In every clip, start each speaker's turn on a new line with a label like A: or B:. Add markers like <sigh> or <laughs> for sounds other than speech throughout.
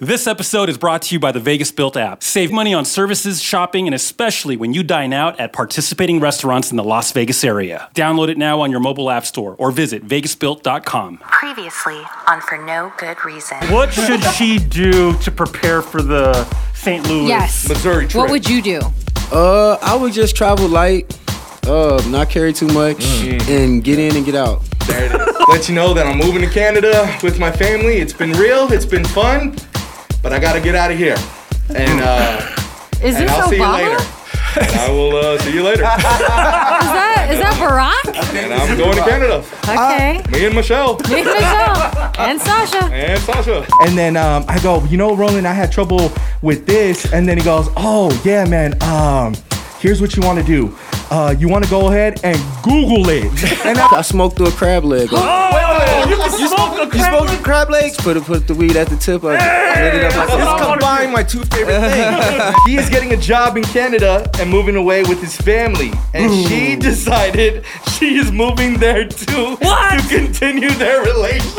A: This episode is brought to you by the Vegas Built app. Save money on services, shopping, and especially when you dine out at participating restaurants in the Las Vegas area. Download it now on your mobile app store or visit vegasbuilt.com.
B: Previously on For No Good Reason.
C: What should she do to prepare for the St. Louis?
D: Yes.
E: Missouri trip.
D: What would you do?
F: Uh, I would just travel light, uh, not carry too much,
G: Mm.
F: and get in and get out.
E: There it is. Let you know that I'm moving to Canada with my family. It's been real. It's been fun. But I gotta get out of here. And uh,
D: Is
E: and
D: this
E: I'll see you later.
D: Obama?
E: And I will uh, see
D: <laughs>
E: you later.
D: Is that is that Barack?
E: and I'm going to Canada.
D: Uh, <laughs> Okay.
E: Me and Michelle
D: Me, Michelle, and Sasha.
E: and Sasha.
H: And then um, I go, you know, Roland, I had trouble with this. And then he goes, oh yeah, man. Um, here's what you want to do. Uh, you want to go ahead and Google it. <laughs> And I,
F: I smoked through a crab leg. Oh, you smoked a crab leg? Put, it- put the weed at the tip of it. Lit it up like a-
E: combined my two <laughs> favorite things. he is getting a job in Canada and moving away with his family. And she decided she is moving there too to continue their relationship.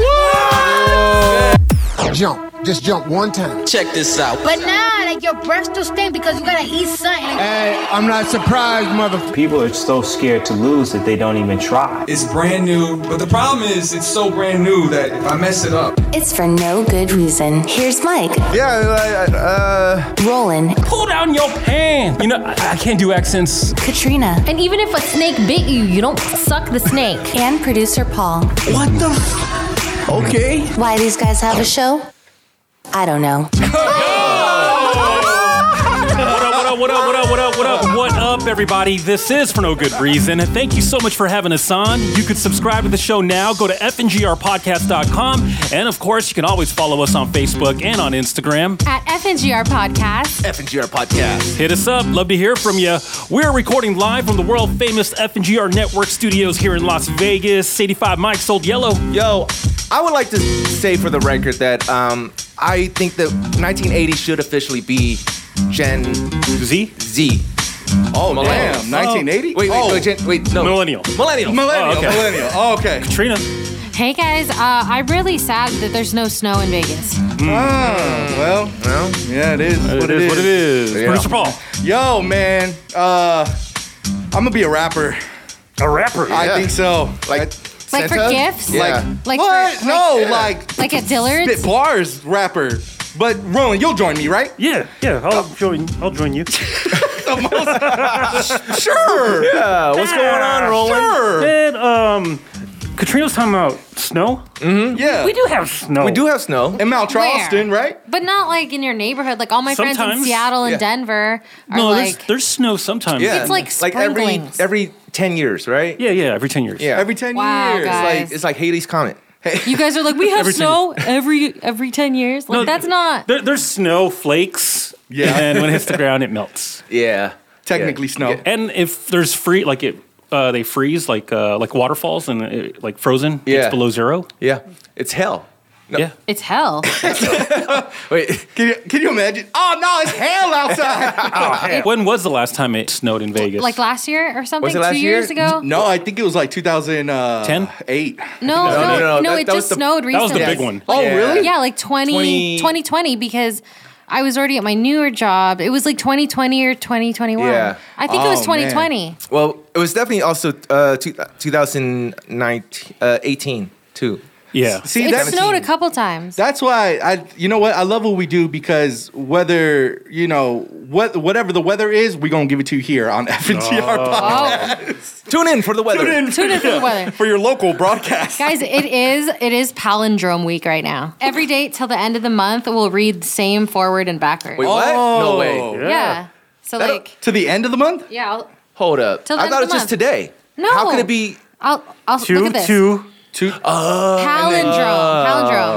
I: jump. Just jump one time.
J: Check this out.
K: But nah, like your breath still stink because you gotta eat something.
I: Hey, I'm not surprised, motherfucker.
L: People are so scared to lose that they don't even try.
J: It's brand new, but the problem is it's so brand new that if I mess it up,
B: It's For No Good Reason. Here's Mike,
E: Yeah, uh,
B: Roland,
A: Pull down your pants. You know, I, I can't do accents.
B: Katrina,
D: And even if a snake bit you, you don't suck the snake.
B: and producer Paul.
I: What the? F- okay.
B: Why these guys have a show? I don't know.
A: What up, what up, what up, what up, what up, what up, everybody? This is For No Good Reason. Thank you so much for having us on. You can subscribe to the show now. Go to fngrpodcast.com. And of course, you can always follow us on Facebook and on Instagram.
D: At FNGR Podcast.
E: FNGR podcast.
A: Hit us up. Love to hear from you. We're recording live from the world famous FNGR Network studios here in Las Vegas. 85 Mike's Old Yellow.
M: Yo, I would like to say for the record that um, I think that 1980 should officially be Gen
A: Z.
M: Z.
E: Oh,
M: Millennial.
E: damn. 1980?
M: Wait, wait,
E: oh.
M: no, Gen, wait, no.
A: Millennial.
M: Millennial.
E: Millennial,
A: Oh, okay.
E: millennial. Oh, okay.
A: Trina.
D: Hey guys, uh, I'm really sad that there's no snow in Vegas.
E: Ah, well, well, yeah, it is. what
A: is what it is.
E: Yeah.
A: Producer Paul.
E: Yo, man, uh, I'm gonna be a rapper.
C: A rapper.
E: I
M: Yeah.
E: think so.
M: Like,
D: Like for
M: Santa?
D: gifts?
M: Yeah.
D: Like
E: what?
D: For,
E: no,
M: yeah.
E: like,
D: Like at Dillard's?
E: spit bars, rapper. But Roland, you'll join me, right?
C: Yeah, yeah. I'll join. I'll join you.
E: Sure.
M: Yeah, what's going on, Roland?
E: Sure.
C: Then, um, Katrina was talking about snow.
D: Oh,
E: Yeah.
C: We do have snow.
M: We do have snow.
E: In Mount Charleston,
D: Where?
E: right?
D: But not like in your neighborhood. Like all my friends in
A: Sometimes.
D: Seattle and
E: Yeah.
D: Denver are
A: No,
D: like.
A: Oh, there's, there's snow sometimes.
M: Yeah.
D: It's like
M: every
D: sprinklings.
M: every 10 years, right?
A: Yeah, yeah, every 10 years.
M: Yeah.
E: Every 10
D: Wow,
E: years.
D: guys.
M: Like, it's like Hades' Comet.
D: you guys are like
E: <laughs>
D: we have
A: Every ten-
D: snow every every ten years. Like
A: No,
D: that's not.
A: There, there's snow flakes.
E: Yeah.
A: And then when it hits the ground, it melts.
M: Yeah.
E: Technically
M: Yeah.
E: snow.
M: Yeah.
A: And if there's free, like it, uh, they freeze like uh, like waterfalls and it, like frozen. It's
M: Yeah.
A: below zero.
M: Yeah. It's hell.
A: Yeah.
D: It's hell.
M: Wait.
E: <laughs>
M: Oh,
E: Can you, can you imagine? Oh, no, it's hell
M: <laughs>
E: outside.
A: When was the last time it snowed in Vegas?
D: like last year or something.
M: it last
D: Two
M: year?
D: years ago.
E: no, I think it was like
A: Ten?
E: 2008.
D: No, no, no,
M: no, no, that-
D: it
M: that
D: just
M: was the-
D: snowed
A: that was
D: recently.
A: the big one.
E: Oh,
M: Yeah.
E: really?
D: Yeah, like 20,
M: 20
D: 2020 because I was already at my newer job. It was like 2020 or 2021.
M: Yeah.
D: I think it was
E: Oh, man.
D: 2020.
M: Well, it was definitely also uh, two, 2019, uh, 18 too.
A: yeah.
E: See,
D: It
E: that's
D: snowed a couple times.
E: That's why I, you know what, I love what we do because whether you know what, whatever the weather is, we are gonna give it to you here on <laughs> FNTR Podcast.
D: oh,
M: Tune in for the weather.
D: tune in for the weather.
E: for your local broadcast.
D: Guys, it is it is palindrome week right now. Every day till the end of the month, we'll read the same forward and backward.
M: Wait, what? No
E: Oh.
M: way.
D: yeah. So
M: That'll-
D: like,
E: Uh, To the end of the month.
D: yeah. I'll,
M: Hold up.
D: Till the
M: I
D: end
M: thought
D: of
M: it was
D: the
M: just
D: month.
M: today.
D: No.
M: How could it be?
D: I'll I'll look
C: Two,
D: at this.
C: two.
D: Palindrome. palindrome.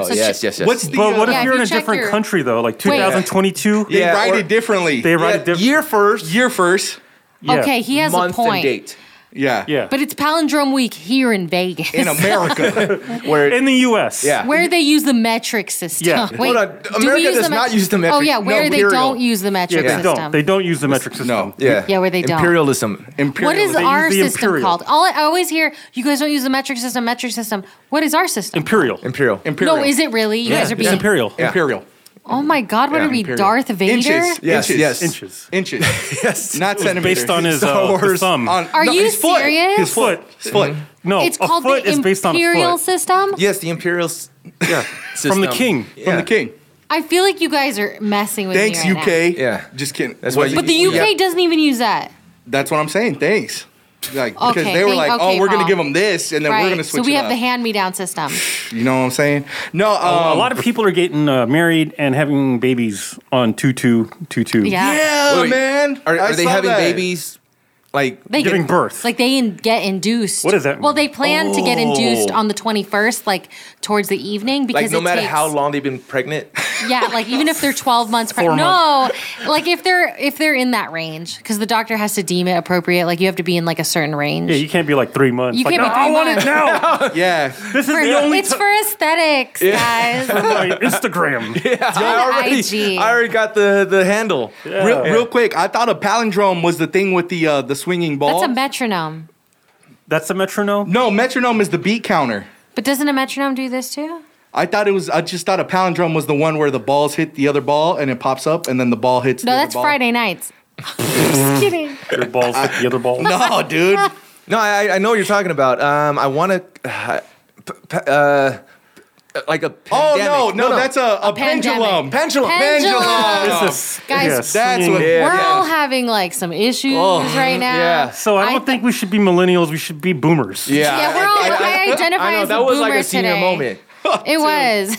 M: Oh,
D: So
M: yes,
D: ch-
M: yes, yes.
E: What's the?
C: But what
E: uh,
D: Yeah,
C: if
D: if
C: you're
D: you
C: in a
D: check
C: different
D: your-
C: country though? Like
D: Wait.
C: 2022.
E: They
M: Yeah,
E: write
M: or-
E: it differently.
C: They write
M: yeah,
C: a different
M: year first,
E: year first.
C: Yeah.
D: Okay, he has a
M: month,
D: point.
M: and date?
E: Yeah.
C: Yeah.
D: But it's palindrome week here in Vegas,
E: In America.
M: Where
C: in the U.S.
M: Yeah.
D: <laughs> where they use the metric system.
C: Yeah.
D: Wait,
M: Hold on,
D: do
M: America
D: we use
M: does
D: the
M: not use the
D: Oh
M: metric-
D: yeah,
M: no,
D: where they
M: imperial.
D: don't use the metric
C: They
D: system.
C: don't. They don't use the metric system.
E: no.
M: yeah,
D: Yeah, where they don't.
M: imperialism.
E: Imperial.
D: What is
C: use
D: our
C: the
D: system
C: imperial.
D: called? All I, I always hear you guys don't use the metric system. Metric system. What is our system?
A: Imperial.
M: Imperial.
E: Imperial.
D: No, is it really? You
A: Yeah,
D: guys are
A: it's
D: being
A: imperial.
E: Imperial.
D: Oh my God, what
E: Yeah,
D: are we,
E: period.
D: Darth Vader?
E: Inches.
M: Yes,
E: inches,
M: yes.
E: Inches. Inches. yes. Not
A: It was
E: centimeters.
A: based on his,
E: <laughs> Star
A: uh, his
E: Wars
A: thumb.
E: on-
D: Are you
E: his foot.
D: serious?
E: His foot. His foot.
A: No,
D: it's called the imperial system.
M: Yes, the imperial. s- Yeah.
E: From the king. From the king.
D: I feel like you guys are messing with
E: Thanks,
D: me right now.
E: UK. Yeah. Just kidding. That's
M: why you-
D: But the UK doesn't even use that.
E: That's what I'm saying. Thanks. Like because
D: Okay,
E: they were
D: thank-
E: like,
D: okay,
E: oh, we're
D: Paul.
E: gonna give them this, and then we're
D: right.
E: gonna
D: So
E: switch.
D: we
E: it
D: have
E: up.
D: the hand-me-down system.
E: You know what I'm saying?
M: Oh,
E: No, um,
A: a lot
M: Um,
A: of people are getting uh, married and having babies on two two two two.
D: Yeah.
E: Yeah, man.
M: Are,
E: I
M: are they
E: saw
M: having
E: that.
M: babies?
E: <laughs>
M: Like
D: They
A: Giving
D: get-
A: birth.
D: Like they in, get induced.
A: What does that
D: Well, they plan to get induced
M: Oh.
D: on the 21st, like towards the evening, because
M: like no
D: it
M: matter
D: takes,
M: how long they've been pregnant.
D: <laughs>
M: <laughs>
D: Yeah, like even if they're 12 months
M: Four
D: pregnant. No, like if they're if they're in that range, because the doctor has to deem it appropriate. Like you have to be in like a certain range.
A: Yeah, you can't be like three months.
D: You
A: like,
D: can't be
A: "No,
D: three
A: I want it
D: months." <laughs>
A: now.
E: yeah.
A: This is
D: For-
A: the only
D: it's for aesthetics,
M: Yeah.
A: <laughs>
D: guys.
A: my Instagram.
M: Yeah, I
D: on
M: already,
D: IG.
M: I already got the the handle.
E: Real, real quick, I thought a palindrome was the thing with the uh, the swinging ball.
D: That's a metronome.
A: That's a metronome.
E: No, metronome is the beat counter.
D: But doesn't a metronome do this too?
E: I thought it was. I just thought a palindrome was the one where the balls hit the other ball and it pops up, and then the ball hits.
D: No,
E: the other
D: that's
E: ball.
D: Friday nights. Just kidding.
A: Your balls hit the other ball.
E: <laughs> No,
D: <laughs>
E: dude. Oh,
M: No, I, I know what you're talking about. Um, I want to, uh, <sighs> p- p- uh, like a.
E: Oh
M: Pandemic.
E: no, no, that's a, a
D: Pandemic.
E: pendulum.
M: Pendulum.
D: Pendulum.
E: Pendulum.
A: This is-
D: Guys,
A: yes.
E: That's what.
D: We're
E: Yeah.
D: all having like some issues right now.
M: yeah.
A: So I don't think we should be millennials. We should be boomers.
D: Yeah, we're all. I, identify
M: I know
D: as
M: that
D: a
M: was
D: boomer
M: like a senior
D: today.
M: moment.
D: It was.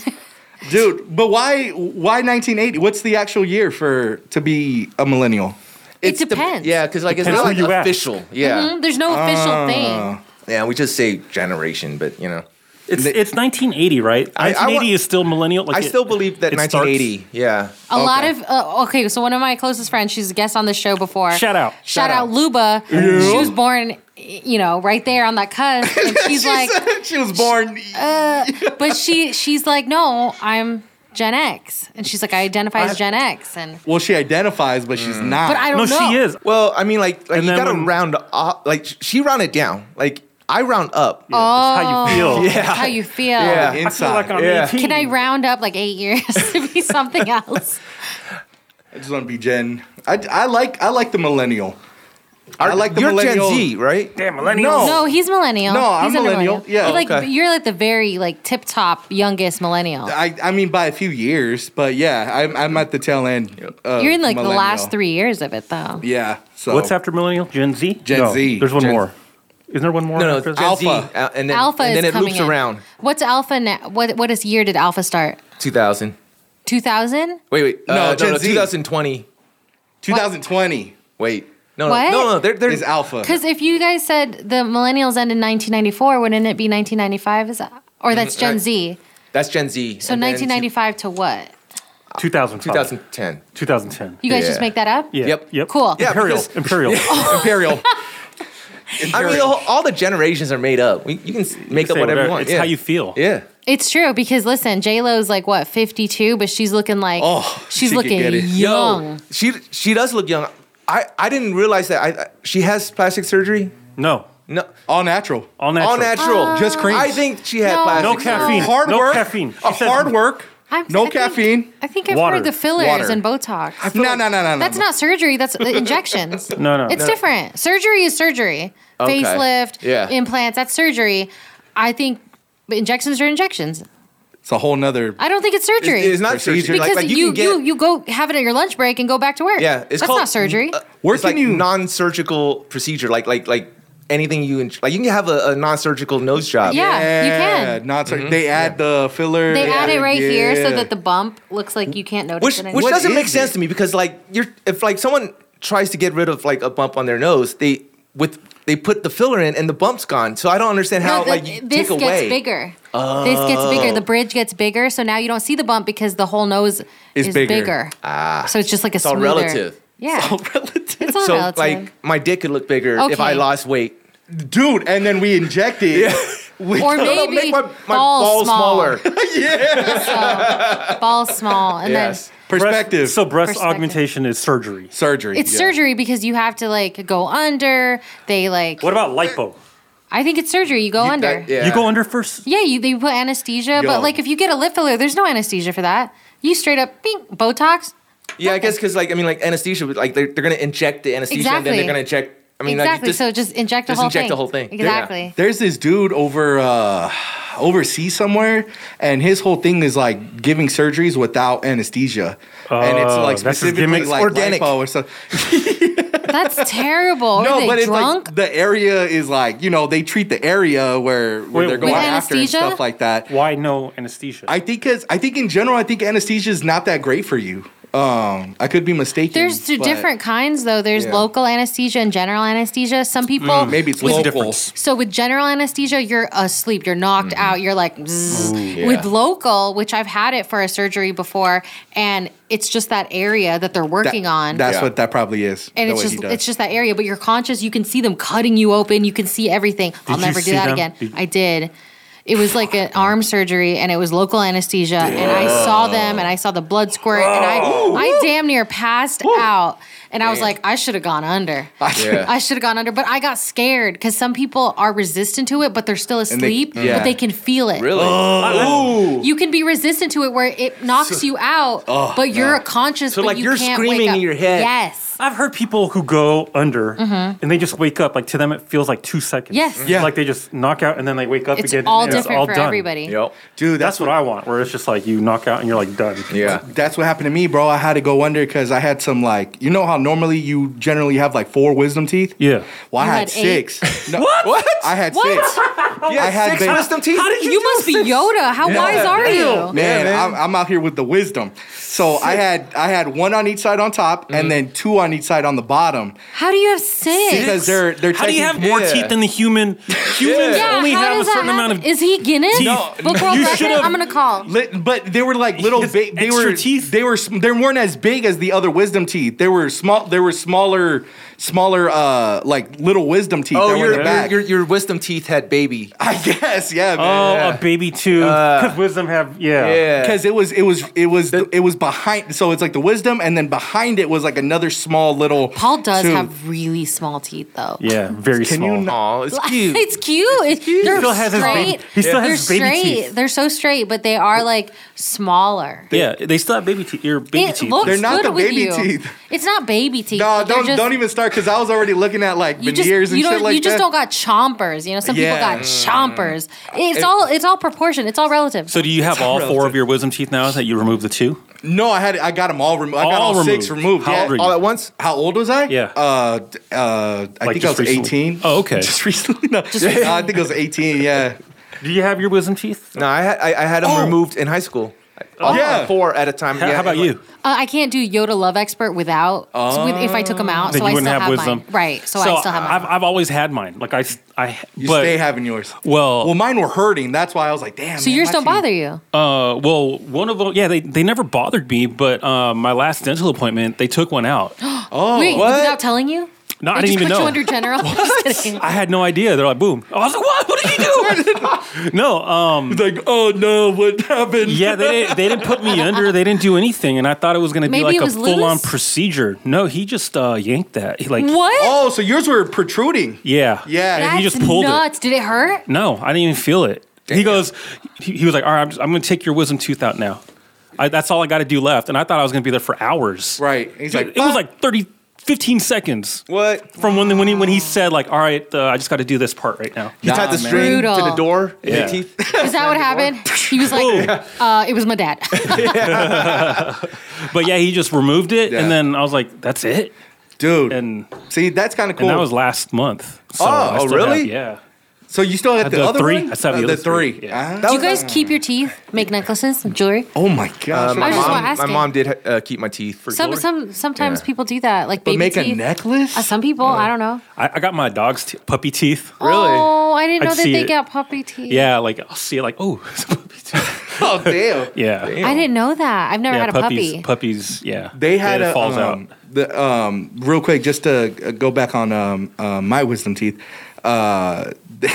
E: dude. But why? Why 1980? What's the actual year for to be a millennial?
D: <laughs> it depends.
M: Yeah, because like
A: Depends
M: it's
A: who
M: not
A: you
M: like
A: ask.
M: official. Yeah,
D: Mhm, There's no official thing.
M: yeah. We just say generation, but you know,
A: It's it's 1980, right?
M: I- I
A: 1980
M: want-
A: is still millennial. Like
M: I
A: it-
M: still believe that
A: it starts-
M: 1980. Yeah.
D: A lot of uh, okay. So one of my closest friends, she's a guest on the show before.
A: Shout out.
D: Shout, out, Luba. She was born, you know, right there on that cusp, and she's like,
E: <laughs> she was born.
D: uh, but she she's like, no, I'm Gen X, and she's like, I identify as Gen X, and
E: Well, she identifies, but she's not.
D: but I
A: No,
D: don't know.
A: she is.
M: Mm. Well, I mean, like, like
A: And
M: you
A: then
M: gotta
A: when-
M: round up. Like sh- she rounded down. Like I round up. Yeah.
A: That's how you feel.
D: That's how you feel.
M: Yeah.
A: I feel like I'm
M: Yeah.
A: 18.
D: Can I round up like eight years <laughs> to
M: <laughs>
D: be something else?
E: I just want to be Gen. I, I like I like the millennial. I like the
M: You're
E: millennial.
M: Gen Z, right?
A: Damn, millennials.
E: No.
M: Oh.
D: No, he's millennial.
E: No, I'm
D: he's a
E: millennial. Yeah,
D: You're like
M: okay. Uh,
D: you're like the very like tip top youngest millennial.
E: I, I mean by a few years, but yeah, I'm I'm at the tail end. of
D: you're in like the last
E: millennial.
D: three years of it though.
E: Yeah. So
A: What's after millennial? Gen Z.
E: Oh. Gen
A: No,
E: Z.
A: There's one
E: Gen-
A: more. Isn't there one more?
M: No, no,
A: after
M: Gen
A: that?
M: Z,
E: Alpha.
M: uh, and then,
D: Alpha
M: and
D: is
M: then it
D: coming
M: loops
D: in.
M: around.
D: What's alpha now? What what is year did alpha start?
M: 2000.
D: 2000?
M: Wait, wait.
E: No,
M: uh,
E: Gen Z.
M: 2020.
E: 2020
M: Wait. No,
D: What?
M: no, no, no. There,
E: is
M: there's
E: alpha.
D: Cuz if you guys said the millennials end in 1994, wouldn't it be 1995 is that, or that's Gen
M: right.
D: Z?
M: That's Gen Z.
D: So
M: Mm, and then
D: 1995 to what?
A: 2005.
M: 2010.
A: 2010.
D: You guys
M: Yeah.
D: just make that up?
A: Yeah.
M: Yep.
A: Yep.
D: Cool.
M: Yeah,
A: Imperial.
M: because- <laughs>
A: Imperial.
E: Imperial.
M: I mean, Oh. the whole- all the generations are made up. We, you can s- make
A: Say
M: up whatever, you
A: whatever.
M: want.
A: It's
M: yeah.
A: how you feel.
M: Yeah.
D: It's true because listen, J Lo's like what 52, but she's looking like
E: Oh,
D: she's
E: she could
D: looking
E: get it.
M: Yo,
D: young.
M: she she does look young. I, I didn't realize that. I, I- she has plastic surgery.
A: No.
M: No,
E: all natural. Ah.
A: All natural.
M: all natural.
E: Just creams.
M: I think she had
D: No.
M: plastic.
A: No caffeine.
E: Hard
A: no
E: work.
A: caffeine.
E: A
A: She said-
E: hard work.
D: I'm-
E: no
D: I think-
E: caffeine.
D: I think I've
A: Water.
D: heard the fillers
E: Water.
D: and Botox.
E: no, no, no, no, no.
D: That's not surgery. That's the injections.
A: <laughs> No, no.
D: It's different. Surgery is surgery.
M: Okay.
D: Facelift,
M: Yeah.
D: implants, that's surgery. I think injections are injections.
E: It's a whole nother.
D: I don't think it's surgery.
M: It's, it's not surgery.
D: because
M: like, like
D: you,
M: you,
D: you,
M: can get,
D: you, go have it at your lunch break and go back to work.
M: Yeah, it's
D: that's
M: called-
D: not surgery.
M: uh,
E: Where
M: it's
E: can
M: like
E: you-
M: non-surgical procedure, like like like anything you en- like. You can have a, a non-surgical nose job.
D: Yeah. you
E: Yeah,
D: can.
E: Not
M: Mm-hmm.
E: surgery. They add the filler.
D: they add it right
E: yeah.
D: here so that the bump looks like you can't notice
M: which
D: it.
M: which
D: anymore.
M: doesn't
E: is
M: make sense
E: it?
M: to me because like you're if like someone tries to get rid of like a bump on their nose, they with they put the filler in and the bump's gone. So I don't understand how
D: No, the-
M: like you
D: this
M: take
D: gets
M: away. Oh.
D: bigger. This gets bigger. The bridge gets bigger, so now you don't see the bump because the whole nose
E: Is
D: is,
E: bigger.
D: bigger. Ah, so it's just like a
M: It's all
D: smoother-
M: relative.
D: Yeah, it's all <laughs> relative. It's all
M: So
D: relative.
M: like my dick could look bigger if
D: Okay.
M: I lost weight.
E: Dude, and then we inject it. <laughs> We-
D: or
M: No,
D: maybe
M: make my, my
D: balls,
M: balls
D: small. <laughs>
M: smaller. <laughs>
D: Balls small, and
M: yes.
E: Perspective.
A: So breast
D: Perspective.
A: augmentation is surgery.
E: surgery.
D: then it's
E: yeah.
D: surgery because you have to like go under. They like.
A: What about lipo?
D: I think it's surgery. You go under.
M: yeah.
A: You go under first.
D: Yeah, you, they put anesthesia,
E: Yo.
D: but like if you get a lip filler, there's no anesthesia for that. You straight up pink Botox.
M: Yeah, I guess because like I mean like anesthesia, but, like they're, they're gonna inject the anesthesia and then
D: Exactly.
M: they're gonna inject. I mean like,
D: exactly.
M: just-
D: so just inject the
M: just
D: whole
M: inject
D: thing.
M: the whole thing. Yeah.
D: Exactly.
E: There's this dude over uh, overseas somewhere, and his whole thing is like giving surgeries without anesthesia, and it's
C: Oh,
E: like
C: that's his
E: specifically
C: gimmick?
E: like
C: Organic.
E: lipo or something.
D: That's
M: <laughs>
D: terrible. Are
E: no,
D: they
E: but it's
D: drunk?
E: like the area is like you know they treat the area where, where
D: Wait,
E: they're
D: With
E: going after and
D: anesthesia?
E: stuff like that.
A: Why no anesthesia?
E: I think because I think in general I think anesthesia is not that great for you. Um, I could be mistaken.
D: There's two
E: but-
D: different kinds though. There's
E: Yeah.
D: local anesthesia and general anesthesia. Some people
E: Mm, maybe it's local.
D: So with general anesthesia, you're asleep, you're knocked
E: Mm-hmm.
D: out, you're like. zzz.
N: Ooh.
D: With
N: Yeah.
D: local, which I've had it for a surgery before, and it's just that area that they're
E: That-
D: working on.
E: That's what that probably is.
D: And
E: the
D: it's
E: way he
D: just
E: does.
D: it's just that area, but you're conscious. You can see them cutting you open. You can see everything. I'll
E: you
D: never
E: see
D: do that
E: them?
D: again.
E: Did-
D: I did. It was like an arm surgery, and it was local anesthesia. And I saw them, and I saw the blood squirt, and I I damn near passed out. And I was
N: Damn.
D: like, I should have gone under.
N: Yeah.
D: I should have gone under, but I got scared because some people are resistant to it, but they're still
N: And they-
D: asleep,
N: yeah.
D: but they can feel it.
N: Really? Oh.
D: You can be resistant to it where it knocks you out,
A: Oh,
D: but you're
A: no.
D: conscious. but you can't wake up. Yes.
A: I've heard people who go under
D: Mhm.
A: and they just wake up. Like to them, it feels like two seconds.
C: Mm-hmm.
D: Yes.
A: Yeah. Like they just knock out and then they wake up
D: It's
A: again.
D: all
A: and
D: different
A: it's all
D: for
A: done.
D: everybody.
A: Yep.
E: Dude,
A: that's, what, I want. Where it's just like you knock out and you're like done.
E: Yeah. That's what happened to me, bro. I had to go under because I had some like you know how normally you generally have like four wisdom teeth.
A: Yeah.
E: Well,
D: You
E: I had,
D: had eight?
E: <laughs> six. No, what? I had <laughs> six.
D: You
E: had I had six been- wisdom
M: teeth?
D: How did you, must be Yoda. How wise are you?
E: man? I'm, I'm out here with the wisdom. So I had I had one on each side on top,
D: Mm-hmm.
E: and then two on each side on the bottom.
D: How do you have six?
E: Because they're they're.
A: How do you have
E: technically-
A: more
E: Yeah.
A: teeth than the human? Humans
D: Yeah,
A: only
D: how
A: have a
D: does that
A: certain amount of.
D: happen? Is he Guinness?
A: teeth.
D: No, Book
A: You
D: World Record?
A: should've-
D: I'm gonna call.
E: Lit- But they were like little big. They
A: extra
E: were teeth. They were sm- they weren't as big as the other wisdom teeth. They were small. They were smaller, smaller uh like little wisdom teeth.
M: Oh,
E: that were in
M: your,
E: the back.
M: your, your your wisdom teeth had baby.
E: <laughs> I guess, yeah,
A: Oh,
E: man.
A: a baby tooth.
E: Uh,
A: Because wisdom have yeah.
E: Because it was it was it was it was behind. So it's like the wisdom, and then behind it was like another small little.
D: Paul does
E: tooth.
D: have really small teeth though.
A: Yeah, very
E: Can
A: small.
E: You not, it's
D: <laughs> it's cute. It's They're
A: still has his
D: straight.
A: baby- he still has
D: They're
A: his baby
D: straight.
A: teeth.
D: They're so straight, but they are like smaller.
A: yeah, they still have baby teeth. Your baby
D: it
A: teeth.
D: looks good with you. It's not baby teeth.
E: No,
D: but they're
E: don't
D: just-
E: don't even start because I was already looking at like
D: You just
E: veneers
D: you
E: and shit
D: don't
E: like
D: you just
E: that.
D: don't got chompers. You know, some people
A: Yeah.
D: got chompers. It's
A: It-
D: all it's all proportion. It's all relative.
A: So do you have all four of your wisdom teeth now? That you removed the two?
E: no, I had I got them all removed. I got all
A: All
E: six
A: removed.
E: removed.
A: How
E: yeah,
A: old were you?
E: All at once. How old was I?
A: Yeah.
E: Uh, d- uh, I
A: Like
E: think I was
A: just recently?
E: eighteen.
A: Oh, okay.
E: <laughs> Just recently. No, No, I think I was eighteen. Yeah.
A: Do you have your wisdom teeth?
M: No, I had I, I had them removed in high school.
A: Oh,
M: All
E: Yeah.
M: Uh, four at a time.
A: How- how about you?
D: Uh, I can't do Yoda Love Expert without so with- if I took them out.
A: Then
D: so
A: you
D: I
A: wouldn't
D: still
A: have
D: have,
A: wisdom.
D: mine. Right. So, Oh, I still have mine.
A: I've, I've always had mine. Like I, s- I.
E: You
A: but,
E: stay having yours.
A: Well,
E: well, mine were hurting. That's why I was like, damn.
D: so yours don't bother you.
A: Uh, well, one of them, yeah, they, they never bothered me, but um, my last dental appointment, they took one
D: <gasps>
A: out.
D: Oh, Wait, without telling you?
A: No,
D: they
A: I didn't
D: just
A: even
D: put
A: know.
D: You under
A: <laughs>
D: general. Just kidding.
A: I had no idea. They're like, boom. I was like, what? What did
D: <laughs>
A: you
E: <laughs>
A: do? <laughs> no. Um, like, oh no, what happened? Yeah, they didn't, they didn't put me under. They didn't do anything, and I thought it was going to be
D: Maybe
A: like
D: it
A: a
D: was
A: full on
D: loose?
A: procedure. No, he just uh, yanked that. He like
E: Oh, so yours were protruding.
A: Yeah.
E: Yeah.
A: And
D: That's
A: he just pulled it.
D: nuts. Did it hurt?
A: No, I didn't even feel it. He goes, he, he was like, all right, I'm, just- I'm going to take your wisdom tooth out now. I, that's all I got to do left. And I thought I was going to be there for hours. Right. He's
E: like,
A: it was like 30, 15 seconds.
M: What?
A: From when, when, he, when he said, like, all right, uh, I just got to do this part right now.
M: He tied the string to the door. in
A: Yeah.
M: The teeth.
D: Is that what happened? He was like, uh, it was my dad.
A: but yeah, he just removed it. And then I was like, that's it.
E: Dude.
A: And
E: see, that's kind of cool.
A: And that was last month. So
E: Oh,
A: I
E: oh,
A: still have-
E: really?
A: yeah.
E: So you still
A: I
E: had the,
A: still have
E: other
A: three.
E: one?
A: I still have
E: Uh,
A: the
E: the
A: other three,
E: three. Uh-huh.
D: Do you guys keep your teeth, make necklaces, jewelry?
E: Oh my gosh.
D: I
M: Uh, my,
D: was just
M: mom, my
D: asking.
M: mom did uh, keep my teeth for
D: Some,
M: jewelry.
D: some, sometimes
M: Yeah.
D: people do that, like baby teeth.
E: necklace?
D: Uh, some
A: Oh.
D: people, I don't know.
A: I, I got my dog's te- puppy teeth.
D: Oh, I didn't
A: I'd
D: know that
A: see
D: they
A: it.
D: got puppy teeth.
A: Yeah, like I'll see it like, oh, <laughs>
E: <laughs> oh damn.
A: yeah.
D: I didn't know that. I've never
A: yeah,
D: had a
A: puppies,
D: puppy.
A: Puppies, yeah.
E: They had
A: it
E: a,
A: falls out.
E: um, The um, real quick, just to uh, go back on um, uh, my wisdom teeth. Uh, <laughs>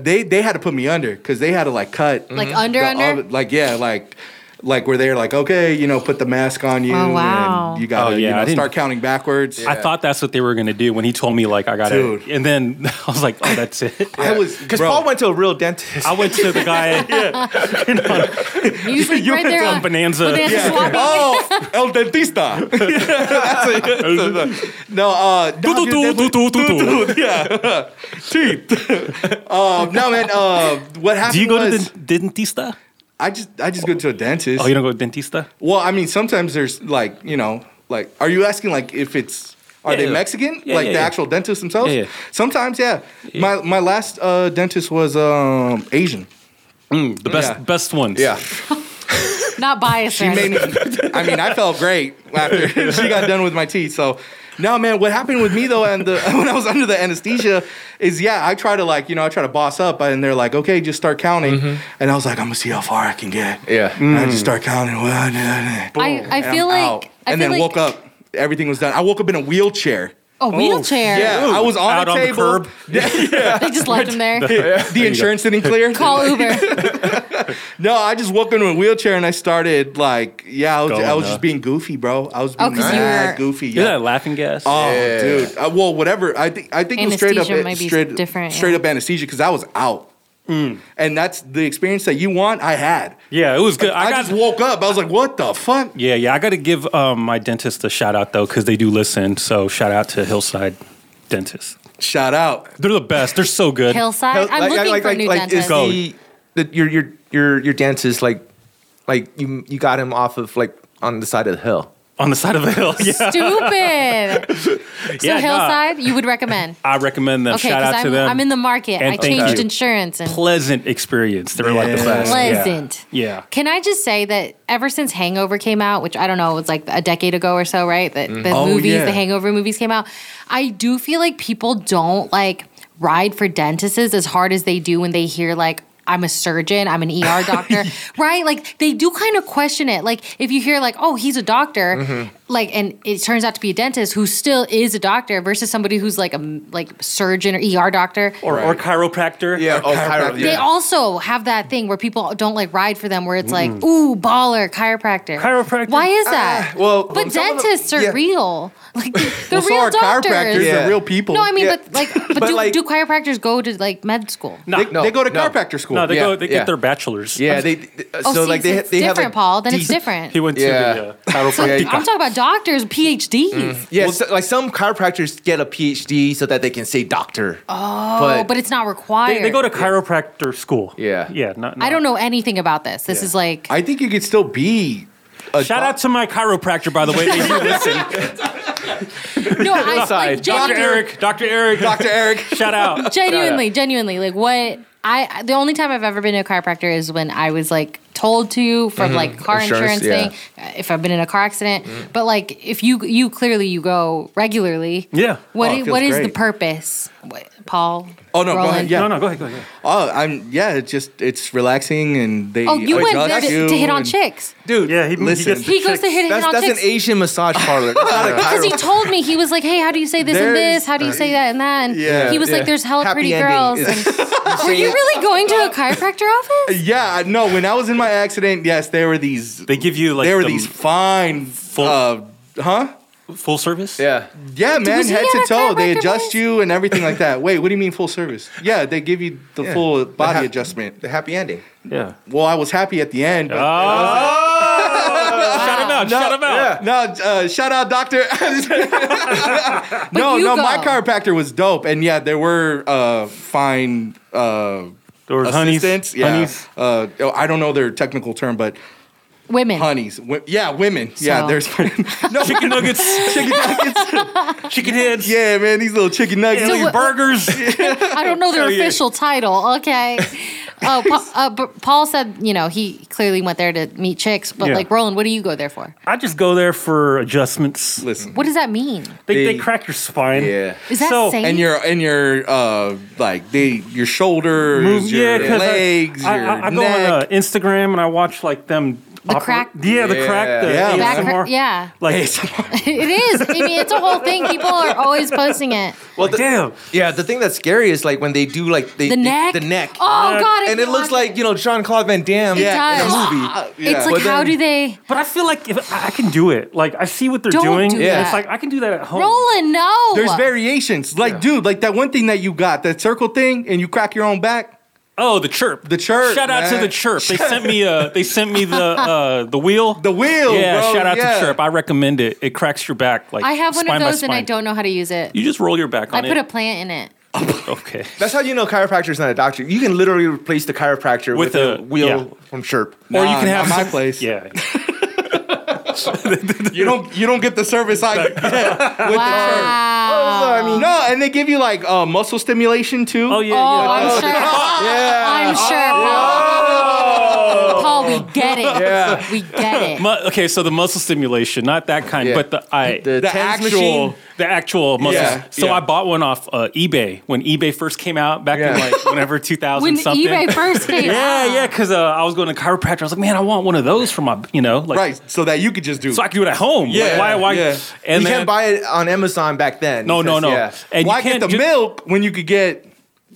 E: they they had to put me under because they had to like cut
D: Like under,
A: Mm-hmm.
E: the-
D: under?
E: all the- like yeah like like where they're like, okay, you know, put the mask on you.
D: Oh, wow.
E: And you got to
A: Oh, yeah, I
E: you know,
A: didn't-
E: start counting backwards.
A: I thought that's what they were gonna do when he told me like I got it,
E: Dude.
A: and then <laughs> I was like, oh, that's
E: <laughs>
A: it.
E: I
A: <laughs>
E: was because
A: Paul
M: went to a real dentist.
A: I went to the guy.
D: You
A: <laughs>
D: just like
A: You
D: right
A: went
D: there
A: down
D: on
A: Bonanza.
D: Bonanza
A: Yeah.
D: swapping.
E: <laughs> Oh, El Dentista. no, uh, no, dude, that- dude, yeah, teeth. Um, no, man. <laughs> Uh, what happened?
A: Do you go to
E: was-
A: the dentista?
E: I just, I just go to a dentist.
A: Oh, you don't go to dentista?
E: Well, I mean, sometimes there's like, you know, like, are you asking like if it's are
A: Yeah,
E: they
A: yeah.
E: Mexican?
A: Yeah,
E: like
A: yeah,
E: the
A: yeah.
E: actual dentists themselves?
A: Yeah, yeah.
E: Sometimes, yeah. My my last uh, dentist was um, Asian.
A: the best best ones.
E: Yeah.
D: Not biased.
E: She
D: or
E: made me.
D: anything.
E: I mean, I felt great after <laughs> she got done with my teeth. So, no, man, what happened with me though, and the, <laughs> when I was under the anesthesia, is yeah, I try to like, you know, I try to boss up, and they're like, okay, just start counting,
A: Mm-hmm.
E: and I was like, I'm gonna see how far I can get.
M: Yeah.
E: And I
A: Mm.
E: just start counting. One, two, three, boom,
D: I- I
E: and I'm
D: feel like-
E: out.
D: I
E: and
D: feel
E: then
D: like-
E: woke up. Everything was done. I woke up in a wheelchair.
A: Oh,
D: A Oh, wheelchair.
E: Yeah, I was on
A: Out
E: a
A: on the
E: table.
A: curb.
E: Yeah, yeah.
D: They just left
A: <laughs>
D: him there.
E: <laughs> The- the insurance didn't clear.
D: Call Uber.
E: No, I just walked into a wheelchair and I started like, yeah, I was,
A: Going,
E: I was
A: uh,
E: just being goofy, bro. I was
D: Oh,
E: being
D: 'cause you
E: mad
D: were-
E: goofy.
A: You're
E: Yeah.
A: that laughing gas.
E: Oh, dude. Uh, well, whatever. I think I think it was straight up
D: Anesthesia might be
E: straight
D: different,
E: straight
D: yeah.
E: up anesthesia because I was out. And that's the experience that you want. I had.
A: yeah, it was good. I,
E: I,
A: got
E: just woke up. I was like, "What the fuck?"
A: yeah, yeah. I got to give um, my dentist a shout out though, because they do listen. So shout out to Hillside Dentist.
E: Shout out.
A: They're the best. They're so good.
D: Hillside.
M: Hell-
D: I'm looking for a new
M: is
D: dentist.
M: the, the your your your your dentist like like you you got him off of like on the side of the hill.
A: on the side of a hill. Yeah,
D: Stupid. So
A: <laughs> yeah, nah,
D: Hillside, you would recommend.
A: I recommend them.
D: Okay,
A: shout
D: because
A: out to
D: I'm,
A: them.
D: I'm in the market.
A: And
D: I
A: thank
D: changed
A: you.
D: insurance and
A: pleasant experience. They were like the best.
D: pleasant.
A: Yeah.
D: Can I just say that ever since Hangover came out, which I don't know, it was like a decade ago or so, right? That the
E: Oh,
D: movies,
E: yeah.
D: the Hangover movies came out. I do feel like people don't like ride for dentists as hard as they do when they hear like I'm a surgeon, I'm an ER doctor, right? Like they do kind of question it. Like if you hear like, oh, he's a doctor, like, and it turns out to be a dentist who still is a doctor versus somebody who's like a m- like surgeon or ER doctor.
A: Or, or chiropractor.
M: Yeah, oh, chiropractor.
D: They also have that thing where people don't like ride for them, where it's
M: Mm.
D: like, ooh, baller, chiropractor.
A: Chiropractor.
D: Why is that?
M: Ah, well,
D: but
M: some of the-
D: dentists are
M: yeah. <laughs>
D: real. Like the,
E: Well, so
D: real
E: are
D: doctors.
E: chiropractors.
M: Yeah.
E: They're real people.
D: No, I mean,
M: Yeah.
D: but
M: <laughs>
D: like, but,
M: But,
D: do,
M: like-
D: do chiropractors go to like med school?
A: No,
E: they, they go to chiropractor school.
A: no, they
M: Yeah,
A: go. They
M: yeah.
A: get their bachelors.
M: Yeah, they,
E: uh,
M: they
D: Oh,
M: so
D: see,
M: like they
D: it's
M: they have
D: different,
M: like,
D: Paul. Then it's
M: these-
D: different.
A: He went to the
M: Yeah.
A: uh, chiropractor.
D: I'm talking about doctors, PhDs.
M: Yeah, so, like some chiropractors get a PhD so that they can say doctor. Oh,
D: Oh, but it's not required.
A: they, they go to chiropractor school.
M: Yeah.
A: yeah. Not,
D: I don't know anything about this. This is like
E: I think you could still be. A
A: Shout out to my chiropractor, by the <laughs> way. They do listen.
D: no, I
A: Dr.
D: like, genuinely-
A: Eric, Dr. Eric,
E: Dr. Eric.
A: <laughs> Shout out.
D: genuinely, genuinely, like what I the only time I've ever been to a chiropractor is when I was like told to
E: Mm-hmm.
D: from like car
M: Insurance,
D: insurance, thing. uh, If I've been in a car accident, but like if you you clearly you go regularly.
A: Yeah.
D: What
E: Oh, it
D: i-
E: feels
D: what is the
E: great.
D: purpose, what, Paul?
E: Oh no, go
D: Roland?
E: ahead. Yeah.
A: No, no, go ahead, go ahead.
E: Oh, I'm yeah, it's just it's relaxing and they
D: Oh, you went there
E: adjust
D: to,
E: you
D: to hit on
E: and-
D: chicks.
M: dude.
A: Yeah, he,
E: Listen.
A: he gets the
D: He goes
A: chicks.
D: to hit, hit
M: that's
D: on
M: that's
D: chicks.
M: an Asian massage
D: <laughs>
M: parlor. That's not a
D: because he
M: chiro-
D: told me he was like, "Hey, how do you say this and
M: There's-
D: this? How do you say that and that?" And
E: Yeah,
D: he was
M: yeah.
D: like, "There's hella
M: Happy
D: pretty
M: ending
D: girls."
M: is-
D: And,
E: <laughs>
D: were you really going to a chiropractor office?
E: Yeah, I- no, when I was in my accident, yes, there were these
A: They give you like
E: there were
A: the
E: these fine
A: full-
E: uh, huh?
A: full service.
M: Yeah,
E: Yeah, man,
D: he
E: head
D: at
E: to
D: a
E: toe. They
D: chiropractor
E: adjust
D: place?
E: you and everything like that. Wait, what do you mean full service? Yeah, they give you the full body
M: ha-
E: adjustment.
M: the happy ending.
A: yeah.
E: Well, I was happy at the end. But
A: Shut him out. Shut him out.
E: <laughs> No, uh, shout out, doctor. <laughs> no,
D: you
E: no,
D: go.
E: my chiropractor was dope, and yeah, there were uh, fine. Uh,
A: There was honeys.
E: assistants, yeah.
A: Honeys.
E: Uh, oh, I don't know their technical term, but
D: Women.
E: honeys, Wi- yeah, women, yeah.
D: So-
E: There's <laughs> no
A: Chicken nuggets,
E: chicken nuggets.
A: chicken heads,
E: Yeah, man, these little chicken nuggets.
A: Philly
D: what-
A: burgers.
D: I don't know their
A: Oh, yeah.
D: official title. Okay. Oh, pa- uh, but Paul said, you know, he clearly went there to meet chicks, but
A: Yeah.
D: like, Roland, what do you go there for?
A: I just go there for adjustments.
E: Listen,
D: What does that mean?
A: They, they
M: They-
A: crack your spine.
M: Yeah.
D: Is that
A: So-
D: safe?
E: and your and your uh like the your shoulders,
A: Move, yeah,
E: your
A: because
E: legs,
A: I, uh,
E: your
A: I, I go
E: neck.
A: on uh, Instagram and I watch like them
D: The crack.
A: Yeah, the crack. The
D: yeah, Back-
A: ASMR.
D: yeah. <laughs>
A: Like <laughs>
D: it is. I mean, it's a whole thing. People are always posting it.
M: Well, damn. Yeah, the thing that's scary is like when they do like they,
D: The
M: they-
D: neck?
M: the neck.
D: Oh, Yeah. God, I
M: And it
D: can
M: looks like you know Jean Claude Van Damme.
D: It
M: yeah,
D: does. Ah,
M: In a movie.
D: It's like, how do they?
A: But I feel like if I I can do it. Like I see what they're
D: Don't
A: doing.
D: do
A: and
D: that.
A: It's like oh. I can do that at home.
D: Roland, no.
E: There's variations. Like, dude, like that one thing that you got, that circle thing, and you crack your own back.
A: Oh, the chirp.
E: The chirp.
A: Shout out to
E: man.
A: the chirp. They sent me <laughs> uh they sent me the uh the wheel. The
M: <laughs>
E: wheel.
A: Yeah,
E: bro,
A: shout out
E: yeah.
A: to chirp. I recommend it. It cracks your back like
D: I have one of
A: spine by
D: those and I
A: spine.
D: don't know how to use it.
A: You just roll your back
D: I
A: on
D: put a
A: it.
D: plant in it.
A: <laughs> okay.
M: That's how you know chiropractor's not a doctor. You can literally replace the chiropractor with,
A: With
M: a,
A: a-
M: wheel
A: yeah.
M: from Chirp.
A: Or you can have <laughs>
E: my
A: some-
E: place.
A: Yeah.
E: <laughs> you don't you don't get the service I get <laughs> with the chirp. Oh,
D: Wow.
E: No, and they give you like uh, muscle stimulation too.
A: Oh yeah,
D: <laughs> Oh, I'm sure. I'm sure, Paul. Paul, we get it.
A: Yeah.
D: We get it.
A: Mu- okay, so the muscle stimulation, not that kind, but the I
M: The The TENS actual- machine?
A: the actual muscles.
M: Yeah,
A: So
M: yeah.
A: I bought one off uh, eBay when eBay first came out back in like
D: <laughs>
A: whenever 2000
D: When
A: something.
D: eBay first came
A: yeah,
D: out.
A: yeah, because uh, I was going to chiropractor. I was like, man, I want one of those for my, you know, like
M: Right,
E: so that you could just do.
A: so I could do it at home. Like,
M: Yeah,
A: why? Why?
M: yeah.
A: And
M: you
A: then,
M: can't buy it on Amazon back then.
A: No, no,
M: because,
A: no.
M: yeah.
A: And
E: Why
A: you
E: get
A: can't
E: the
A: ju-
E: milk when you could get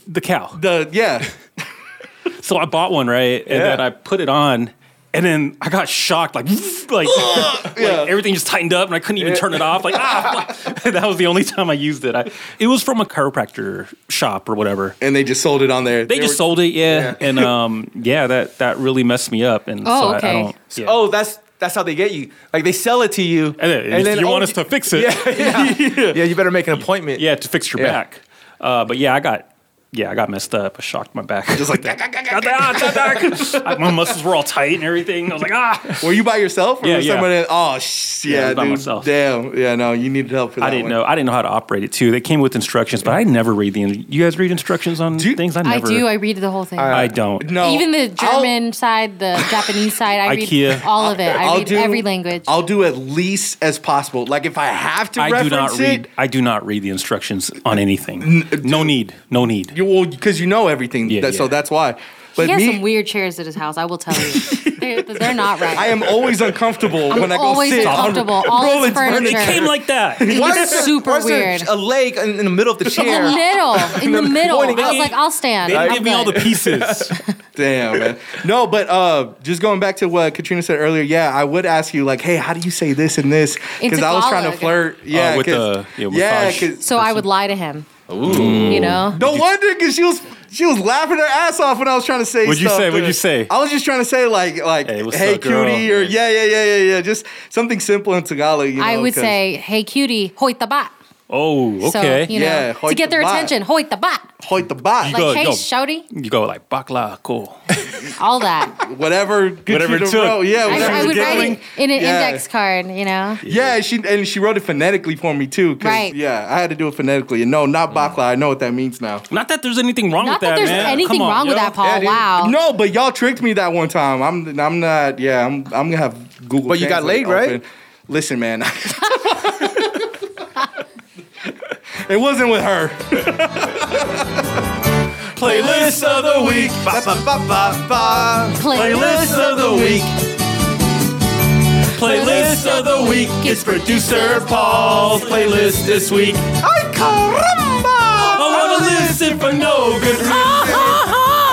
A: the cow.
E: the
A: <laughs>
E: yeah?
A: So I bought one, right? And
E: Yeah.
A: then I put it on. And then I got shocked, like, <laughs> like, <laughs> like everything just tightened up, and I couldn't even turn it off. Like, <laughs> ah, that was the only time I used it. I, it was from a chiropractor shop or whatever.
E: And they just sold it on there.
A: They, just sold it, yeah. And um, yeah, that that really messed me up. And
D: Oh,
A: so I- I,
D: okay.
A: don't. Yeah.
M: Oh, that's that's how they get you. Like they sell it to you, and
A: then, you want us to fix
E: <laughs>
A: it.
M: Yeah, yeah. yeah, you better make an
A: <laughs>
M: appointment.
A: Yeah, to fix your
M: Yeah.
A: back. Uh, but yeah, I got yeah, I got messed up. I shocked my back. <laughs> Just
E: like
A: that. my muscles were all tight and everything. I was like, ah.
E: Were you by yourself? Or
A: Yeah,
E: was
A: yeah.
E: Somebody, oh, sh-
A: Yeah, I
E: yeah,
A: was by
E: dude.
A: myself.
E: Damn. Yeah, no, you needed help for that
A: I didn't
E: one.
A: know. I didn't know how to operate it too. They came with instructions, but I never read the. in- You guys read instructions on things. I
D: I
A: never.
E: Uh,
D: do. I read the whole thing.
A: I don't.
D: Even the German side, the Japanese side, I read
A: IKEA.
D: all of it. I
E: I'll
D: read
E: do-
D: every language.
E: I'll do at least as possible. Like if I have to
A: I do
E: reference
A: not read.
E: it,
A: I do not read the instructions on anything. No need. No need.
E: you well because you know everything. that- So
A: yeah.
E: that's why.
D: he
E: But
D: has
E: me,
D: some weird chairs at his house. I will tell you, they're, they're not right.
E: I
D: <laughs>
E: am always uncomfortable
D: I'm
E: when I go
D: always
E: sit.
D: uncomfortable.
E: <laughs> on
D: All his
E: Roland's
D: furniture.
E: furniture.
A: Came like
E: <laughs>
A: that.
M: Why
D: It's
M: is there-
D: super
M: why is there
D: weird.
M: A leg in, in the middle of
D: <laughs>
M: the
D: In the
M: chair.
D: middle, in the middle. I was like, I'll stand.
A: They
D: I'm
A: give me all the
D: good.
A: pieces.
E: <laughs> Damn, man. No, but uh, just going back to what Katrina said earlier, yeah, I would ask you like, hey, how do you say this and this? Because I was trying to
D: Tagalog.
E: flirt. Yeah,
A: Oh, with
E: 'cause-
A: the- yeah,
E: yeah,
A: massage.
E: 'cause-
D: So I would lie to him. You know,
E: No wonder, because she was she was laughing her ass off when I was trying to say.
A: What'd you
E: stuff
A: say?
E: to
A: What'd
E: her.
A: you say?
E: I was just trying to say like like hey,
A: what's up, girl?"
E: cutie or yeah yeah yeah yeah yeah just something simple in Tagalog. You know,
D: I would
E: 'cause-
D: say, "Hey, cutie, hoy tabat."
A: Oh, okay.
D: So you know,
E: Yeah, hoy
D: to get their
E: tabat.
D: attention, hoy tabat.
E: hoit the bot
A: You
D: Like,
A: go-
D: hey,
A: go-
D: shouty,
A: You go like bakla, cool.
D: all
E: <laughs>
D: that.
E: whatever gets
A: Whatever
E: you to
A: it took.
E: row. Yeah,
D: I,
E: whatever
D: I
E: you
D: would
E: get.
D: write it in an
E: Yeah.
D: index card. You know,
E: Yeah, she and she wrote it phonetically for me too. 'cause,
D: Right.
E: Yeah, I had to do it phonetically, and no, not
A: Mm.
E: bakla. I know what that means now.
A: Not that there's anything wrong
D: not
A: with that,
D: that there's
A: man.
D: anything
A: Come on,
D: wrong with
A: yo.
D: that, Paul.
E: Yeah, dude.
D: wow.
E: No, but y'all tricked me that one time. I'm I'm not. Yeah, I'm I'm gonna have Google.
M: But you got
E: Translate
M: laid, right?
E: open. Listen, man. <laughs> It wasn't with her. <laughs>
A: Playlist of the week.
E: Ba, ba, ba, ba, ba.
A: Playlist of the week. Playlist of the week. It's producer Paul's playlist this week.
E: Ay, caramba!
A: I wanna listen for no good reason.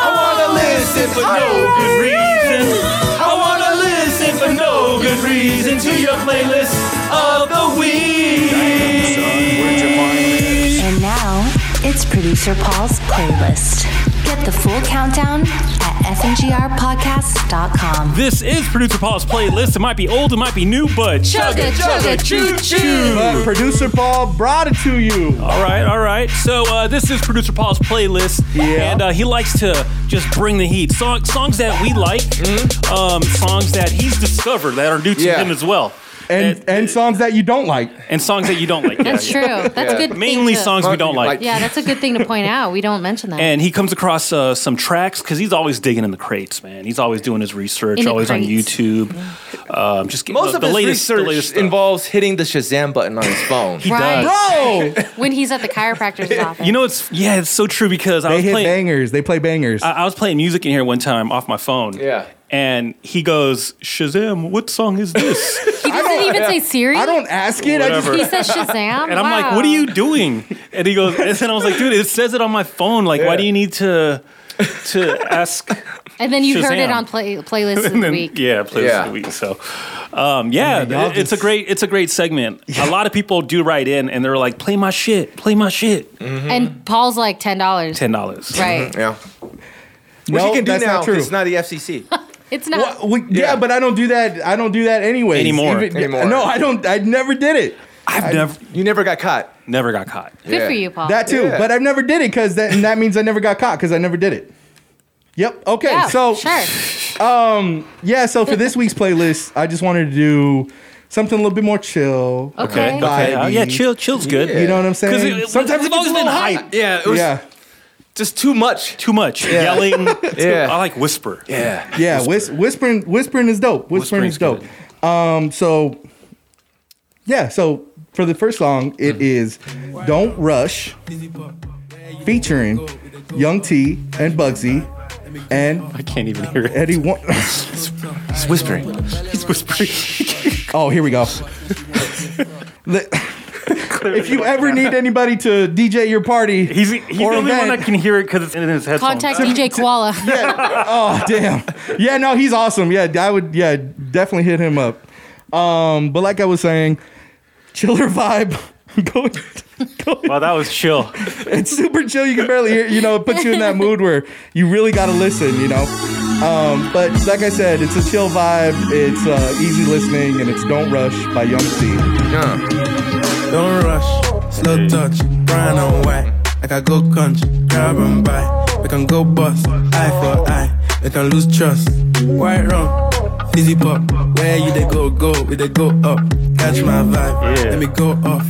A: I wanna listen for no good reason. I wanna listen for no good reason to your playlist of the week.
B: And now it's producer Paul's playlist. Get the full countdown at fngrpodcast.com.
A: This is producer Paul's playlist. It might be old, it might be new, but
D: Chugga, chugga, choo, choo.
E: But Uh, producer Paul brought it to you.
M: Oh,
A: All right, all right. So uh, this is producer Paul's playlist,
E: Yeah.
A: and uh, he likes to just bring the heat. Song, songs that we like, um, songs that he's discovered that are new to
E: Yeah.
A: him as well,
H: And and songs that you don't like.
A: and songs that you don't like. Yeah,
D: <laughs> That's
A: yeah.
D: true. That's a good. thing
A: Mainly
D: to-
A: songs we don't like.
D: Yeah, that's a good thing to point out. We don't mention that.
A: And he comes across uh, some tracks because he's always digging in the crates, man. He's always doing his research,
D: In the
A: always on
D: crates.
A: YouTube. Um, just getting
M: Most
A: the,
M: of
A: the
M: his
A: latest, the
M: research
A: latest stuff.
M: involves hitting the Shazam button on <laughs> his phone.
D: right.
E: Oh,
D: When he's at the
E: <laughs>
D: chiropractor's office.
A: You know, it's yeah, it's so true because I
H: They
A: was
H: hit
A: playing.
H: bangers. They play bangers.
A: I, I was playing music in here one time off my phone.
M: Uh, Yeah.
C: and he goes, Shazam, what song is this?
E: <laughs>
D: He doesn't even say Siri. I
E: don't ask
D: He says Shazam.
C: And I'm like, what are you doing? And he goes, and then I was like, dude, it says it on my phone. Like, why do you need to
E: <laughs>
C: to ask?
D: And then you heard it
C: Shazam?
D: on play,
A: <laughs>
D: playlist of
C: And
D: the
C: then-
D: week.
C: Yeah, playlist
A: Yeah.
C: of the week. So, um,
E: Oh
C: yeah, it- it's a great it's a great
E: <laughs>
C: segment. A lot of people do write in and they're like, play my shit, play my shit.
E: Mm-hmm.
D: And Paul's like ten dollars.
C: ten dollars.
M: <laughs>
D: Right.
C: Yeah.
M: Which you can do
E: that's
M: now
E: not true.
M: 'cause it's not E the FCC.
D: It's not.
E: Well, yeah, but I don't do that. I don't do that anyway.
M: Anymore. Anymore.
E: No, I don't. I never did it.
C: I've never.
M: You never got caught.
C: Never got caught.
D: Good for you, Paul.
E: That too,
D: Yeah.
E: but I never did it because that and that means I never got caught because I never did it. Yep. Okay.
D: Yeah,
E: so
D: sure.
E: Um. Yeah. So for this week's playlist, I just wanted to do something a little bit more chill.
C: Okay. Okay. Uh, yeah, chill. Chill's good.
E: You know what I'm
C: 'Cause
E: saying?
C: it- it- it's always been hype.
M: Yeah, it was just too much.
C: Too much
E: Yeah.
C: yelling. yeah.
E: <laughs> Yeah.
C: I like whisper.
M: Yeah.
E: Yeah. Whis- whispering. Whispering is dope. Whispering is dope. Um. So. Yeah. So for the first song,
C: Mm-hmm.
E: it is "Don't Rush," featuring Young T and Bugsy, and I
C: can't even hear it.
E: Eddie. Wa- <laughs>
C: He's whispering. He's whispering.
E: oh, here
C: <laughs>
E: we go. The- <laughs> if you ever need anybody to DJ your party, he's,
C: He's the only one that can hear it because it's in his headphones.
D: Contact DJ Koala. <laughs>
E: oh damn yeah no he's awesome yeah i would yeah definitely hit him up um but like i was saying chiller vibe <laughs> go, go
C: wow that was chill
E: it's super chill you can barely hear you know it puts you
D: <laughs>
E: in that mood where you really gotta listen you know um but like i said it's a chill vibe it's uh easy listening and it's don't rush by young c
G: Don't rush, slow touch, brown and white. Like I go country, grab and buy. We can go bust, eye for eye. We can lose trust, white rum, fizzy pop. Where you they go, go, we they go up. Catch my vibe, let me go off.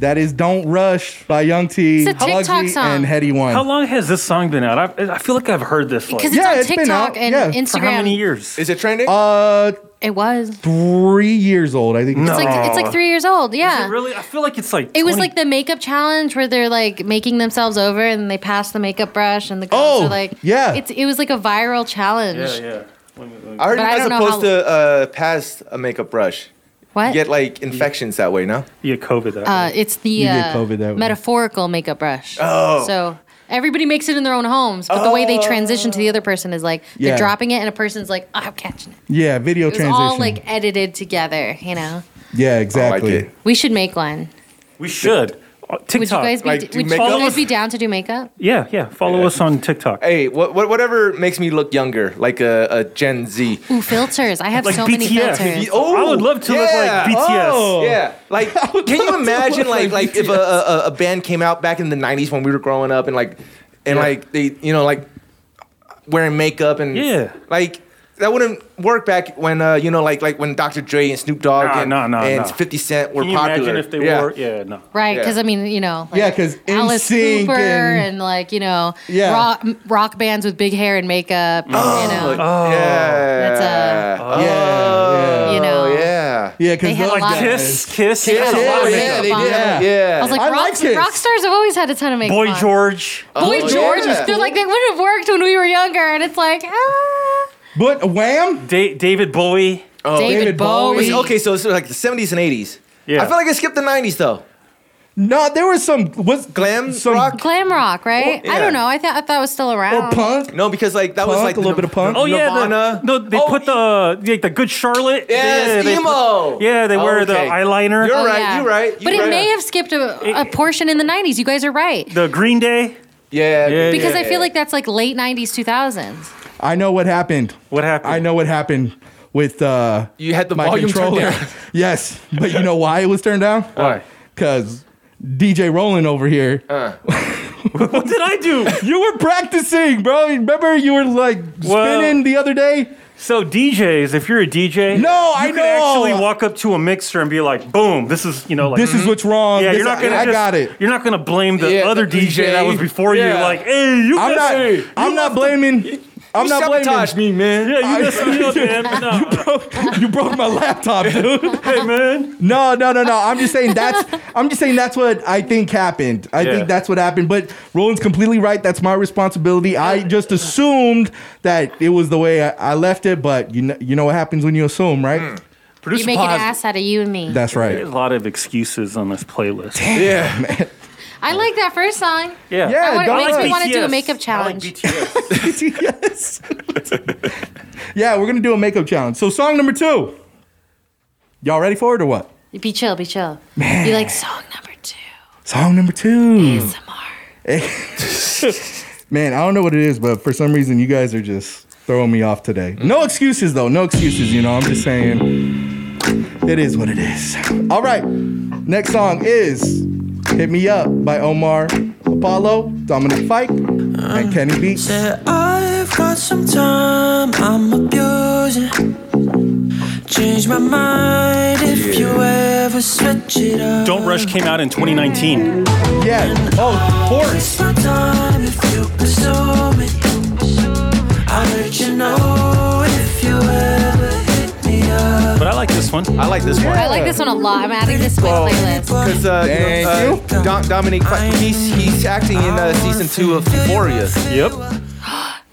E: that is don't rush by young t
D: It's a TikTok
E: Huggy,
D: song.
E: and hetty one
C: How long has this song been out? I, I feel like I've heard this. Like,
D: Because it's on TikTok and Instagram.
C: For how many years?
M: Is it trending?
E: uh
D: It was.
E: three years old i think
D: It's like it's like three years old. Yeah.
C: really? I feel like it's like.
D: It was like the makeup challenge where they're like making themselves over and they pass the makeup brush and the girls
M: Oh,
D: are like,
M: yeah.
D: It's it was like a viral challenge.
M: I heard
D: But
M: you're
D: I
M: not
D: don't know
M: supposed
D: how-
M: to uh, pass a makeup brush.
D: What?
M: You get like infections that way, no?
C: You get COVID that
D: Uh, it's the
M: You get
D: uh,
M: COVID that way.
D: metaphorical makeup brush.
M: Oh.
D: So everybody makes it in their own homes, but the way they transition
M: Oh.
D: to the other person is like they're
E: Yeah.
D: dropping it and a person's like, oh, I'm catching it.
E: yeah video
D: It was
E: transition
D: all like edited together, you know?
E: yeah exactly
D: We should make one.
C: We should. Uh, TikTok.
D: Would you guys be, would you guys be down to do makeup?
C: yeah, yeah. Follow us on TikTok.
M: Hey, what, what, whatever makes me look younger, like a, a Gen Z.
D: Ooh, filters. I have
M: Like
D: so many
M: BTS.
D: filters.
M: Oh, I would love to look like yeah. BTS.
C: Oh.
M: Yeah,
C: <laughs>
M: like can you imagine like like if a, a a- a band came out back in the '90s when we were growing up and like and
C: Yeah.
M: like they you know like wearing makeup and
C: Yeah.
M: like that wouldn't work back when uh you know like like when Dr. Dre and Snoop Dogg
C: Nah,
M: and,
C: nah, nah,
M: and
C: nah.
M: 50 Cent were
C: Can you
M: popular.
C: imagine if they were? Yeah, no.
D: Right,
M: Yeah.
D: because I mean, you know, like
M: Yeah, 'cause
D: Alice
M: NSYNC
D: Cooper and,
M: and-
D: like you know,
M: Yeah.
D: rock, rock bands with big hair and makeup. and, you know,
M: Oh. yeah. Oh,
D: that's a
E: yeah,
C: Oh.
D: you know,
M: yeah,
E: yeah.
D: They
E: Because
D: had a lot of-
C: Kiss, Kiss.
D: They had a lot of
M: yeah,
D: makeup
M: they
D: on.
M: did. Yeah.
D: I was like,
E: I
D: rock,
E: like Kiss.
D: rock stars have always had a ton of makeup.
C: Boy
D: on.
C: George.
D: Boy
E: Oh,
D: George
E: yeah.
D: is still like they would have worked when we were younger, and it's like, ah.
E: But Wham?
C: Da- David Bowie.
M: Oh.
D: David David Bowie. Bowie.
M: Okay, so it's like the 70s and 80s. Yeah. I feel like I skipped the 90s though.
E: No, there was some was
M: glam rock
D: glam rock, right?
M: Well,
D: I
M: yeah.
D: don't know. I thought I thought it was still around.
M: No, because like that was
E: Punk,
M: like
E: a little bit of punk.
C: Oh yeah,
M: Nirvana.
C: the, no, they
E: Oh,
C: put the
E: e-
C: like the Good Charlotte.
M: Yes,
C: they-
M: emo.
C: yeah, they wear the
M: Okay.
C: eyeliner.
M: You're
D: Oh,
M: right.
D: yeah.
M: You're right.
D: but
M: you're
D: it
M: right.
D: may have skipped a, a portion in the '90s. You guys are right
C: The Green Day.
M: Yeah,
D: because I feel like that's like late '90s, 2000s.
E: I know what happened.
C: What happened?
E: I know what happened with uh
M: You had the volume turned down.
E: <laughs> yes, but you know why it was turned down?
C: Why?
E: Because DJ Roland over here.
M: Uh.
C: what did I
E: <laughs>
C: do?
E: You were practicing, bro. Remember you were like
C: Well-
E: spinning the other day?
C: So DJs, if you're a DJ,
E: No,
C: you
E: I
C: could
E: know.
C: actually walk up to a mixer and be like, "Boom, this is you know like mm-hmm.
E: This is what's wrong.
C: Yeah,
E: This-
C: you're not gonna.
E: I
C: just-
E: got it.
C: You're not gonna blame the other DJ, that was before you. Like, hey, you guys-
E: I'm <laughs> not,
C: hey,
E: I'm not blaming I'm
M: you
E: not blaming
M: sabotaged me, man.
E: Yeah, you just
A: me up, man.
E: <laughs> you, broke, <laughs> you broke my laptop, dude. hey, <laughs> man. No, no, no, no. I'm just saying that's. I'm just saying that's what I think happened. I
O: Yeah.
E: think that's what happened. But Roland's completely right. That's my responsibility. I just assumed that it was the way I, I left it. But you know, you know what happens when you assume, right?
D: you make an ass out of you and me.
E: That's right.
A: A lot of excuses on this playlist.
E: yeah, man.
D: I like that first song.
A: Yeah.
D: I
A: Yeah,
D: want,
A: don't
D: it makes
A: like
D: me want to do a
A: BTS.
D: makeup challenge.
E: <laughs> yes. yeah, we're gonna do a makeup challenge. So song number two. Y'all ready for it or what?
D: Be chill, be chill. You like song number two.
E: Song number two. ASMR. Man, I don't know what it is, but for some reason you guys are just throwing me off today. No excuses though. No excuses. You know, I'm just saying. It is what it is. All right. Next song is "Hit Me Up" by Omar Apollo, Dominic Fike,
D: Uh,
E: and Kenny Beats.
N: I've got some time I'm abusing. Change my mind if you ever switch it up.
A: Don't Rush came out in 2019.
E: Yeah.
D: um,
E: Oh, of course.
N: my time if you pursue me. I'll let you know if you ever hit me up.
A: But I like this one.
M: I like this one.
D: I like this one a lot. I'm adding this to my playlist.
M: Because uh, you know, uh, Dom- Dominic, Fi- he's he's acting in uh, season two of Euphoria.
A: Yep.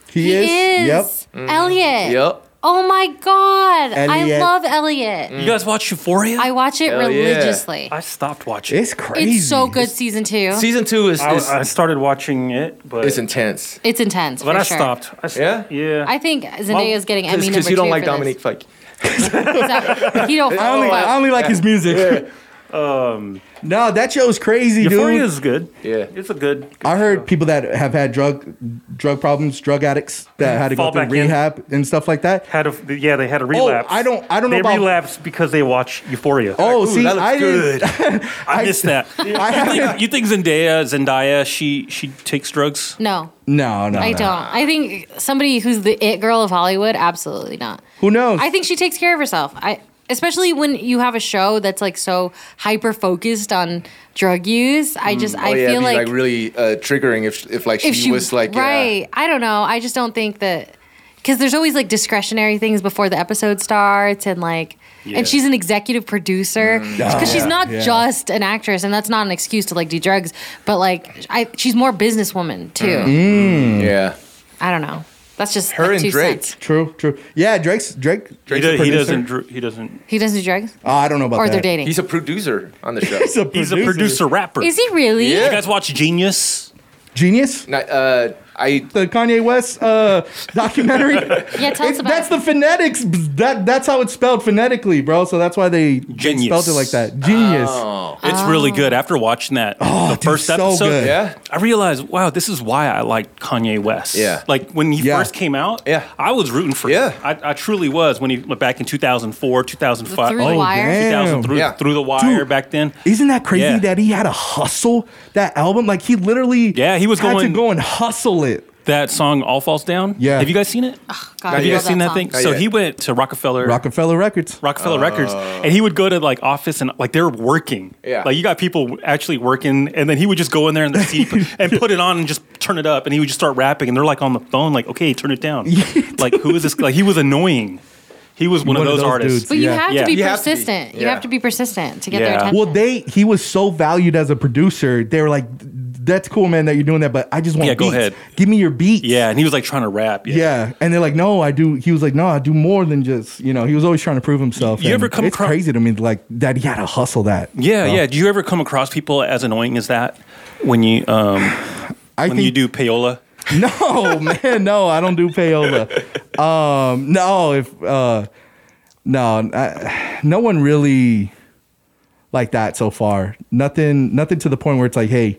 E: He
D: is.
M: Mm.
D: Elliot.
M: Yep.
D: Oh my God. I
A: Elliot.
D: love Elliot.
M: Mm.
A: You guys watch Euphoria?
D: I watch it religiously.
A: I stopped watching.
E: It's
D: It's so good, season two.
M: Season two is.
A: I,
M: is-
A: I started watching it, but
M: It's intense.
D: It's intense.
A: But
D: for
A: I
D: sure.
A: stopped. I stopped. Yeah. Yeah.
D: I think Zendaya's getting Emmy number
M: Because you don't
D: two
M: like
D: for this.
M: Dominic Fike.
D: He
M: <laughs>
D: don't.
E: I only, I only like his <laughs> music. um, no, that show's crazy,
A: Euphoria
E: dude.
A: is good.
M: Yeah.
A: It's a good.
E: I heard people that have had drug drug problems, drug addicts that had to
A: Mm-hmm. Fall
E: go
A: back
E: through
A: in.
E: rehab and stuff like that.
A: Had a yeah, they had a relapse.
E: I don't- I don't know
A: They
E: about-
A: relapsed because they watched Euphoria.
E: Oh, Ooh, see, that looks I didn't-
A: <laughs> I, missed that. you, think, you think Zendaya, Zendaya, she she takes drugs?
D: No,
E: <laughs> No,
D: I don't. I think somebody who's the it girl of Hollywood, absolutely not.
E: Who knows?
D: I think she takes care of herself. I especially when you have a show that's like so hyper focused on drug use. I just
M: Mm,
D: I
M: oh, yeah,
D: feel
M: it'd be,
D: like,
M: really uh, triggering if if like she,
D: if she
M: was like uh,
D: right, I don't know. I just don't think that because there's always like discretionary things before the episode starts and like.
M: Yeah.
D: And she's an executive producer <laughs> because
M: Oh,
D: she's
M: yeah,
D: not
M: yeah.
D: just an actress, and that's not an excuse to like do drugs. But like, I she's more businesswoman too.
E: Mm.
M: Yeah.
D: I don't know. That's just
M: Mm-hmm. Her
D: like
M: and
D: two
M: Drake.
D: cents.
E: True, true. Yeah, Drake's Drake.
A: He,
E: Drake's
A: do-
E: a
A: he
E: producer.
A: doesn't. dr- He doesn't.
D: He doesn't do drugs.
E: Oh, I don't know about
D: Or
E: that.
D: they're dating.
M: He's a producer on
E: <laughs>
M: the show.
E: He's a
A: He's a producer rapper.
D: Is he really?
A: You guys watch Genius?
E: Genius?
M: uh, I
E: the Kanye West uh, <laughs>
A: <laughs>
E: documentary.
D: Yeah, tell us
E: It's-
D: about
E: That's the phonetics. That that's how it's spelled phonetically, bro. So that's why they they
A: Genius. Oh.
E: spelled it like that. Genius.
M: oh.
A: It's really good. After watching that, the first
E: so
A: episode,
E: good.
M: Yeah.
A: I realized, wow, this is why I liked Kanye West.
M: Yeah.
A: like when he first came out, yeah, I was rooting for yeah. him. I, I truly was when he went back in 2004, 2005,
D: Through the
A: oh,
D: Wire? damn.
A: 2000, through,
E: Yeah.
A: through the wire
E: Dude.
A: back then.
E: Isn't that crazy
A: Yeah.
E: that he had a hustle that album? Like he literally yeah
A: he was
E: had
A: going-
E: to go and hustle it.
A: That song "All Falls Down."
E: Yeah.
A: have you guys seen it?
D: God,
A: Have
D: I
A: you
D: love
A: guys seen that
D: song.
A: thing? So he went to Rockefeller
E: Rockefeller Records.
A: Rockefeller Records, and he would go to like office and like they're working.
E: Yeah.
A: like you got people actually working, and then he would just go in there and the
E: <laughs>
A: seat and put it on and just turn it up, and he would just start rapping, and they're like on the phone, like okay, turn it down. like who is this? Like he was annoying. He was one, of those, artists.
D: But you have to be persistent. You have to be persistent to get their attention.
E: Well, they he was so valued as a producer. They were like, "That's cool, man, that you're doing that, but I just want
A: Yeah, go
E: beats.
A: ahead.
E: Give me your beats."
A: Yeah, and he was like trying to rap.
E: Yeah. and they're like, "No, I do." He was like, "No, I do more than just you know." He was always trying to prove himself.
A: You
E: and
A: ever come
E: It's
A: acro-
E: crazy to me, like that he had to hustle that.
A: Yeah,
E: you know?
A: yeah. Do you ever come across people as annoying as that when you um when you do payola?
E: <laughs> No, man, no, I don't do payola. Um, no, if uh, no, I, no one really like that so far. Nothing, nothing to the point where it's like, hey,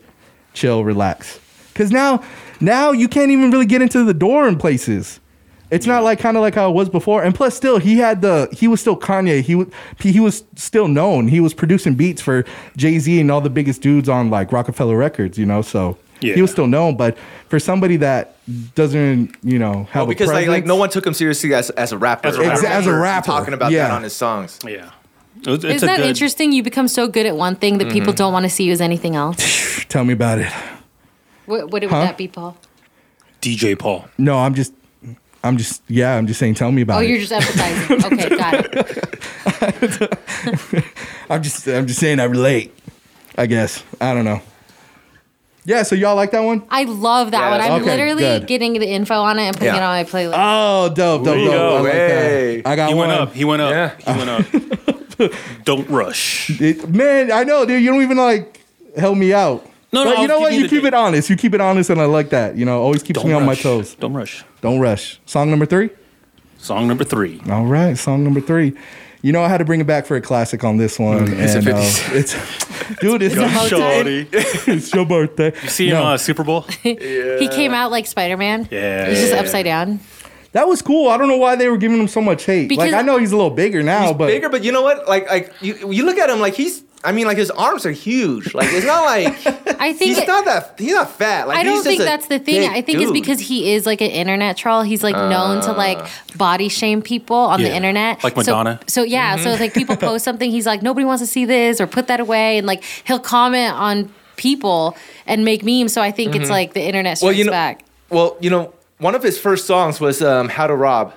E: chill, relax. Because now, now you can't even really get into the dorm places. It's not like kind of like how it was before. And plus, still, he had the he was still Kanye. He was he was still known. He was producing beats for Jay Z and all the biggest dudes on like Rockefeller Records. You know, so. He was still known, but for somebody that doesn't, you know, have
M: Oh, because
E: a
M: like,
E: presence,
M: like no one took him seriously as, as a rapper.
E: As a rapper. Exa- as a
M: He's
E: rapper,
M: talking about
E: yeah.
M: that on his songs.
A: Yeah,
D: Isn't that interesting? You become so good at one thing that people
E: Mhm.
D: don't want to see you as anything else.
E: tell me about it.
D: what what would
E: Huh?
D: that be, Paul?
A: DJ Paul.
E: No, I'm just I'm just yeah. I'm just saying. Tell me about
D: Oh,
E: it.
D: you're just empathizing. Okay, got it.
E: I'm just I'm just saying I relate. I guess I don't know. Yeah. So y'all like that one?
D: I love that
E: Yeah,
D: one. I'm
E: okay,
D: literally
E: good.
D: getting the info on it and putting
E: Yeah.
D: it on my playlist.
E: Oh, dope, dope,
A: There you
E: dope.
A: go.
E: I, like
A: Hey.
E: that. I got
A: He
E: one.
A: went up. He went up. He went up.
E: <laughs>
A: Don't rush.
E: It- man, I know, dude. You don't even like help me out.
A: No, no,
E: But
A: I'll
E: you know
A: give
E: what?
A: you
E: You
A: the
E: keep it honest. You keep it honest, and I like that. You know, always keeps
A: Don't
E: me on my
A: rush.
E: toes.
A: Don't rush.
E: Don't rush. Song number three.
A: Song number three.
E: All right, song number three. You know, I had to bring it back for a classic on this one.
A: Mm-hmm. it's a
E: and, uh,
A: 50. <laughs>
E: it's dude, it's
A: Yo,
E: not-
A: shorty.
E: <laughs> it's your birthday.
A: You see him
E: No.
A: uh, Super Bowl?
D: He came out like Spider Man.
A: Yeah.
D: He's just upside down.
E: That was cool. I don't know why they were giving him so much hate.
D: Because-
E: like I know he's a little bigger now, but
M: bigger, but you know what? Like, like you, you look at him, like he's. I mean, like his arms are huge. Like it's not like
D: <laughs> I think
M: he's not that. He's not fat. Like
D: I
M: he's
D: don't
M: just
D: think
M: a
D: that's the thing.
M: big
D: I think it's
M: dude.
D: because he is like an internet troll. He's like known to like
M: Ah.
D: body shame people on the
A: Yeah.
D: internet.
A: Like
D: So-
A: Madonna.
D: So, yeah, so if, like people post something, he's like, nobody wants to see this or put that away. And like he'll comment on people and make memes. So I think
M: Mhm.
D: it's like the internet strikes
M: Well, you know-
D: back.
M: Well, you know, one of his first songs was um, "How to Rob."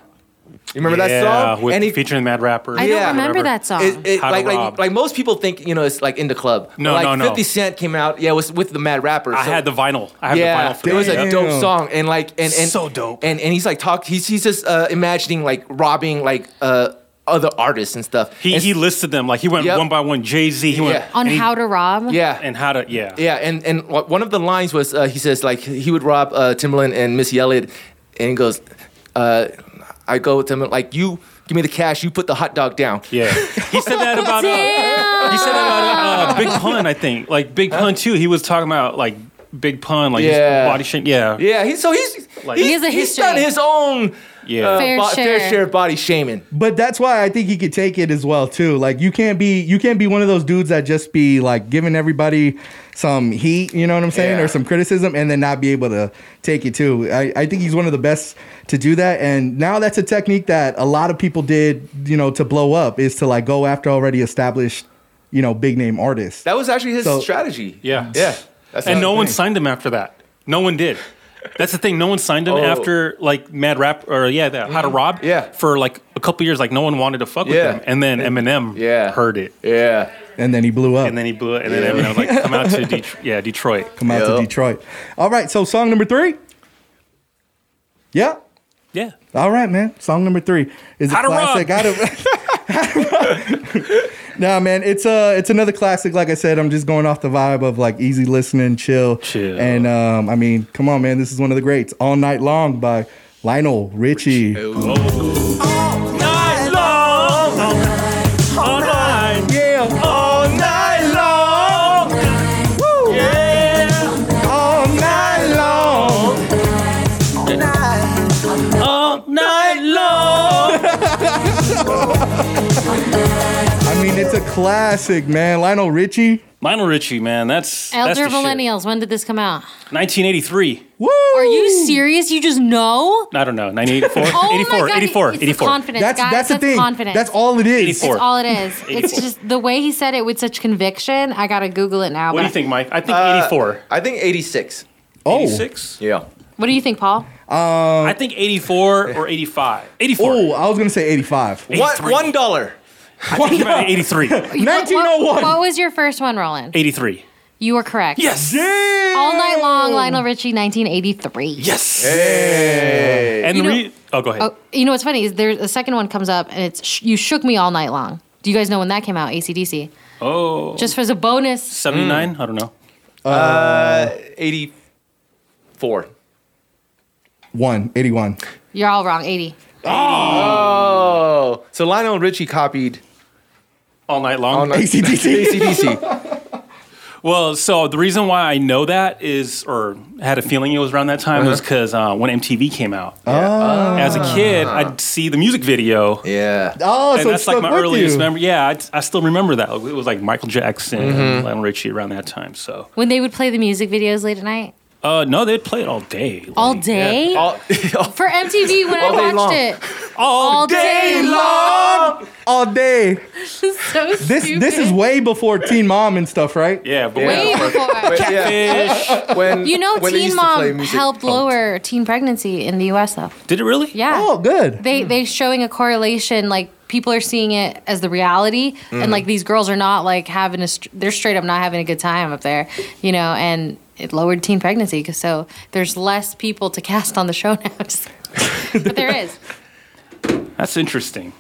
M: You remember
A: Yeah,
M: <laughs> that song?
A: with featuring Mad Rapper.
D: I don't remember that song.
M: It- it-
A: How to
M: like,
A: Rob.
M: like, like most people think, you know, it's like in the club.
A: No,
M: like
A: no, no.
M: 50 Cent came out, yeah, it was with the Mad Rapper.
A: I
M: so-
A: had the vinyl. I had
M: yeah,
A: the vinyl for
M: it was
A: that,
M: a
A: yeah.
M: dope song, and like, and, and
A: So dope.
M: And and he's like talk. He's he's just uh, imagining like robbing like uh, other artists and stuff.
A: He,
M: And-
A: he listed them like he went
M: Yep.
A: one by one. Jay Z. He went
M: Yeah.
D: On
A: and he-
D: how to rob.
M: yeah,
A: and how to yeah.
M: yeah, and and wh- one of the lines was uh, he says like he would rob uh, Timberland and Missy Elliott, and he goes, uh, I go with Timberland like you give me the cash, you put the hot dog down.
A: Yeah, he said that about. Uh, he said that about uh, Big Pun. I think like Big Pun too. He was talking about like Big Pun, like his
M: Yeah.
A: body shame. Yeah,
M: Yeah, he, so he's
A: Like-
M: he's,
A: He has a
M: he's done
A: history.
M: his own
A: Yeah.
M: uh,
A: Fair
M: bo- fair
A: share.
M: share of body shaming.
E: But that's why I think he could take it as well too. Like you can't be you can't be one of those dudes that just be like giving everybody some heat, you know what I'm saying,
M: Yeah.
E: or some criticism, and then not be able to take it too. I, I think he's one of the best to do that. And now that's a technique that a lot of people did, you know, to blow up is to like go after already established, you know, big name artists.
M: That was actually his
E: So-
M: strategy.
A: yeah,
M: yeah. That's
A: and
M: another
A: no one
M: thing.
A: signed him after that. No one did. That's the thing. No one signed him
M: Oh. Mm-hmm.
A: after like Mad Rap or yeah, that How to Rob. Yeah, for like a couple years, like no one wanted to fuck
M: Yeah.
A: with him. And then Eminem yeah. heard it.
M: Yeah,
E: and then he blew up.
A: and then he blew it. And then Eminem was like, "Come out to Detroit." Yeah, Detroit.
E: Come out to Detroit. All right, so song number three. Yeah.
A: Yeah.
E: All right, man. Song number three is a
A: How to rob.
E: classic. How to- <laughs> nah, man, it's uh it's another classic. Like I said, I'm just going off the vibe of like easy listening, chill, chill. And um, I mean, come on, man, this is one of the greats. All night long by Lionel Richie.
P: Night long. All night. All night. Yeah. All night long. Woo. Yeah. All night long. All night long.
E: I mean, it's a classic, man. Lionel Richie.
A: Lionel Richie, man, that's that's the
D: Elder
A: shit.
D: millennials. When did this come out?
A: 1983.
E: Woo!
D: Are you serious? You just know?
A: I don't know. 1984.
D: <laughs> Oh my
A: 84.
D: God,
A: 84.
D: it's the
A: 84.
D: confidence, That's- guys, that's the that's thing. confidence. That's
E: all it is.
A: 84.
D: It's all
A: <laughs>
D: it is. It's
A: 84.
D: just the way he said it with such conviction. I gotta Google it now.
A: What do
D: but
A: you think, Mike? I think
M: Uh,
A: 84.
M: I think 86.
E: Oh.
A: 86?
M: Yeah.
D: What do you think, Paul?
E: Um,
A: I think 84 or 85. 84.
E: Oh, I was gonna say 85.
A: What-
M: One dollar.
A: I think he might be 83.
H: oh
D: What, what was your first one, Roland?
A: 83.
D: You were correct.
A: Yes.
D: All night long, Lionel Richie, 1983. Yes.
A: Hey. And
D: You
A: the
D: know-
A: re- oh, go ahead.
D: Oh, you know what's funny is there's a second one comes up and it's sh- you shook me all night long. Do you guys know when that came out? ACDC.
A: Oh.
D: Just as a bonus.
E: Mm.
A: 79? I don't know.
M: Uh, 84.
E: One, 81.
D: You're all wrong. 80.
M: Oh. So Lionel
A: <laughs>
M: Richie copied
A: All Night Long.
M: All night-
A: <laughs>
E: ACDC.
M: ACDC.
A: Well, so the reason why I know that is, or had a feeling it was around that time, was
E: Uh-huh.
A: because uh, when MTV came out.
E: Oh.
A: As a kid, I'd see the music video.
M: Yeah.
E: Oh,
A: and
E: so it
A: that's like
E: stuck
A: my
E: with
A: earliest
E: you.
A: memory. Yeah, I, I still remember that. It was like Michael Jackson, and
M: Mhm.
E: Mm-hmm.
A: Lionel Richie around that time. So
D: When they would play the music videos late at night.
A: Uh, no, they'd play it all day.
D: all day
A: Uh,
D: for MTV when I
A: Oh, All day
D: watched
A: long.
D: it.
A: All
H: day long. All day.
D: <laughs> so
H: This this is way before Teen Mom and stuff, right?
A: Yeah,
D: but Way when- before. when-
H: Catfish.
D: you
M: <laughs>
D: know, Teen Mom helped lower teen pregnancy in the U.S. Though.
A: Did it really?
D: Yeah.
H: Oh, good.
M: Hmm.
D: They they showing a correlation like people are seeing it as the reality
H: Mhm.
M: Hmm.
D: and like these girls are not like having a str- they're straight up not having a good time up there, you know, and it lowered teen pregnancy 'cause so there's less people to cast on the show now. <laughs> Just- but there is.
A: That's interesting.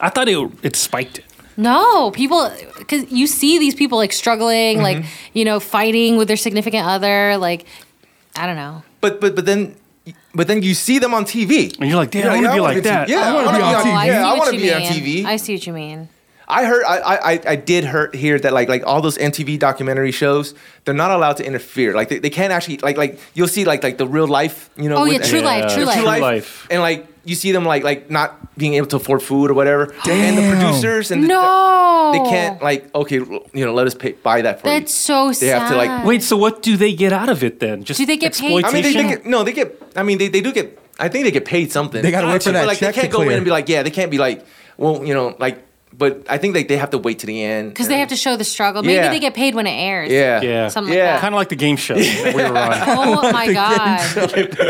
A: I thought it it spiked it.
D: No, people cuz you see these people like struggling,
M: Mm-hmm.
D: like, you know, fighting with their significant other, like I don't know.
M: But but but then but then you see them on TV,
A: and you're like,
D: damn, I wanna be like that.
M: Yeah,
D: I
M: I
D: wanna
M: want to be
D: be
M: on
D: on TV.
M: TV. Yeah, I
D: I see
M: want
D: what
M: to
D: you
M: be on
D: mean.
M: TV.
D: I see what you mean.
M: I heard I, I I- I did hear, hear that like like all those MTV documentary shows they're not allowed to interfere like they, they can't actually like like you'll see like like the real life you know
D: Oh,
M: with-
D: yeah, True Life, True
M: The
D: Life. True
A: Life.
M: and like you see them like like not being able to afford food or whatever and the
D: Damn.
M: producers and the-
D: No.
M: they can't like okay you know let us pay, buy that for you
D: That's so sad.
M: they have to like
A: wait so what do they get out of it then just
D: Do they get paid?
M: I mean they, they
D: exploitation?
M: get no they get I mean they, they do get I think they get paid something
H: They gotta wait for
M: But,
H: that
M: like
H: check
M: they
H: to
M: can't go in
H: clear.
M: and be like yeah they can't be like well you know like but I think like they have to wait to the end
D: Because they have to show the struggle. Maybe
M: Yeah.
D: they get paid when it airs.
M: Yeah. Yeah.
D: Something
M: Yeah.
D: like that.
A: Kind of like the game show that we were
M: <laughs>
A: on.
D: Oh my God.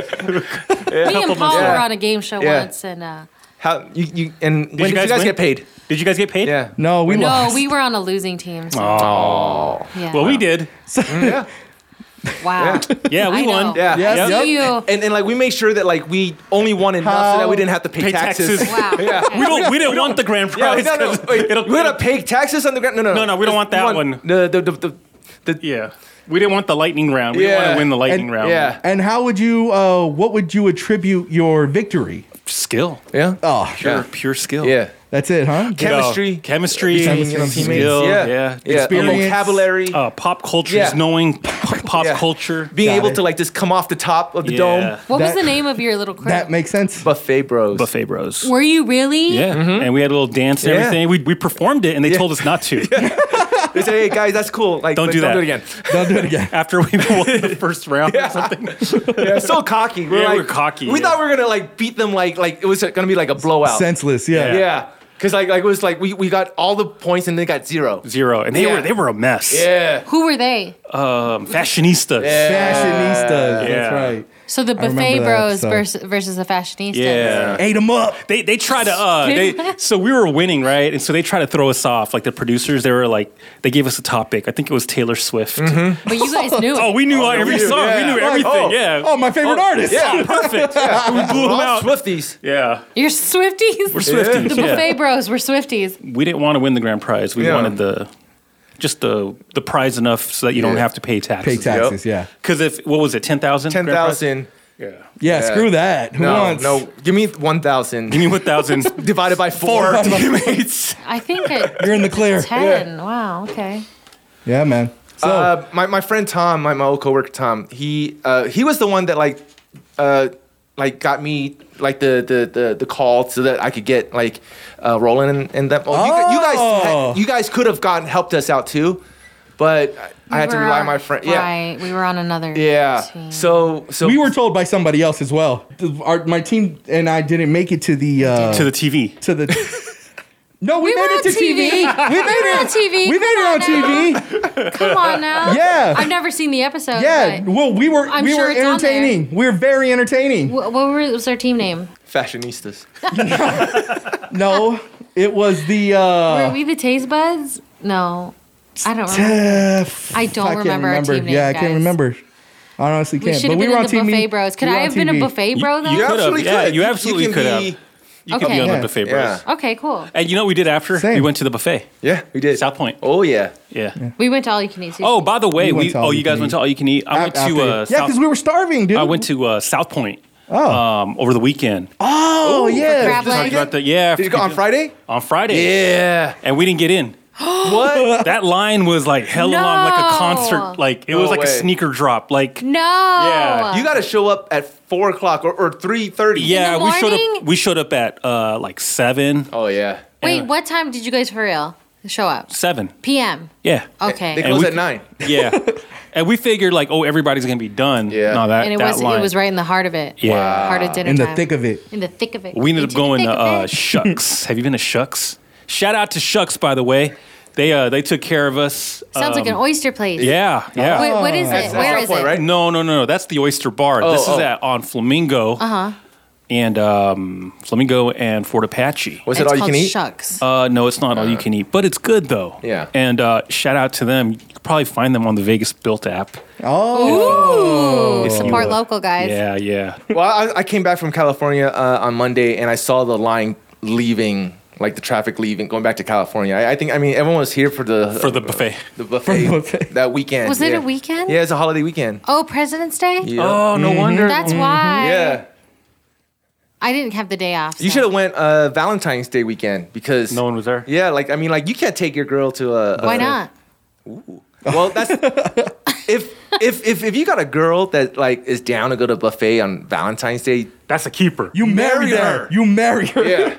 D: <laughs> Me
M: Couple
D: and
M: months
D: Paul
M: back.
D: were on a game show
M: Yeah.
D: once, and uh,
M: How you you and when did you guys,
A: win?
M: get paid?
A: Did you guys get paid?
M: Yeah.
H: No, we
D: no,
H: lost.
D: we were on a losing team. so-
A: Oh.
D: Yeah.
A: Well, we did.
M: yeah.
D: Wow.
A: Yeah, we
D: I
A: won.
D: know. Yes, Yep. you-
M: And, and like we made sure that like we only won enough so that we didn't have to pay,
A: Pay
M: taxes.
A: taxes.
M: Wow. <laughs> yeah.
A: We don't. We didn't want the grand
M: <laughs> Yeah,
A: prize.
M: we, <laughs> no,
A: <laughs>
M: no,
A: 'cause
M: wait,
A: it'll-
M: we're gonna pay taxes on the ground. No, no,
A: No, no, we don't want that one.
M: The, the, the, the,
A: yeah. We didn't want the lightning round. We didn't want to win the lightning
H: and,
A: round.
H: And how would you? Uh, what would you attribute your victory?
A: Skill.
M: Yeah.
H: Oh,
A: Pure, pure skill.
M: Yeah.
H: That's it, huh?
A: Chemistry. Chemistry.
H: Chemistry.
A: Skill. Yeah.
M: Experience. vocabably,
A: Uh, pop cultures.
M: <laughs> Yeah.
A: Knowing p- pop culture.
M: being able to like just come off the top of the
A: Yeah.
M: dome.
D: What was the name of your little crew?
H: makes sense.
M: Buffet Bros.
A: Buffet Bros.
D: were you really?
A: Yeah, and we had a little dance and
M: Mm-hmm. Yeah.
A: everything. We, we performed it, and they told us not
M: <laughs>
A: to.
M: They say, hey guys, that's cool. Like,
A: Don't
M: but
A: do that.
M: Don't do it again.
H: Don't do it again.
A: After we won the first round or something.
M: Yeah, so cocky. We're
A: Yeah,
M: like,
A: we're cocky,
M: We
A: yeah.
M: thought we were gonna like beat them like like it was gonna be like a blowout.
H: Senseless, yeah.
M: Yeah. Cause like like it was like we, we got all the points and they got zero.
A: Zero. And they
M: Yeah.
A: were they were a mess.
M: Yeah.
D: Who were they?
A: Um, fashionistas.
H: Fashionistas.
A: Yeah.
H: That's right.
D: So the
A: I remember
D: buffet
A: that
D: bros
A: episode.
D: versus, versus the fashionistas.
A: Yeah.
H: Ate them up.
A: They they try to uh
M: <laughs>
A: they so we were winning, right? And so they try to throw us off. Like the producers, they were like they gave us a topic. I think it was Taylor Swift.
D: But you guys knew.
A: Oh, we knew every song. We knew everything. yeah.
H: Oh, my favorite artist.
A: Yeah, perfect. Yeah. We blew
M: We're
A: them
M: all
A: out.
M: Swifties.
A: Yeah.
D: You're Swifties.
A: We're Swifties,
D: The
A: yeah.
D: buffet bros were Swifties.
A: We didn't want to win the grand prize. We
M: Yeah.
A: wanted the just the the prize enough so that you don't
M: Yeah.
A: have to pay taxes.
H: Pay taxes,
A: Because if what was it, ten thousand?
M: Ten thousand.
A: Yeah.
H: yeah. Yeah, screw that. Who
M: no,
H: wants?
M: no. Give me one thousand.
A: Give me one thousand.
M: Divided by four. <laughs>
A: <laughs>
M: teammates.
D: I think it.
H: <laughs> You're in the clear.
D: Ten. Wow. Okay.
H: Yeah, man.
M: uh, my, my friend Tom, my, my old coworker Tom, he uh, he was the one that like uh, like got me like the, the the the call so that I could get like uh, Roland and, and them. Oh, you gu- You, guys had- you guys could have gotten helped us out too, but I- I had to
D: We were
M: rely
D: on-
M: on my friend. Yeah,
D: Right. We were on another.
M: yeah. So so
H: we were told by somebody else as well. The- Our, my team and I didn't make it to the uh,
A: To the TV.
H: To the. No, we,
D: were
H: made
D: on
H: it to TV.
D: TV.
H: We made
D: <laughs> We were on
H: it
D: TV.
H: We made it on
D: Come on <laughs>
H: TV.
D: Come on now.
H: Yeah.
D: I've never seen the episode.
H: Yeah,
D: but-
H: well, we were
D: I'm
H: we
D: sure
H: were
D: it's on there.
H: entertaining. We were very entertaining.
D: What, what were- was their team name?
M: fashionistas.
D: <laughs>
H: No, it was the
D: were
H: uh,
D: we the Taste Buds? No, I don't remember.
H: uh,
D: I don't
H: I can't
D: remember, our team name.
H: yeah, I
D: guys.
H: can't remember. I honestly
D: We
H: can't.
D: should
H: but
D: have
H: we
D: been
H: were
D: in
H: on
D: the
H: TV.
D: buffet bros. Could
H: We
D: I
H: were on
D: have been a
H: TV.
D: buffet bro though?
A: You could have.
M: absolutely
A: Yeah,
M: could.
A: you
M: You- you
A: absolutely
M: can
A: could have.
M: be-
A: You could be
D: Okay.
A: on
D: Yeah.
A: the buffet bros.
M: Yeah.
D: Okay, cool.
A: And you know what we did after? We went to the buffet.
M: Yeah, we did.
A: South Point.
M: Oh yeah.
A: Yeah.
D: We went to all you can eat. Sushi.
A: Oh, by the
H: We
A: way,
H: went
A: we,
H: to
A: oh
H: All
A: you
H: You
A: guys
H: Can
A: went to all you can eat. I went to
H: After-
A: uh,
H: yeah,
A: South-
H: because we were starving, dude.
A: I went to uh, South Point.
M: Oh.
A: Um, over the weekend.
H: Oh yeah,
D: crab
A: Just talked about that. Yeah.
M: Did you go on Friday?
A: On Friday.
M: Yeah.
A: And we didn't get in.
M: <gasps> what?
A: <laughs> That line was like hella long, like a concert. Like it
M: No
A: was like
M: way.
A: a sneaker drop. Like
D: no. Uh,
A: Yeah.
M: You got to show up at four o'clock or, or three thirty.
A: yeah, we showed
D: morning?
A: up. We showed up at uh, like seven.
M: Oh yeah.
D: Wait, what time did you guys for real? Show up.
A: Seven.
D: PM.
A: Yeah.
D: Okay.
A: And we- Yeah. and we figured like, oh, everybody's gonna be done. Yeah. No, that
D: and it
A: that
D: was
A: line.
D: it was right in the heart of it.
A: Yeah.
D: Heart of dinner
A: In the
D: time.
A: thick of it.
D: In the thick of it.
A: We ended up
D: Into the
A: going
D: thick
A: to
D: of
A: uh,
D: <laughs> it.
A: Shucks. Have you been to Shucks? Shout out to Shucks, by the way. They uh they took care of us.
D: Sounds like an
A: um,
D: oyster place.
A: Yeah, yeah.
D: Wait, what is it?
A: That's-
D: Where is it?
A: No, no, no, no. That's the Oyster Bar.
D: Oh,
A: this is
D: oh.
A: at on Flamingo
D: Uh huh.
A: and um, Flamingo and Fort Apache.
D: Was it It's all you can called eat? Shucks.
A: Uh, no, it's not all you can eat, but it's good though. Yeah. And uh, shout out to them. You can probably find them on the Vegas Built app.
D: Oh.
A: If you,
D: Support
A: uh,
D: local guys.
A: Yeah, yeah.
M: well, I, I came back from California uh, on Monday and I saw the line leaving, like the traffic leaving, going back to California. I, I think, I mean, everyone was here for the
A: for <laughs> the buffet,
M: the <laughs> buffet, that weekend.
D: Was it
M: yeah.
D: a weekend?
M: Yeah, it's a holiday weekend.
D: Oh, President's Day?
M: Yeah. Oh,
A: Mm-hmm.
M: no Mhm. wonder.
D: That's why.
M: Yeah,
D: I didn't have the day off.
M: you should have went uh, Valentine's Day weekend because no
A: one was there.
M: Yeah, like I mean, like you can't take your girl to a.
D: Why
M: a-
D: not?
M: Well,
D: <laughs>
M: that's if if if if you got a girl that like is down to go to buffet on Valentine's Day,
A: that's a keeper.
M: You
H: marry her. You marry her.
M: Yeah.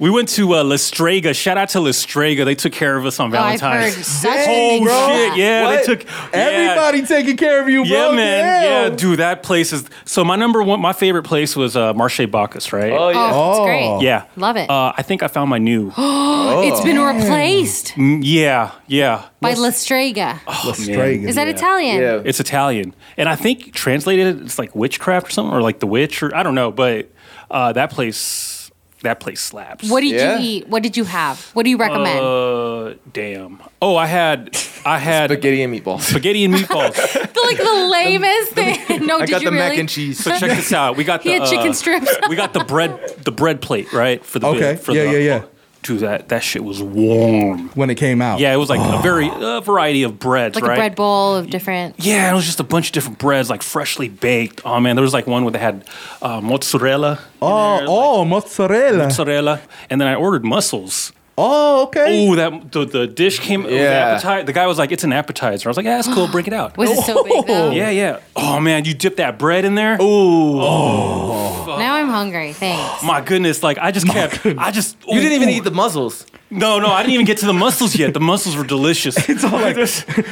A: We went to uh, Lestrega. Shout out to Lestrega. They took care of us on
H: Oh, I've
A: Valentine's.
H: heard such
A: oh
H: things, bro.
A: shit! Yeah,
H: What?
A: they took
H: Everybody taking care of you, bro.
A: Yeah, man.
H: Damn.
A: Yeah, dude, that place is. So my number one, my favorite place was uh, Marche Bacchus, right?
D: Oh, yeah. Oh, it's great.
A: Yeah,
D: Love it.
A: Uh, I think I found my
D: <gasps>
A: new.
D: It's been replaced
A: Mm, yeah, yeah.
D: by Lestrega.
A: Oh, man.
D: Is that Italian?
A: It's Italian, and I think translated, it's like witchcraft or something, or like the witch, or I don't know. But uh, that place, that place slaps.
D: What did you eat? What did you have? What do you recommend?
A: Uh, damn. Oh, I had, I had spaghetti
M: and meatballs.
A: Spaghetti and meatballs.
D: the, like the lamest thing. <laughs> No,
A: I
D: did
A: got
D: you
A: the
D: really?
A: mac and cheese. So check this out. We got
D: He
A: the
D: had chicken
A: uh, <laughs>
D: strips.
A: we got the bread, the bread plate, right? For the
H: Okay.
A: bit- for
H: Yeah,
A: the,
H: yeah, yeah.
A: Dude, that that shit was warm.
H: When it came out.
A: Yeah, it was like a very a variety of breads,
D: like
A: right?
D: a bread bowl of different.
A: Yeah, it was just a bunch of different breads, like freshly baked. Oh man, there was like one where they had uh, mozzarella,
H: Oh, oh, mozzarella.
A: mozzarella, and then I ordered mussels.
H: Oh, okay.
A: Oh, that the, the dish came. Yeah. The,
H: Yeah.
A: appetizer, the guy was like, "It's an appetizer." I was like, "Yeah, that's cool. Bring it out."
D: Was it so big though?
A: Yeah, yeah. Oh man, you dip that bread in there. Ooh. Oh.
D: Now I'm hungry. Thanks.
A: My goodness, like I just kept, I just. You
M: didn't even eat the mussels.
A: No, no, I didn't even get to the mussels yet. The mussels were delicious. it's all like,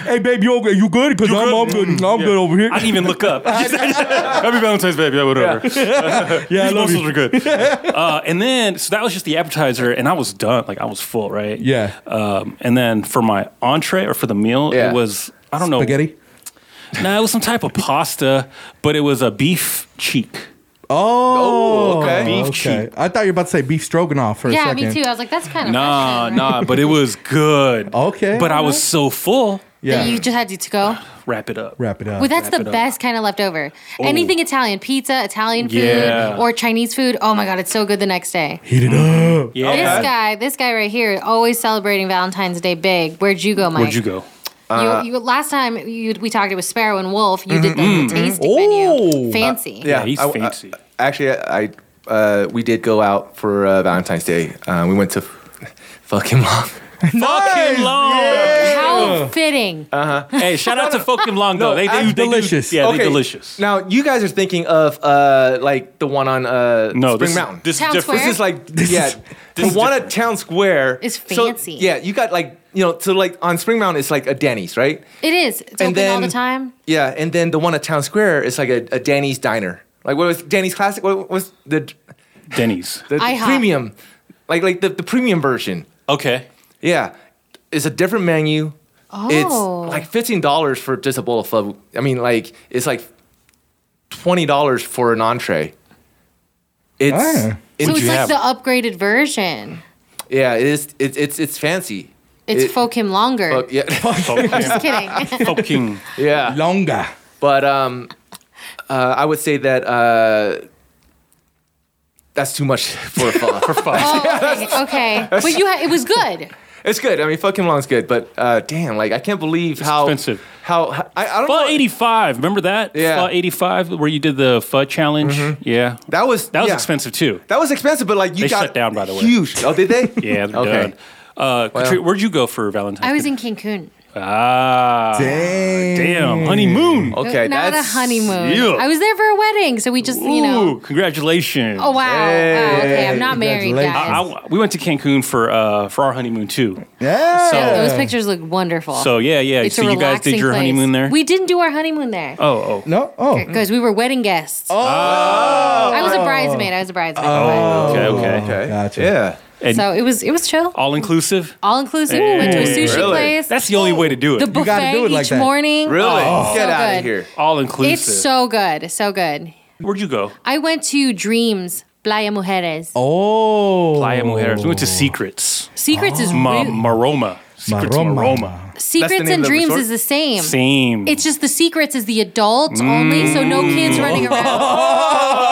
H: hey, babe, you okay? You good? Because I'm, I'm good. I'm good over here.
A: Mm-hmm. I didn't even
H: <laughs>
A: look up. <laughs> Happy Valentine's, baby. Yeah, whatever.
H: Yeah. Yeah, I
A: These
H: love
A: mussels
H: you. <laughs>
A: were good. Uh, and then, so that was just the appetizer, and I was done. Like I was full, right?
H: Yeah.
A: Um, and then for my entree or for the meal,
H: Yeah.
A: it was I don't know
H: Spaghetti?
A: No, it was some type of pasta, but it was a beef cheek.
H: Oh,
A: Oh, okay. Beef
H: cheek. I thought you were about to say beef stroganoff for a
D: Yeah,
H: second.
D: me too. I was like, that's kind of
A: Nah, nah, but it was good.
H: Okay.
A: But I was so full.
D: That you just had to go.
A: wrap it up.
H: Wrap it up.
D: well, that's
A: Wrap
D: the
A: it up.
D: best kind of leftover.
A: Oh.
D: Anything Italian, pizza, Italian food,
A: Yeah.
D: or Chinese food. Oh my god, it's so good the next day.
H: Heat it up.
A: Yeah.
D: This guy, this guy right here, always celebrating Valentine's Day big. Where'd you go, Mike?
A: Where'd you go? Uh,
D: You, you, last time you, we talked, it was Sparrow and Wolf. You did the
A: Mm-hmm.
M: Mhm, mhm.
D: tasting menu, fancy.
M: Uh, yeah, I- I- actually, I uh, we did go out for uh, Valentine's Day. Uh, we went to f- <laughs> fucking long.
A: Fucking long.
D: How fitting.
M: Uh huh.
A: Hey, shout out to fucking long though. They, they, they Do, yeah, they delicious.
M: Now you guys are thinking of uh, like the one on uh,
A: No,
M: Spring
A: this is-
M: Mountain.
A: this is Town different. Square?
M: This is like
A: <laughs> This is-
M: yeah,
A: this is
M: the one at Town Square
D: It's
M: so-
D: fancy.
M: yeah, you got like you know, so like on Spring Mountain, it's like a Denny's, right?
D: It is. It's
M: And
D: open all the
M: then-
D: time.
M: Yeah, and then the one at Town Square is like a, a Danny's diner. Like what was Danny's classic? What was the
A: Denny's?
M: The,
D: IHOP.
M: premium, like like the, the premium version.
A: Okay.
M: Yeah, it's a different menu.
D: Oh.
M: It's like fifteen dollars for just a bowl of pho. I mean, like it's like twenty dollars for an entree. It's
A: Oh.
D: So it's like the upgraded version.
M: yeah, it is. It, it's it's fancy.
D: It's
M: It-
D: folk him longer.
M: Pho- yeah, <laughs>
D: I'm just
A: <laughs>
D: kidding. <laughs>
A: Fucking
M: yeah,
H: longer.
M: But um, uh, I would say that uh, that's too much <laughs> for a
D: <laughs>
M: pho. for pho.
A: <laughs>
D: Oh, okay. okay. But you, ha- it was good.
M: It's good. I mean, fuck Kim Long's good, but uh, damn, like I can't believe how expensive. How, how I, I don't
A: Pho 85. Remember that? Yeah. Pho 85, where you did the pho challenge. Yeah.
M: That was
A: that was
M: Mm-hmm. yeah.
A: expensive too.
M: That was expensive, but like you
A: they
M: got
A: shut down by the way.
M: Huge. Oh, did they?
A: <laughs> yeah. They're
M: Okay.
A: done. Uh, Katrina, where'd you go for Valentine's? <laughs>
D: I was in Cancun.
A: Ah, damn, damn, honeymoon.
D: It was not
M: <laughs>
D: a honeymoon. I was there for a wedding, so we just, you know.
A: Ooh, congratulations.
D: Oh, wow. Wow, okay, I'm not married, guys.
A: I- I- we went to Cancun for uh for our honeymoon too.
H: Yeah.
D: So those pictures look wonderful.
A: So, yeah, yeah.
D: It's
A: So
D: a
A: you guys did
D: relaxing
A: your
D: place.
A: honeymoon there?
D: We didn't do our honeymoon there.
A: Oh, oh.
H: No.
D: Because we were wedding guests. Oh. I was a bridesmaid. I was a bridesmaid.
A: okay, okay, okay.
H: Oh, Gotcha.
A: Yeah. Oh. And
D: so it was it was chill.
A: all inclusive.
D: All inclusive. We went to a sushi place.
A: That's the only way to do it.
D: The You gotta buffet do it like each that. morning. Really? Oh. Get So outta good.
A: here. All inclusive.
D: It's so good. So good.
A: Where'd you go?
D: I went to Dreams, Playa Mujeres.
H: Oh.
A: Playa Mujeres. We went to Secrets.
D: Secrets is
A: Ma-
D: real-
A: Maroma. Secrets Maroma.
D: Secrets and Dreams is the same.
A: Same.
D: It's just the Secrets is the adults only, so no kids running around.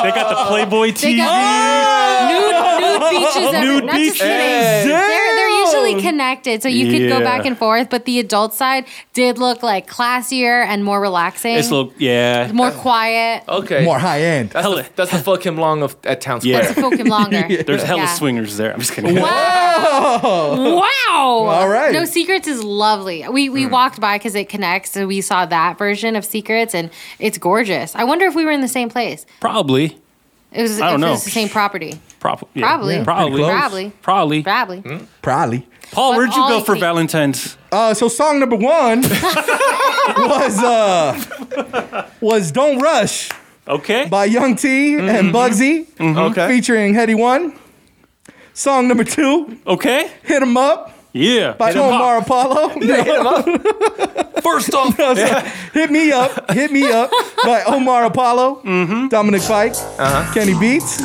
A: they got the Playboy TV.
D: They got nude, nude beaches. every-
A: Nude
D: not just
A: beaches.
D: kidding. They're, they're usually connected, so you could go
A: Yeah.
D: back and forth. But the adult side did look like classier and more relaxing.
A: It's a little, yeah.
D: more
M: <laughs>
D: quiet.
M: Okay.
H: More high end.
M: That's, the, that's the fuck him long of at town square.
A: Yeah.
D: Fuck him longer.
A: There's hella
D: Yeah.
A: swingers there. I'm just kidding.
D: Wow!
A: All right.
D: No, Secrets is lovely. We we
M: Hmm.
D: walked by because it connects, so we saw that version of Secrets, and it's gorgeous. I wonder if we were in the same place.
A: <laughs> Probably.
D: It was,
A: I don't
D: if it
A: know.
D: was the same property.
A: Probably.
D: Probably.
A: Probably.
D: Probably.
A: Probably.
D: Probably.
M: Hmm.
H: Probably.
A: Paul,
D: But
A: where'd you
D: all
A: go
D: I
A: for
D: see-
A: Valentine's?
H: Uh, so song number one <laughs> was uh was "Don't Rush."
A: Okay.
H: By Young T and Bugsy,
A: Okay.
H: featuring Heady One. Song number two.
A: Okay.
H: Hit 'em up.
A: Yeah.
H: By
A: Hit 'em
H: Omar
A: up.
H: Apollo.
A: <laughs> First off,
H: hit me up, hit me up by Omar Apollo, Dominic Fike, Kenny Beats,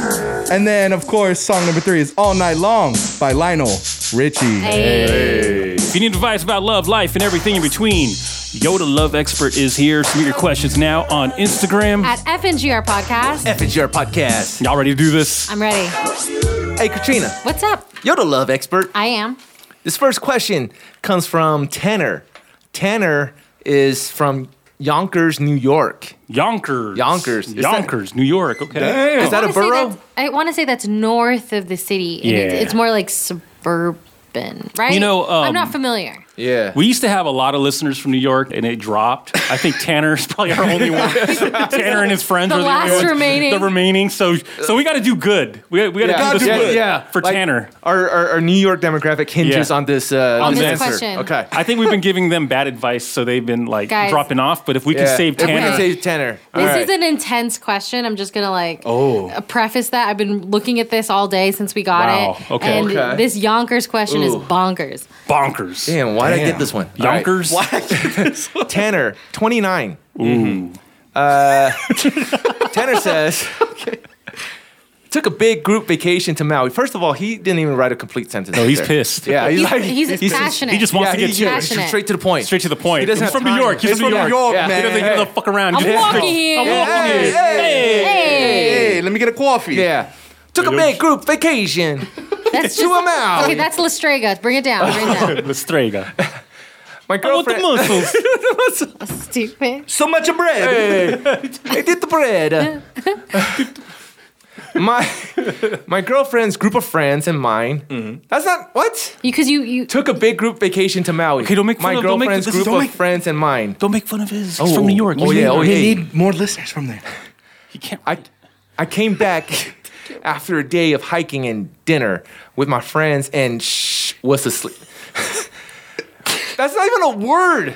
H: and then of course song number three is "All Night Long" by Lionel Richie.
A: If you need advice about love, life, and everything in between, Yoda Love Expert is here. Submit your questions now on Instagram.
D: At FNGR Podcast.
M: <laughs> FNGR Podcast.
A: Y'all ready to do this?
D: I'm ready.
M: Hey, Katrina.
D: What's up?
M: You're the love expert.
D: I am.
M: This first question comes from Tanner. Tanner is from Yonkers, New York.
A: Yonkers.
M: Yonkers.
A: Yonkers, New York. Okay.
M: Damn. Is that a
D: I wanna say
M: borough?
D: that's- I want to say that's north of the city. and it's,
A: Yeah.
D: it's more like suburban, right?
A: You know, um,
D: I'm not familiar.
M: Yeah.
A: We used to have a lot of listeners from New York, and it dropped. I think Tanner's probably our only
D: <laughs>
A: one. Tanner and his friends
D: The
A: were the only
D: last
A: ones-
D: remaining.
A: The remaining. So, so we got to do good. We, we got to
M: Yeah.
A: do this
M: Yeah,
A: good
M: yeah.
A: for
M: Like,
A: Tanner.
M: Our, our, our New York demographic hinges
A: Yeah.
M: on this, uh,
A: On this
M: answer.
A: question.
M: Okay.
A: I think we've been giving them bad advice, so they've been like
D: Guys.
A: dropping off. But if we can
M: Yeah.
A: save
M: If we
A: Tanner,
M: can save Tanner.
D: This is an intense question. I'm just gonna like
A: Oh.
D: uh, preface that. I've been looking at this all day since we got
A: Wow.
D: it.
A: Okay.
D: And
A: Okay.
D: this Yonkers question is
M: Ooh.
D: bonkers.
A: bonkers.
M: Damn, why did I get this one?
A: Yonkers.
M: All right. <laughs> Tanner, 29. Uh, <laughs> Tanner says, <laughs> took a big group vacation to Maui. First of all, he didn't even write a complete sentence.
A: No, Oh, he's
M: there.
A: pissed.
M: Yeah,
D: He's- he's passionate. He just wants to
M: he-
D: get
M: yeah,
D: to it.
M: he's Straight to the point.
A: Straight to the point.
M: He doesn't
A: He's
M: have
A: from New
M: time.
A: York. He's
M: He's
A: from New York.
M: from New York,
A: Yeah.
M: man.
A: He doesn't give a fuck around.
D: I'm
A: Just-
D: walking here.
A: I'm walking
M: Hey,
A: here.
M: hey,
D: Hey.
E: Hey, let me get a coffee.
M: Yeah. Took a big group vacation.
D: That's
M: to
D: just, <laughs>
M: Maui.
D: Okay, that's Lestrega. Bring it down. Bring
A: <laughs>
D: it down.
A: Lestrega.
M: My girlfriend.
D: Stupid.
E: So much of bread.
M: Hey, <laughs> I did the bread. my my girlfriend's group of friends and mine. That's not what
D: Because you you
M: Mm-hmm. took a big group vacation to Maui.
A: Okay, don't make
M: my
A: fun of- don't make-
M: girlfriend's
A: this is-
M: group
A: don't
M: of
A: make-
M: friends and mine.
A: Don't make fun of his. He's from New York.
M: Oh yeah, oh
H: we
M: yeah.
H: need more listeners from there.
A: He can't.
M: I I came <laughs> back after a day of hiking and dinner with my friends and shh was asleep. <laughs> That's not even a word.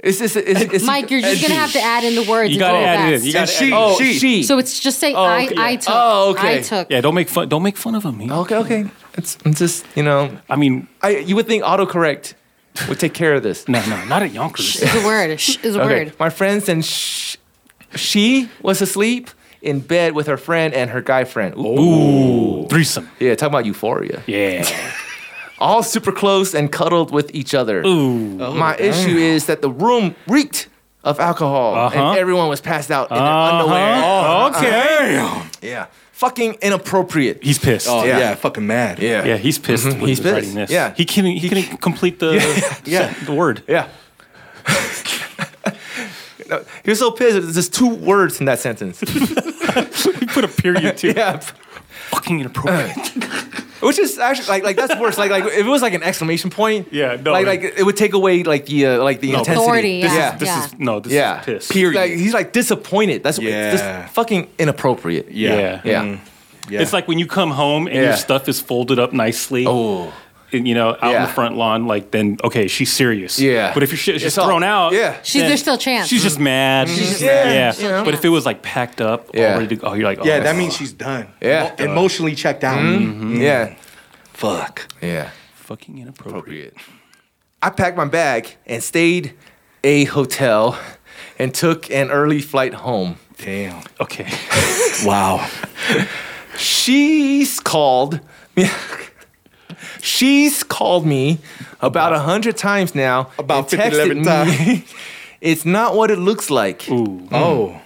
M: It's just it's, it's,
D: Mike, you're just gonna have to add in the words.
A: You
D: and
A: gotta
D: go
A: add it
D: fast.
A: in. You gotta
M: she,
A: add it in.
M: oh, she.
D: So it's just say I
M: okay.
D: I took.
M: Oh, okay.
D: I took.
A: Yeah, don't make fun. Don't make fun of him. He-
M: Okay, okay. It's, I'm just, you know,
A: I mean,
M: I you would think autocorrect would take care of
A: <laughs>
M: this.
A: no, no, not at Yonkers.
D: Is a word. Sh is a word.
M: My friends and sh- she was asleep in bed with her friend and her guy friend. Ooh.
A: Threesome.
M: Yeah, talking about euphoria. <laughs>
A: Yeah.
M: All super close and cuddled with each other.
A: Ooh.
M: My issue is that the room reeked of alcohol
A: Uh-huh.
M: and everyone was passed out in their
A: Uh-huh.
M: underwear.
A: Oh, okay.
M: Yeah. Fucking inappropriate.
A: He's pissed.
H: Oh yeah,
M: Yeah.
H: fucking mad.
M: Yeah.
A: Yeah, he's pissed. when
M: Mm-hmm. He's
A: he was writing
M: pissed.
A: this.
M: Yeah.
A: he can he can complete the
M: <laughs> Yeah.
A: the
M: <laughs>
A: word.
M: Yeah. no, he was so pissed. There's just two words in that
A: <laughs>
M: sentence.
A: Put a period to it.
M: yeah. <laughs>
A: fucking inappropriate.
M: Which is actually like like that's worse. Like like if it was like an exclamation point, yeah,
A: no,
M: like
A: it-
M: like it would take away like the uh, like the
A: No,
M: intensity.
A: Authority, This is- yeah, this yeah. is- no, this is
M: yeah.
A: piss.
M: Period. Like, he's like disappointed. That's yeah.
A: Yeah.
M: just fucking inappropriate.
A: Yeah.
M: yeah.
A: Mm. It's like when you come home and your
M: Yeah.
A: stuff is folded up nicely. Oh. And, you know, out in
M: Yeah.
A: the front lawn, like then okay, she's serious.
M: Yeah.
A: But if your shit is
M: It's
A: just thrown out,
M: yeah.
D: She's
A: then
D: there's still a chance.
A: She's just mad.
D: She's just
A: yeah.
D: mad.
A: Yeah.
D: You know?
A: But if it was like packed up, all ready to go, you're like, oh,
H: yeah, that
A: that's-
H: means she's done.
A: Yeah.
H: Emo- emotionally checked out.
A: Mm.
M: Yeah.
H: Fuck.
M: Yeah.
A: Fucking inappropriate.
M: I packed my bag and stayed a hotel and took an early flight home.
H: Damn.
A: Okay.
M: wow. She's called. <laughs> She's called me about a hundred times now. About
E: 50, 11 times.
M: <laughs> it's not what it looks like. Ooh.
E: Oh.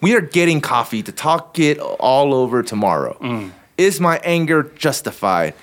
M: We are getting coffee to talk it all over tomorrow.
A: Mm.
M: Is my anger justified?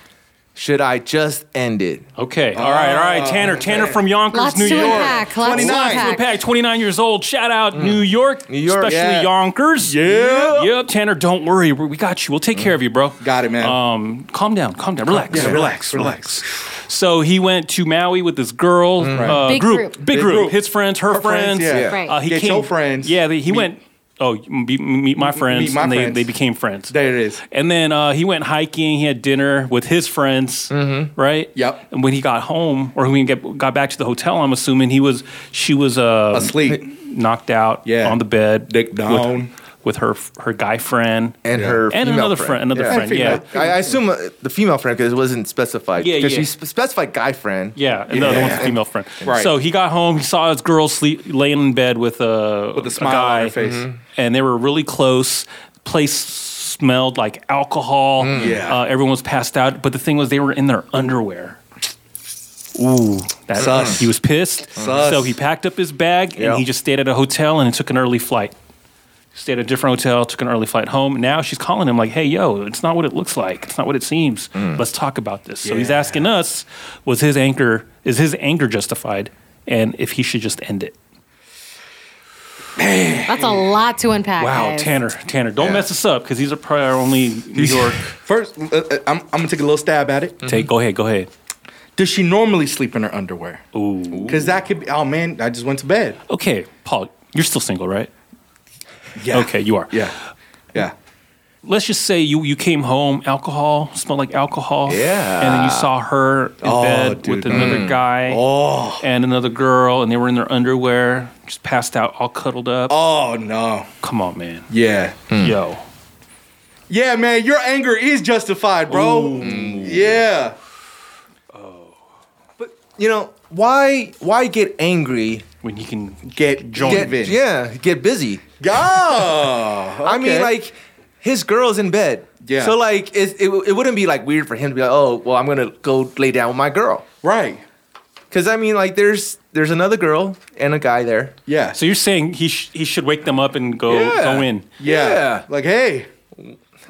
M: Should I just end it?
A: Okay. All right, all right, Tanner. Tanner from Yonkers,
M: Lots
A: New
M: to
A: York.
M: unpack, lots to
A: 29.
M: unpack.
A: Unpack, 29 years old. Shout out New York, New
M: York,
A: especially
M: yeah.
A: Yonkers. Yeah. Yep, Tanner, don't worry. We we got you. We'll take care of you, bro. Got it, man. Um, calm down, calm down. Relax.
E: Yeah, relax,
A: relax. So he went to Maui with this girl uh,
E: Big
A: group,
E: group.
A: big,
E: Big
A: group.
E: group.
A: his friends, her,
E: Her
A: friends.
E: friends, yeah. Yeah. Right.
A: Uh, he
E: Get
A: came,
E: your friends.
A: Yeah, they, he went. Oh, meet, meet my friends.
E: Meet my
A: and they,
E: friends.
A: they became friends.
H: There it is.
A: And then uh, he went hiking. He had dinner with his friends, right? Yep. And when he got home, or when he get, got back to the hotel, I'm assuming he was she was uh,
M: Asleep.
A: knocked out,
M: Yeah.
A: on the bed, dick
M: down.
A: with, with her her guy friend
M: and her
A: and
M: female
A: another friend, another
M: Yeah.
A: friend, yeah.
M: I, I assume uh, the female friend because it wasn't specified.
A: Yeah,
M: because
A: yeah.
M: she sp- specified guy friend.
A: Yeah, and the other one's a female friend.
M: Right.
A: So he got home. He saw his girl sleep, laying in bed with a with a
E: smile on
A: guy, Mm-hmm.
E: her face. Mhm.
A: and they were really close. Place smelled like alcohol.
E: Mm. Yeah.
A: uh, everyone was passed out. But the thing was, they were in their underwear. Ooh, that
E: Sus.
A: he was pissed.
E: Sus.
A: So he packed up his bag and
E: Yep.
A: he just stayed at a hotel and took an early flight. Stayed at a different hotel, took an early flight home. Now she's calling him like, "Hey, yo, it's not what it looks like. It's not what it seems. Let's talk about this." So he's
E: Yeah.
A: asking us, "Was his anger is his anger justified, and if he should just end it?"
D: That's a lot to unpack.
A: wow,
D: guys.
A: Tanner, Tanner, don't mess this up because these are probably our only New York.
H: First, uh, uh, I'm, I'm gonna take a little stab at
M: Mm.
E: Mm-hmm.
H: it.
A: Take, go ahead, go ahead.
H: Does she normally sleep in her underwear?
A: Ooh,
H: because that could be. Oh man, I just went to bed.
A: Okay, Paul, you're still single, right? Yeah. Okay, you are. Yeah.
H: Yeah.
A: Let's just say you you came home, alcohol smelled like alcohol.
E: Yeah.
A: And then you saw her in
E: Oh,
A: bed with
E: dude.
A: another
E: Mm.
A: guy and another girl, and they were in their underwear, just passed out, all cuddled up.
H: Oh no!
A: Come on, man.
H: Yeah.
D: Mm.
A: Yo.
H: Yeah, man, your anger is justified, bro. Yeah.
M: You know why? Why get angry
A: when you can
M: get
H: joint busy.
M: <laughs> Yeah, get busy.
H: Oh,
M: I mean,
H: okay.
M: like his girl's in bed.
H: Yeah.
M: So like, it, it it wouldn't be like weird for him to be like, oh, well, I'm gonna go lay down with my girl.
H: Right.
M: Because I mean, like, there's there's another girl and a guy there.
H: Yeah.
A: So you're saying he sh- he should wake them up and go
M: Yeah.
A: go in.
M: Yeah.
H: Like, hey,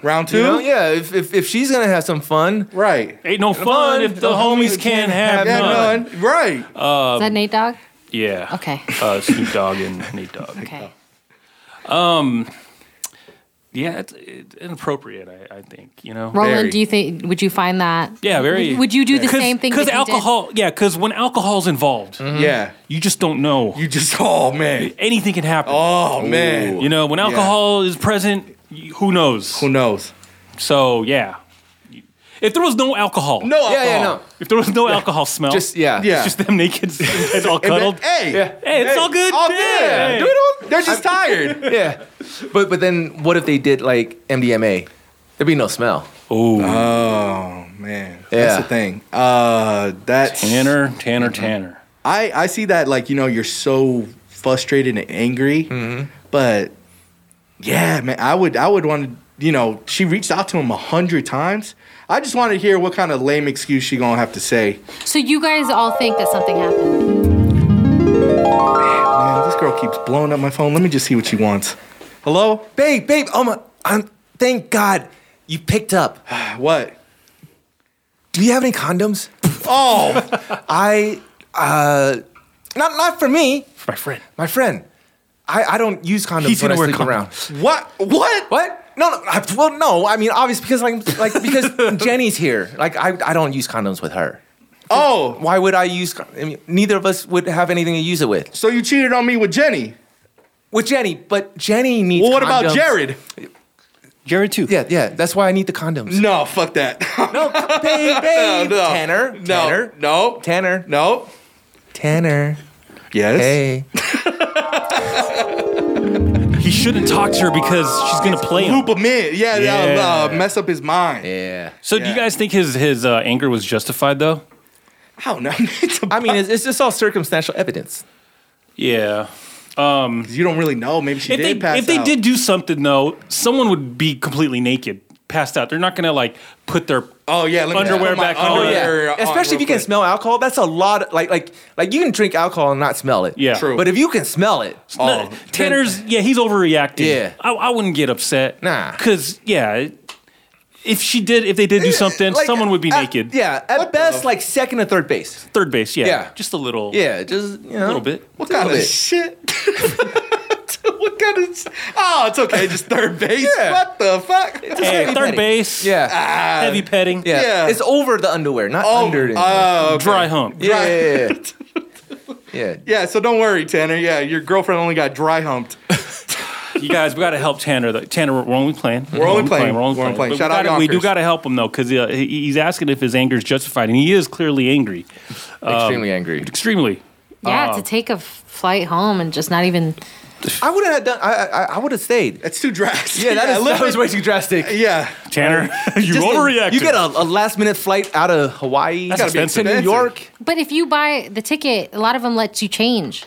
H: round
M: You
A: two?
M: know, yeah, if, if if she's gonna have some fun,
H: right?
A: Ain't no fun if the homies can't have none.
H: Right.
A: Um,
D: Is that Nate Dog?
A: Yeah.
D: Okay.
A: Uh, Snoop Dogg and
D: <laughs>
A: Nate Dogg.
D: Okay.
A: Um. Yeah, it's, it's inappropriate. I, I think you know.
D: Roland, do you think would you find that?
A: Yeah, very.
D: Would, would you do the
A: Cause,
D: same thing?
A: Because
D: that he did?
A: alcohol, yeah. Because when alcohol's involved,
M: Mm-hmm.
H: Yeah.
A: you just don't know.
H: You just oh man,
A: anything can happen.
H: Oh man.
A: you know when alcohol is present, y- who knows? Who
H: knows?
A: So yeah, if there was no uh, alcohol,
E: No Yeah, yeah, alcohol. no.
A: If there was no alcohol smell,
E: Just- yeah.
A: it's
E: Yeah.
A: just them naked, it's all
E: <laughs> And then,
A: cuddled.
E: hey,
A: hey, it's all good.
E: all
A: Yeah.
E: good.
A: Hey.
E: Do it all-
H: They're just tired.
M: <laughs> yeah. But but then what if they did like MDMA? There'd be no smell.
A: Ooh.
H: Oh man,
M: Yeah.
H: that's the thing. Uh, that
A: Tanner, Tanner, Tanner.
H: I I see that like you know you're so frustrated and angry, but yeah, man, I would I would want to you know she reached out to him a hundred times. I just want to hear what kind of lame excuse she gonna have to say.
D: So you guys all think that something happened.
H: Man, this girl keeps blowing up my phone. Let me just see what she wants. Hello,
M: babe, babe. Oh my, I'm. Thank God you picked up.
H: what?
M: Do you have any condoms?
H: oh,
M: <laughs> I uh, not not for me.
A: For my friend.
M: My friend. I, I don't use condoms
E: He's
M: when I
E: gonna
M: sleep
E: wear
M: around.
H: What? What?
M: What? No, no. I, well, no. I mean, obvious because like, like
E: <laughs>
M: because Jenny's here. Like, I, I don't use condoms with her. Oh, why would I use? con- I mean, neither of us would have anything to use it with. So you cheated on me with Jenny. With Jenny, but Jenny needs.
E: Well, what about
M: condoms.
E: Jared?
M: Jared too. Yeah, yeah. That's why I need the condoms.
E: No, fuck that. <laughs>
M: no, babe, babe.
E: No, no. No,
M: Tanner. Tanner.
E: no.
M: Tanner.
E: No.
M: Tanner.
E: Yes.
M: Hey.
A: He shouldn't talk to her because she's gonna play him.
E: Loop him in. Yeah, that'll, uh, mess up his mind.
M: Yeah.
A: So do you guys think his his uh, anger was justified though?
E: I don't know. <laughs>
M: I mean, it's, it's just all circumstantial evidence.
A: Yeah. Um,
E: you don't really know. Maybe she
A: if
E: did
A: they,
E: pass
A: If they
E: out.
A: did do something though, someone would be completely naked, passed out. They're not gonna like put their
E: oh yeah
M: let me
A: underwear
M: put my
A: back
E: Oh,
A: on.
M: underwear on Especially if you can smell alcohol, that's a lot. Of, like like like you can drink alcohol and not smell it.
A: Yeah. True.
M: But if you can smell it,
A: No, Tanner's, yeah, he's overreacting.
M: Yeah.
A: I, I wouldn't get upset.
M: Nah.
A: Because, yeah, if she did, if they did do something,
M: Like,
A: someone would be
M: at-
A: naked.
M: Yeah. At best, like second or third base.
A: Third base, yeah.
M: Yeah.
A: Just a little.
M: Yeah. Just you
A: A
M: know,
A: little bit.
E: What kind
A: <laughs>
E: of shit? what kind of? Oh, it's okay. Just
M: <laughs>
E: third base.
M: Yeah.
E: What the fuck?
A: Hey, third base.
M: Yeah.
A: Heavy petting.
M: yeah.
E: yeah.
M: It's over the underwear, not
E: Oh,
M: under. it.
E: oh, okay.
A: Dry hump.
M: yeah, yeah, <laughs> yeah, yeah.
E: Yeah, so don't worry, Tanner. Yeah, your girlfriend only got dry humped.
A: You guys, we got to help Tanner. though. Tanner, we're only playing.
E: We're only playing.
A: We're only
E: We're only
A: playing.
E: playing.
A: But
E: Shout
A: we
E: out
A: gotta- We do
E: Yonkers.
A: got to help him though, because he's asking if his anger is justified, and he is clearly angry.
M: Extremely angry.
A: Extremely.
D: Yeah,
A: Uh,
D: to take a f- flight home and just not even.
M: I would have done. I I, I would have stayed.
E: That's too drastic.
M: <laughs> Yeah, that
E: Yeah, <laughs>
M: is- that
E: literally-
M: was way too drastic.
E: <laughs> Yeah.
A: Tanner, <laughs> you
M: Just a-
A: overreacted.
M: You get a, a last minute flight out of Hawaii
A: That's
M: to
A: expensive.
M: New York.
D: But if you buy the ticket, a lot of them lets you change.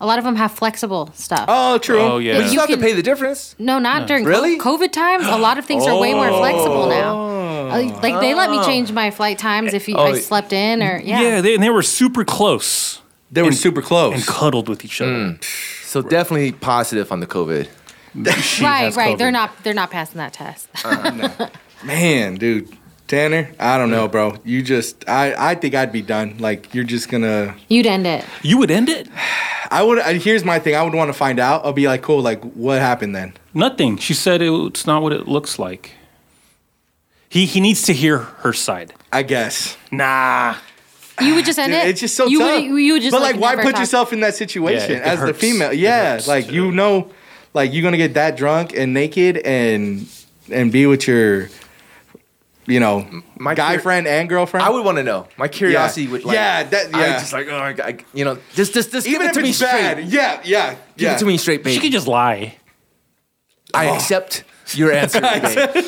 D: A lot of them have flexible stuff.
E: Oh, true.
A: Oh, yeah.
M: But you,
D: You
M: have to
D: can-
M: pay the difference.
D: No, not
A: No.
D: during co-
M: Really?
D: COVID times. A lot of things are way more flexible now. Uh, Like they let me
A: Oh.
D: change my flight times if you,
A: Oh,
D: I slept in or yeah.
A: they, and they were super close.
E: They were super close
A: and cuddled with each other.
M: So definitely positive on the COVID.
D: right, right. They're not they're not passing that test. <laughs>
E: Man, dude. Tanner, I don't know, bro. You just, I, I think I'd be done. Like, you're just gonna.
D: You'd end it.
A: You would end it?
E: I would. I, here's my thing. I would want to find out. I'll be like, cool. Like, what happened then?
A: Nothing. She said it, it's not what it looks like. He he needs to hear her side.
E: I guess.
A: Nah.
D: You would just end
E: Dude,
D: it.
E: It's just so
D: you
E: tough.
D: Would, you would just
E: but like, why
D: never
E: put
D: talk.
E: yourself in that situation
A: Yeah, it
E: as the
A: hurts.
E: female?
A: It
E: Yeah,
A: hurts
E: like you know, like you're gonna get that drunk and naked and and be with your, you know,
M: My
E: guy
M: cur-
E: friend and girlfriend.
M: I would want to know. My curiosity
E: Yeah.
M: would like.
E: Yeah, that-
M: I
E: yeah.
M: was just like, oh, I, I- you know, just, just, just
E: Even
M: give it
E: if
M: to me
E: it's bad,
M: straight.
E: yeah, yeah,
M: Give
E: yeah.
M: it to me straight, babe.
A: She could just lie.
M: I accept your answer. Today. <laughs>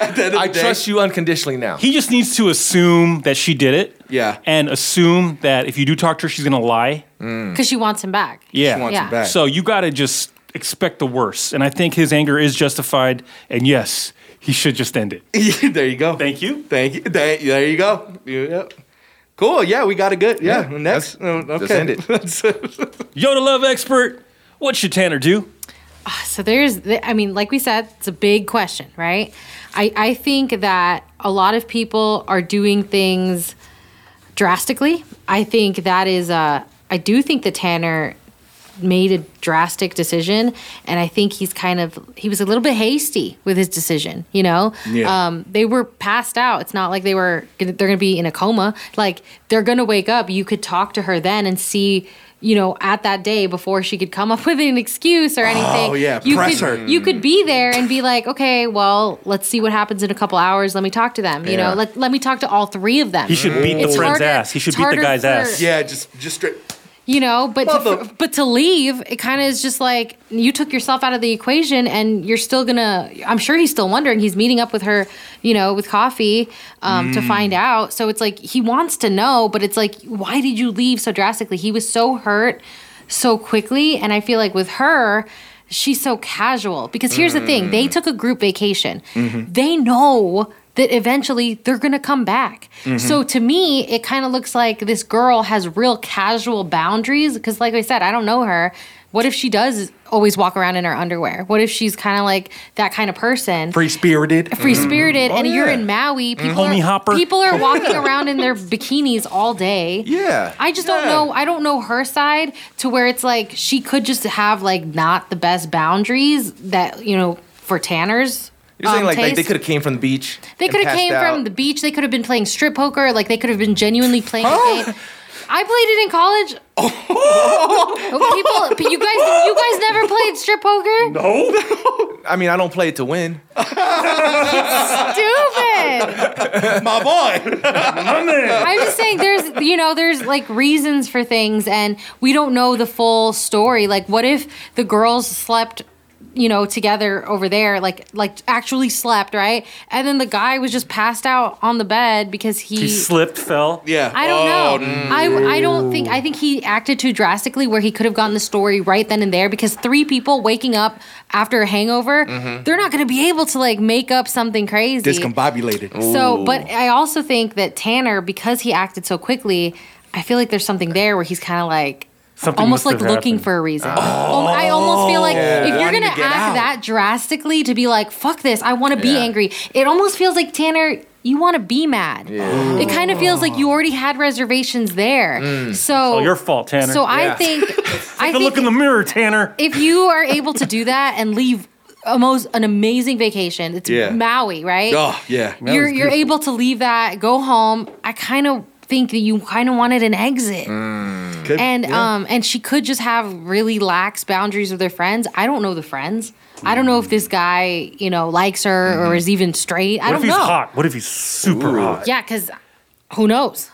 M: I trust you unconditionally now.
A: He just needs to assume that she did it.
E: Yeah.
A: And assume that if you do talk to her, she's gonna lie.
D: Because she wants him back.
A: Yeah.
D: wants him Yeah. back.
A: So you gotta just expect the worst. And I think his anger is justified. And yes, he should just end it.
E: <laughs> there you go.
A: Thank you.
E: Thank you. Thank, there you go. Yep. Cool. Yeah, we got a good. Yeah. next. Oh, okay.
M: Just end it.
A: Yoda love expert. What should Tanner do?
D: So there's, the- I mean, like we said, it's a big question, right? I, I think that a lot of people are doing things drastically. I think that is, uh, I do think that Tanner made a drastic decision, and I think he's kind of, he was a little bit hasty with his decision, you know?
Q: Yeah.
D: Um, they were passed out. It's not like they were, gonna- they're gonna be in a coma. Like, they're gonna wake up. You could talk to her then and see. You know, at that day before she could come up <laughs> with an excuse or anything.
E: Oh, yeah,
D: you
E: press
D: could,
E: her.
D: You could be there and be like, okay, well, let's see what happens in a couple hours. Let me talk to them. You
A: Yeah.
D: know, let, let me talk to all three of them.
A: He should beat the
D: It's
A: friend's
D: harder-
A: ass. He should
D: it's
A: beat the
D: harder
A: guy's
D: for-
A: ass.
E: <laughs> Yeah. Just just straight.
D: You know, but to, but to leave, it kind of is just like you took yourself out of the equation, and you're still gonna. I'm sure he's still wondering. He's meeting up with her, you know, with coffee um, to
Q: Mm.
D: find out. So it's like he wants to know, but it's like, why did you leave so drastically? He was so hurt so quickly, and I feel like with her. She's so casual because here's the thing they
Q: Mm.
D: took a group vacation
E: Mm-hmm.
D: they know that eventually they're gonna come back.
E: Mm-hmm.
Q: Mhm.
D: So to me, it kind of looks like this girl has real casual boundaries because, like I said, I don't know her. What if she does always walk around in her underwear? What if she's kind of like that kind of person?
E: Free spirited.
D: Free spirited, and you're in Maui.
E: Mm.
D: People
E: Homie
D: are,
E: hopper.
D: People
E: <laughs>
D: are walking around in their bikinis all day.
E: Yeah.
D: I just don't know. I don't know her side to where it's like she could just have like not the best boundaries that you know for Tanner's.
M: You're saying
D: um,
M: like, like they
D: taste.
M: could have came from the beach.
D: They
M: and
D: could have
M: passed
D: came
M: out.
D: from the beach. They could have been playing strip poker. Like they could have been genuinely playing the game. I played it in college.
M: Oh.
D: Oh, People, but you guys, you guys never played strip poker.
M: <laughs> No. I mean, I don't play it to win.
D: Stupid.
M: My <laughs> boy. My
D: I'm just saying, there's, you know, there's like reasons for things, and we don't know the full story. Like, what if the girls slept? you know together over there like like actually slept right and then the guy was just passed out on the bed because he
A: He slipped, fell.
M: Yeah.
D: I don't know. I, I don't think I think he acted too drastically where he could have gotten the story right then and there because three people waking up after a hangover,
H: Mhm.
D: they're not going to be able to like make up something crazy.
H: Discombobulated.
D: So, but I also think that Tanner because he acted so quickly, I feel like there's something there where he's kind of like
A: Something
D: almost
A: must
D: like
A: have
D: looking
A: happened.
D: for a reason. Um, I almost feel like
A: Oh. Yeah.
D: if you're
A: Wanting
D: gonna
A: to
D: act
A: get out.
D: that drastically to be like, fuck this, I wanna be
A: Yeah.
D: angry, it almost feels like Tanner, you wanna be mad.
A: Yeah.
D: It kind of feels like you already had reservations there. So
A: It's all Oh, your fault, Tanner.
D: So I
A: Yeah. <laughs>
D: think I
A: Take a
D: think
A: look in the mirror, Tanner.
D: if you are able to do that and leave a most an amazing vacation, it's
A: Yeah.
D: Maui, right?
A: Oh, yeah.
D: You're
A: Maui's
D: you're
A: beautiful.
D: able to leave that, go home. I kind of think that you kind of wanted an exit.
A: Could-
D: and
A: yeah.
D: um and she could just have really lax boundaries with her friends. I don't know the friends. I don't know if this guy, you know, likes her or is even straight.
A: Mm-hmm. What
D: I
A: if
D: don't
A: he's
D: know.
A: hot? What if he's super hot?
D: Yeah, because who knows?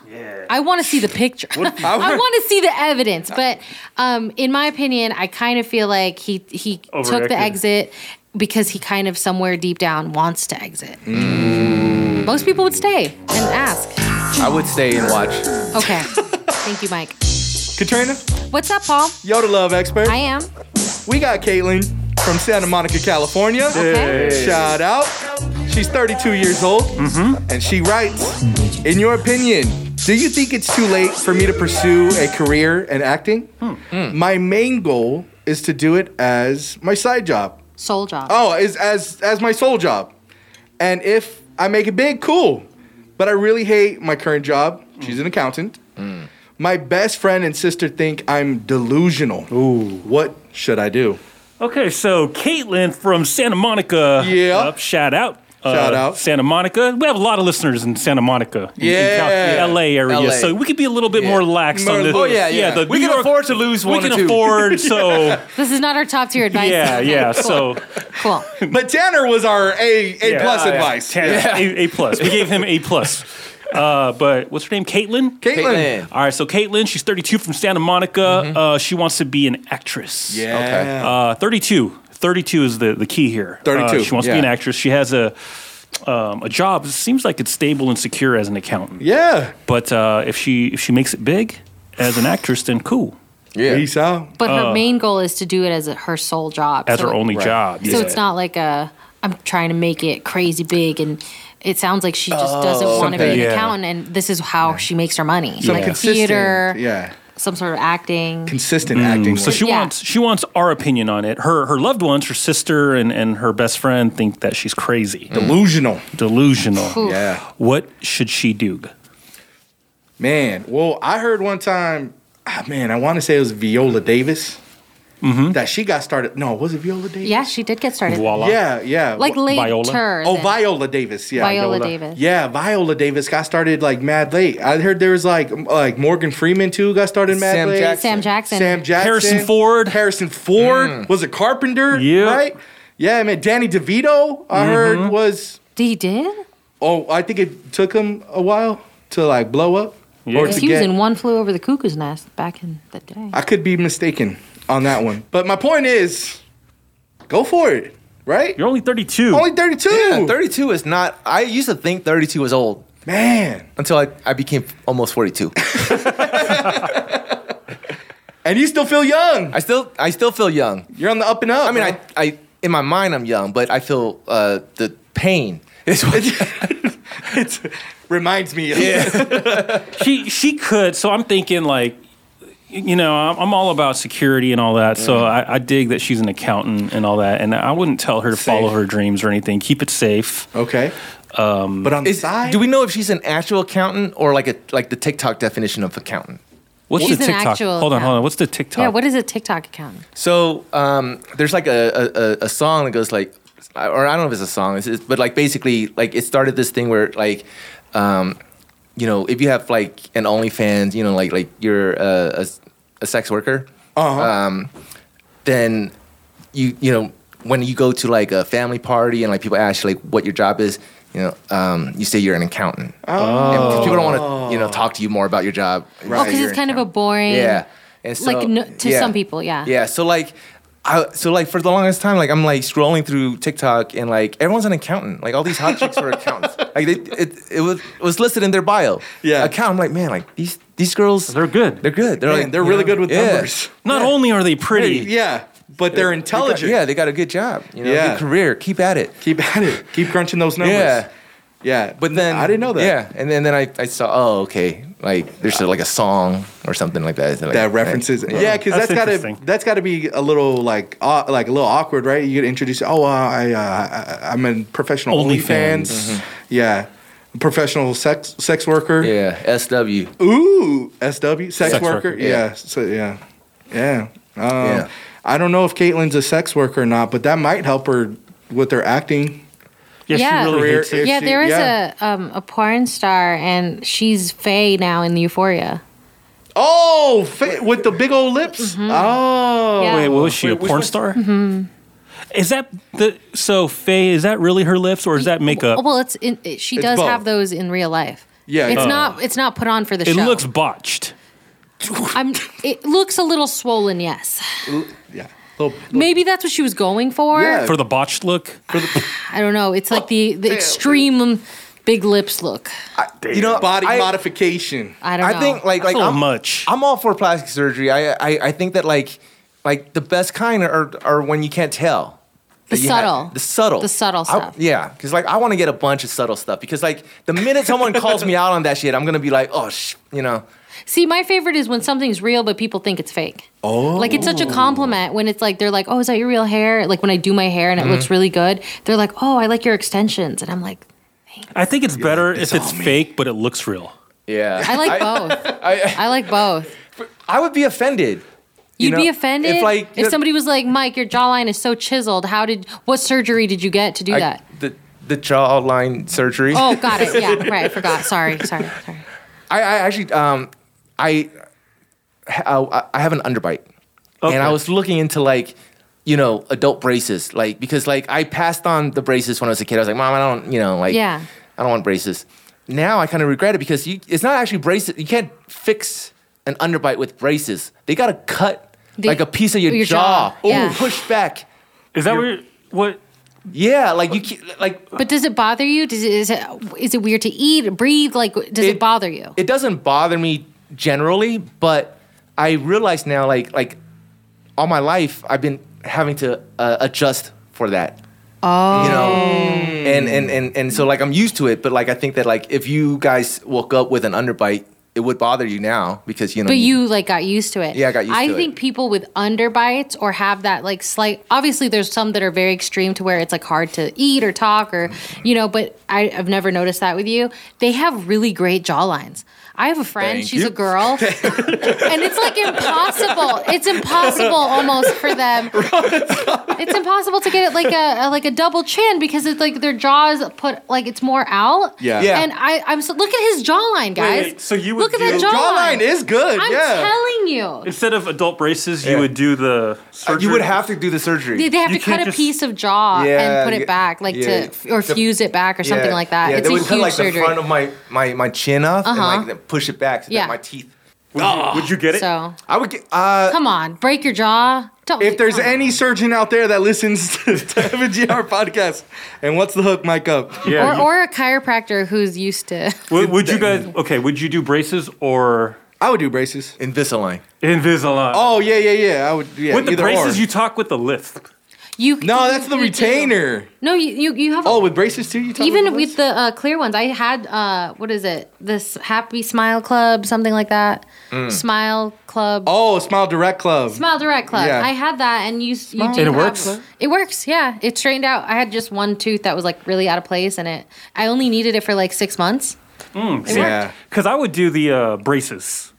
D: I want to see the picture. <laughs> I want to see the evidence. But um, in my opinion, I kind of feel like he he took
A: Overreacted.
D: the exit because he kind of somewhere deep down wants to exit.
A: Mm.
D: Most people would stay and ask.
M: I would stay and watch.
D: Okay.
A: <laughs>
D: Thank you, Mike.
E: Katrina,
D: What's up, Paul?
E: Yoda love expert.
D: I am.
E: We got Caitlin from Santa Monica, California.
D: Okay. Hey.
E: Shout out. She's 32 years old, and she writes, "In your opinion, do you think it's too late for me to pursue a career in acting? My main goal is to do it as my side job.
D: Soul job.
E: Oh, is as as my sole job. And if I make it big, cool. But I really hate my current job. She's an accountant. My best friend and sister think I'm delusional. Ooh. What should I do?
A: Okay, so Caitlin from Santa Monica. Yeah. shout out. Uh,
E: Shout out.
A: Santa Monica. We have a lot of listeners in Santa Monica. in- in Cal-
M: Yeah.
A: the LA area.
M: LA.
A: So we could be a little bit more lax
M: More
A: on this.
M: loose. Oh, yeah, yeah. We can afford to lose one
A: We
M: or
A: can
M: two. <laughs>
A: afford, so.
D: This is not our top tier advice.
A: Yeah,
D: Okay, <laughs>
A: yeah.
D: cool.
A: So
D: cool.
E: But Tanner was our A A
A: Yeah.
E: plus
A: Yeah.
E: advice.
A: Tanner, A, a plus. We gave him a
M: <laughs>
A: plus. Uh, but what's her name? Caitlin.
E: Caitlin. Caitlin.
A: All right. So Caitlin, she's 32 from Santa Monica.
M: Mm-hmm.
A: Uh, she wants to be an actress.
E: Yeah. Okay.
A: Uh, 32. 32 is the the key here. Uh,
E: 32,
A: she wants to be an
E: yeah.
A: actress. She has a. Um, a job that seems like it's stable and secure as an accountant.
E: Yeah,
A: but uh, if she if she makes it big as an actress, then cool.
E: Yeah, peace out.
D: But her main goal is to do it as a, her sole job.
A: Uh. As her only Right. job,
D: So
A: yeah.
D: it's not like a I'm trying to make it crazy big and it sounds like she just doesn't
A: Oh,
D: want to be an
A: something- Yeah.
D: accountant and this is how she makes her money.
A: Some
D: like
A: consistent-
D: theater,
E: yeah.
D: some sort of acting.
E: Consistent
A: acting. So she
D: Yeah.
A: wants she wants our opinion on it. Her her loved ones, her sister and, and her best friend think that she's crazy.
E: Delusional.
A: Delusional.
E: Oof. Mm. Yeah.
A: What should she do?
E: Man, well, I heard one time, ah, man, I want to say it was Viola Davis that she got started. No, was it Viola Davis?
D: Yeah, she did get started.
E: Yeah, yeah.
D: Like
E: Wh-
D: later.
E: Oh,
D: than-
E: Viola Davis. Yeah,
D: Viola Davis.
E: Yeah, Viola Davis got started like mad late. I heard there was like m- like Morgan Freeman too got started mad
D: Sam
E: late.
D: Jackson. Sam Jackson.
E: Sam Jackson.
A: Harrison Ford.
E: Harrison Ford was a carpenter. Yeah. Right. Yeah, man. Danny DeVito. I heard was.
D: He did.
E: Oh, I think it took him a while to like blow up. Or to
D: Because he was
E: get, Oh.
D: in One Flew Over the Cuckoo's Nest back in the day.
E: I could be mistaken on that one. But my point is, go for it, right?
A: You're only 32.
E: Only 32.
M: Yeah, 32 is not. I used to think 32 was old.
E: Man.
M: Until I, I became almost 42.
E: and you still feel young.
M: I still I still feel young.
E: You're on the up and up.
M: I mean, I, I in my mind I'm young, but I feel uh, the pain. It's what
E: it reminds me of
A: she she could. So I'm thinking like, you know, I'm, I'm all about security and all that. So I, I dig that she's an accountant and all that. And I wouldn't tell her to follow her dreams or anything. Keep it safe.
E: Okay.
A: Um,
E: but on
M: Is- do we know if she's an actual accountant or like a like the TikTok definition of accountant?
A: What's
D: She's
A: the
D: an
A: TikTok? Hold on,
D: actual
A: hold on.
D: accountant.
A: What's the TikTok?
D: Yeah, what is a TikTok account?
M: So um, there's like a, a- a, a song that goes like or I don't know if it's a song, it's, it's, but like basically, like it started this thing where like, um, you know, if you have like an OnlyFans, you know, like like you're uh, a, a sex worker, um, then you you know when you go to like a family party and like people ask you like what your job is. You know, um, you say you're an accountant.
D: Oh.
M: And people don't want to, you know, talk to you more about your job.
D: Well, because Oh, it's kind of a boring.
M: Yeah. And so,
D: like no, to
M: yeah.
D: some people, yeah.
M: Yeah. So like, I, so like for the longest time, like I'm like scrolling through TikTok and like everyone's an accountant. Like all these hot chicks are
E: <laughs>
M: accountants. Like they, it, it was it was listed in their bio. Yeah. Account. I'm like, man, like these these girls, theyey're
A: good.
M: They're good. They're
E: Man,
M: like
E: they're
M: you
E: really
M: know,
E: good with
M: yeah.
E: numbers.
A: Not only are they pretty,
E: yeah, but they're intelligent.
M: yeah, they got a good job. You know,
E: Yeah.
M: good career. Keep at it.
E: Keep at it. Keep crunching those numbers.
M: Yeah.
E: Yeah.
M: But then
E: I didn't know that.
M: Yeah. And then then I, I saw oh okay like there's like a song or something like that
E: that references. Yeah, because that's gotta that's gotta be a little like au- like a little awkward, right? You get introduced. Oh, uh, I, uh, I I'm a professional OnlyFans.
M: OnlyFans.
E: Yeah, professional sex sex worker.
M: Mm-hmm. Yeah, SW.
E: Ooh, SW sex,
M: Sex
E: worker.
M: worker,
E: Yeah.
M: yeah.
E: So yeah, yeah. Um,
M: Yeah.
E: I don't know if Caitlin's a sex worker or not, but that might help her with her acting.
D: yeah.
E: If
D: Yeah,
E: she-
D: there is
E: yeah.
D: a um, a porn star, and she's Faye now in Euphoria.
E: Oh, fa- with the big old lips.
D: Mm-hmm.
E: Oh,
A: Wait, what was she, a porn star?
D: hmm
A: Is that the so Faye? Is that really her lips, or is that makeup?
D: well, it's in, it, she
A: It's
D: does
A: both.
D: have those in real life.
A: Yeah,
D: it's
A: yeah.
D: not it's not put on for the
A: it
D: show.
A: looks botched. <laughs>
D: I'm, it looks a little swollen. Yes,
E: Yeah.
D: maybe that's what she was going for.
A: for the botched look.
D: I don't know. It's like
A: Oh,
D: the the extreme big lips look.
M: You know,
E: body
M: I-
E: modification.
D: I don't
M: I
D: know.
M: think like like
A: a little
M: I'm, much. I'm all for plastic surgery. I, I I think that like like the best kind are are when you can't tell.
D: The
M: that you had-
D: subtle.
M: the subtle,
D: The subtle
M: I-
D: stuff.
M: yeah, because like I want to get a bunch of subtle stuff because like the minute someone calls me out on that shit, I'm gonna be like, oh, sh-, you know.
D: See, my favorite is when something's real but people think it's fake.
M: Oh.
D: Like it's such a compliment when it's like they're like, "Oh, is that your real hair?" Like when I do my hair and it
A: Mhm.
D: looks really good, they're like, "Oh, I like your extensions," and I'm
A: <laughs>
D: like,
A: I think it's better if it's fake, but it looks real.
M: Yeah,
D: "I like both.
A: <laughs>
D: I, like both."
M: I would be offended.
D: You'd
M: you
D: be
M: know,
D: offended
M: if, like,
D: if
M: the-
D: somebody was like, "Mike, your jawline is so chiseled. How did? What surgery did you get to do
M: I-
D: that?"
M: The the jawline surgery.
D: Oh, got it. Yeah, right. I forgot. Sorry, sorry.
M: I, I actually, um, I, uh, I, I have an underbite, and I was looking into like, you know, adult braces, like because like I passed on the braces when I was a kid. I was like, mom, I don't, you know, like,
D: Yeah.
M: I don't want braces. Now I kind of regret it because you, it's not actually braces. You can't fix an underbite with braces. They gotta cut
A: The-
M: like a piece of your,
A: your
M: jaw,
A: jaw,
M: or
A: yeah.
M: push back.
A: Is that what?
M: Yeah, like you, can't- like
D: But does it bother you? Does it, is it is it weird to eat, breathe? Like, does it bother you?
M: it doesn't bother me generally, but I realize now, like like all my life, I've been having to uh, adjust for that,
D: Oh.
M: you know,
E: Oh.
M: and, and and and so like I'm used to it, but like I think that like if you guys woke up with an underbite, it would bother you now because you know.
D: but you like got used to it.
M: Yeah, I got used
D: I
M: to it.
D: think people with underbites or have that like slight. Obviously, there's some that are very extreme to where it's like hard to eat or talk or you know. But I, I've never noticed that with you. They have really great jawlines. I have a friend.
Q: Thank
D: she's
Q: you.
D: a
M: <laughs>
D: girl, and it's like impossible. It's impossible almost for
M: <laughs>
D: them. It's impossible to get it like a, a like a double chin because it's like their jaw is put like it's more out.
E: Yeah. Yeah.
D: And I I'm so, look at his jawline, guys.
A: wait, so you would
D: look at that
A: do-
D: jawline.
A: Jawline is good,
D: I'm
A: yeah.
D: telling you.
A: Instead of adult braces, Uh, you would do the surgery.
M: Uh, would have to do the surgery.
D: They, they have
A: You
D: to
A: can't
D: cut a
A: just-
D: piece of jaw
M: Yeah,
D: and put
M: yeah,
D: it back, like
M: yeah.
D: to or
M: The-
D: fuse it back or something
M: Yeah,
D: like that.
M: Yeah,
D: it's a
M: they would
D: huge
M: cut like
D: surgery.
M: the front of my my my chin off
D: Uh-huh.
M: and like then push it back so
D: Yeah.
M: that my teeth.
E: Would you- Ah.
M: would
E: you get it?
D: So
M: I would get. Uh,
D: come on, break your jaw. Don't.
E: If there's any surgeon out there that listens <laughs> to the FGR podcast, and what's the hook, Mike? Up.
D: or, or a chiropractor who's used to. <laughs>
A: Would, would you guys? Okay, would you do braces or?
E: I would do braces.
M: Invisalign.
A: Invisalign.
E: Oh yeah, yeah, yeah. I would. Yeah,
A: with the
E: either
A: braces,
E: or.
A: you talk with the lisp.
D: You
E: no, that's the
D: you do.
E: retainer.
D: No, you you, you have. a-
E: Oh, with braces too. You
D: <laughs>
E: talk
D: even
E: about
D: with the uh, clear ones, I had uh, what is it? This Happy Smile Club, something like that.
E: Mm.
D: Smile Club.
E: Oh, Smile Direct Club.
D: Smile Direct Club.
E: Yeah.
D: I had that, and you you
E: And
D: do
E: it
D: have-
E: works?
D: It works. Yeah, it straightened out. I had just one tooth that was like really out of place, and it I only needed it for like six months.
A: Mm,
D: It worked.
A: Because I would do the uh, braces.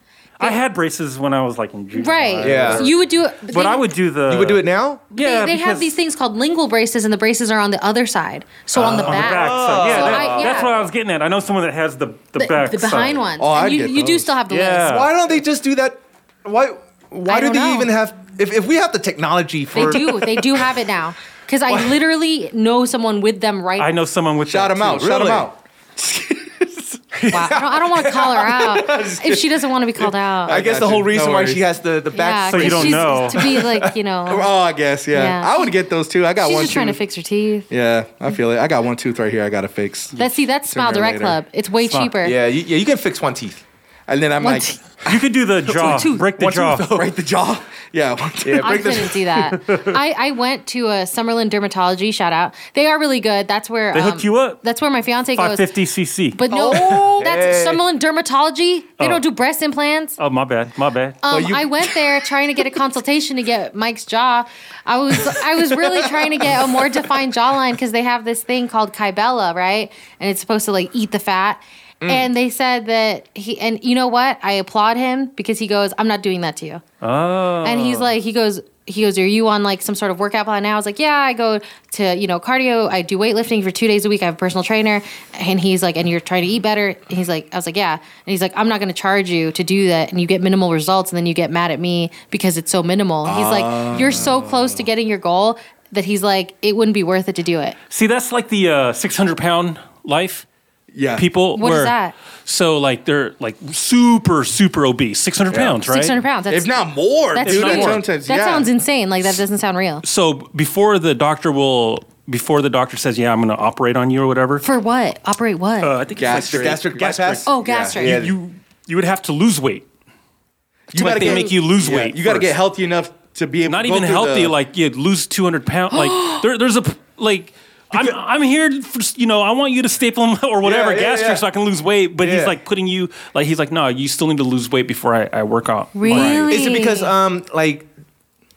C: I had braces when I was like in junior
D: Right.
C: high.
D: Yeah. You would do it-
C: But
D: they-
C: I would do the.
M: You would do it now.
D: They-
C: Yeah.
D: they,
C: because-
D: have these things called lingual braces, and the braces are on the other side, so on the
C: Uh, on
D: back.
C: side. Yeah,
D: So
C: that-
D: I-
C: that's what I was getting at. I know someone that has the the,
D: The-
C: back
D: the behind
C: side.
D: ones. Oh, And I'd you- get you do those. still have the Yeah. list.
M: Why don't they just do that? Why? Why
D: I
M: do
D: don't
M: they
D: know.
M: even have? If, if we have the technology
D: They
M: for
D: do. They do have it now. Because I literally know someone with them right
C: I know someone with shout
M: them out, shout 'em out.
D: Wow. I don't, I don't want to call <laughs> her out if she doesn't want to be called out.
M: I guess the whole reason why she has the the
D: Yeah,
M: back.
D: 'cause she's- To be like, you <laughs> know.
E: Oh, I guess yeah.
D: Yeah.
E: I would get those too. I got
D: she's
E: one
D: just trying to
E: tooth.
D: fix her teeth.
E: yeah, I feel it. I got one tooth right here. I got to fix.
D: Let's see. That's Smile
E: Sooner or
D: Direct
E: later.
D: Club. It's way cheaper.
M: Yeah, you, yeah, you can fix one teeth, and then I'm
D: One
M: like,
E: <laughs>
C: you could do the
M: <laughs>
C: jaw, break the jaw.
E: oh,
M: break the jaw. Yeah, one tooth.
D: I couldn't do that.
C: <laughs>
D: I, I went to a Summerlin dermatology shout out. They are really good. That's where um,
C: They hooked you up.
D: That's where my fiance goes.
C: 550 cc.
D: But no, that's Summerlin dermatology. They
C: Oh.
D: don't do breast implants.
C: Oh my bad, my bad.
D: Um, I went there trying to get a consultation to get Mike's jaw. I was I was really trying to get a more defined jawline because they have this thing called Kybella, right? And it's supposed to like eat the fat.
Q: Mm.
D: And they said that he and you know what? I applaud him because he goes, "I'm not doing that to you."
C: Oh.
D: And he's like, he goes, he goes, are you on like some sort of workout plan now? I was like, yeah, I go to, you know, cardio. I do weightlifting for two days a week. I have a personal trainer. And he's like, and you're trying to eat better. And he's like, I was like, yeah. And he's like, I'm not going to charge you to do that. And you get minimal results. And then you get mad at me because it's so minimal. He's like, you're so close to getting your goal that he's like, it wouldn't be worth it to do it.
A: See, that's like the uh, 600 pound life.
E: Yeah.
A: People
D: What is
A: where,
D: that?
A: So like they're like super super obese, 600 pounds, right?
D: 600 pounds. That's,
E: If not more,
D: That's
E: dude.
D: weird.
E: That's sometimes-
D: that
E: yeah.
D: sounds insane. Like that doesn't sound real.
A: So before the doctor will before the doctor says, "Yeah, I'm going to operate on you or whatever."
D: For what? Operate what?
A: uh, I think
M: Gastric-
A: it's like
M: gastric bypass?
D: Oh, gastric.
A: You, you you would have to lose weight. You like
E: gotta
A: they
E: get-
A: make you lose
E: yeah,
A: weight.
E: You got to
A: first.
E: get healthy enough to be able.
A: Not
E: to go
A: even
E: through
A: healthy.
E: the-
A: Like you lose 200 pounds. Like
D: <gasps>
A: there, there's a p- like. I'm, I'm here for you know I want you to staple 'em <laughs> or whatever
E: Yeah, yeah,
A: gastric
E: yeah.
A: so I can lose weight but
M: Yeah.
A: he's like putting you like he's like no you still need to lose weight before I, I work out
M: Is it because um like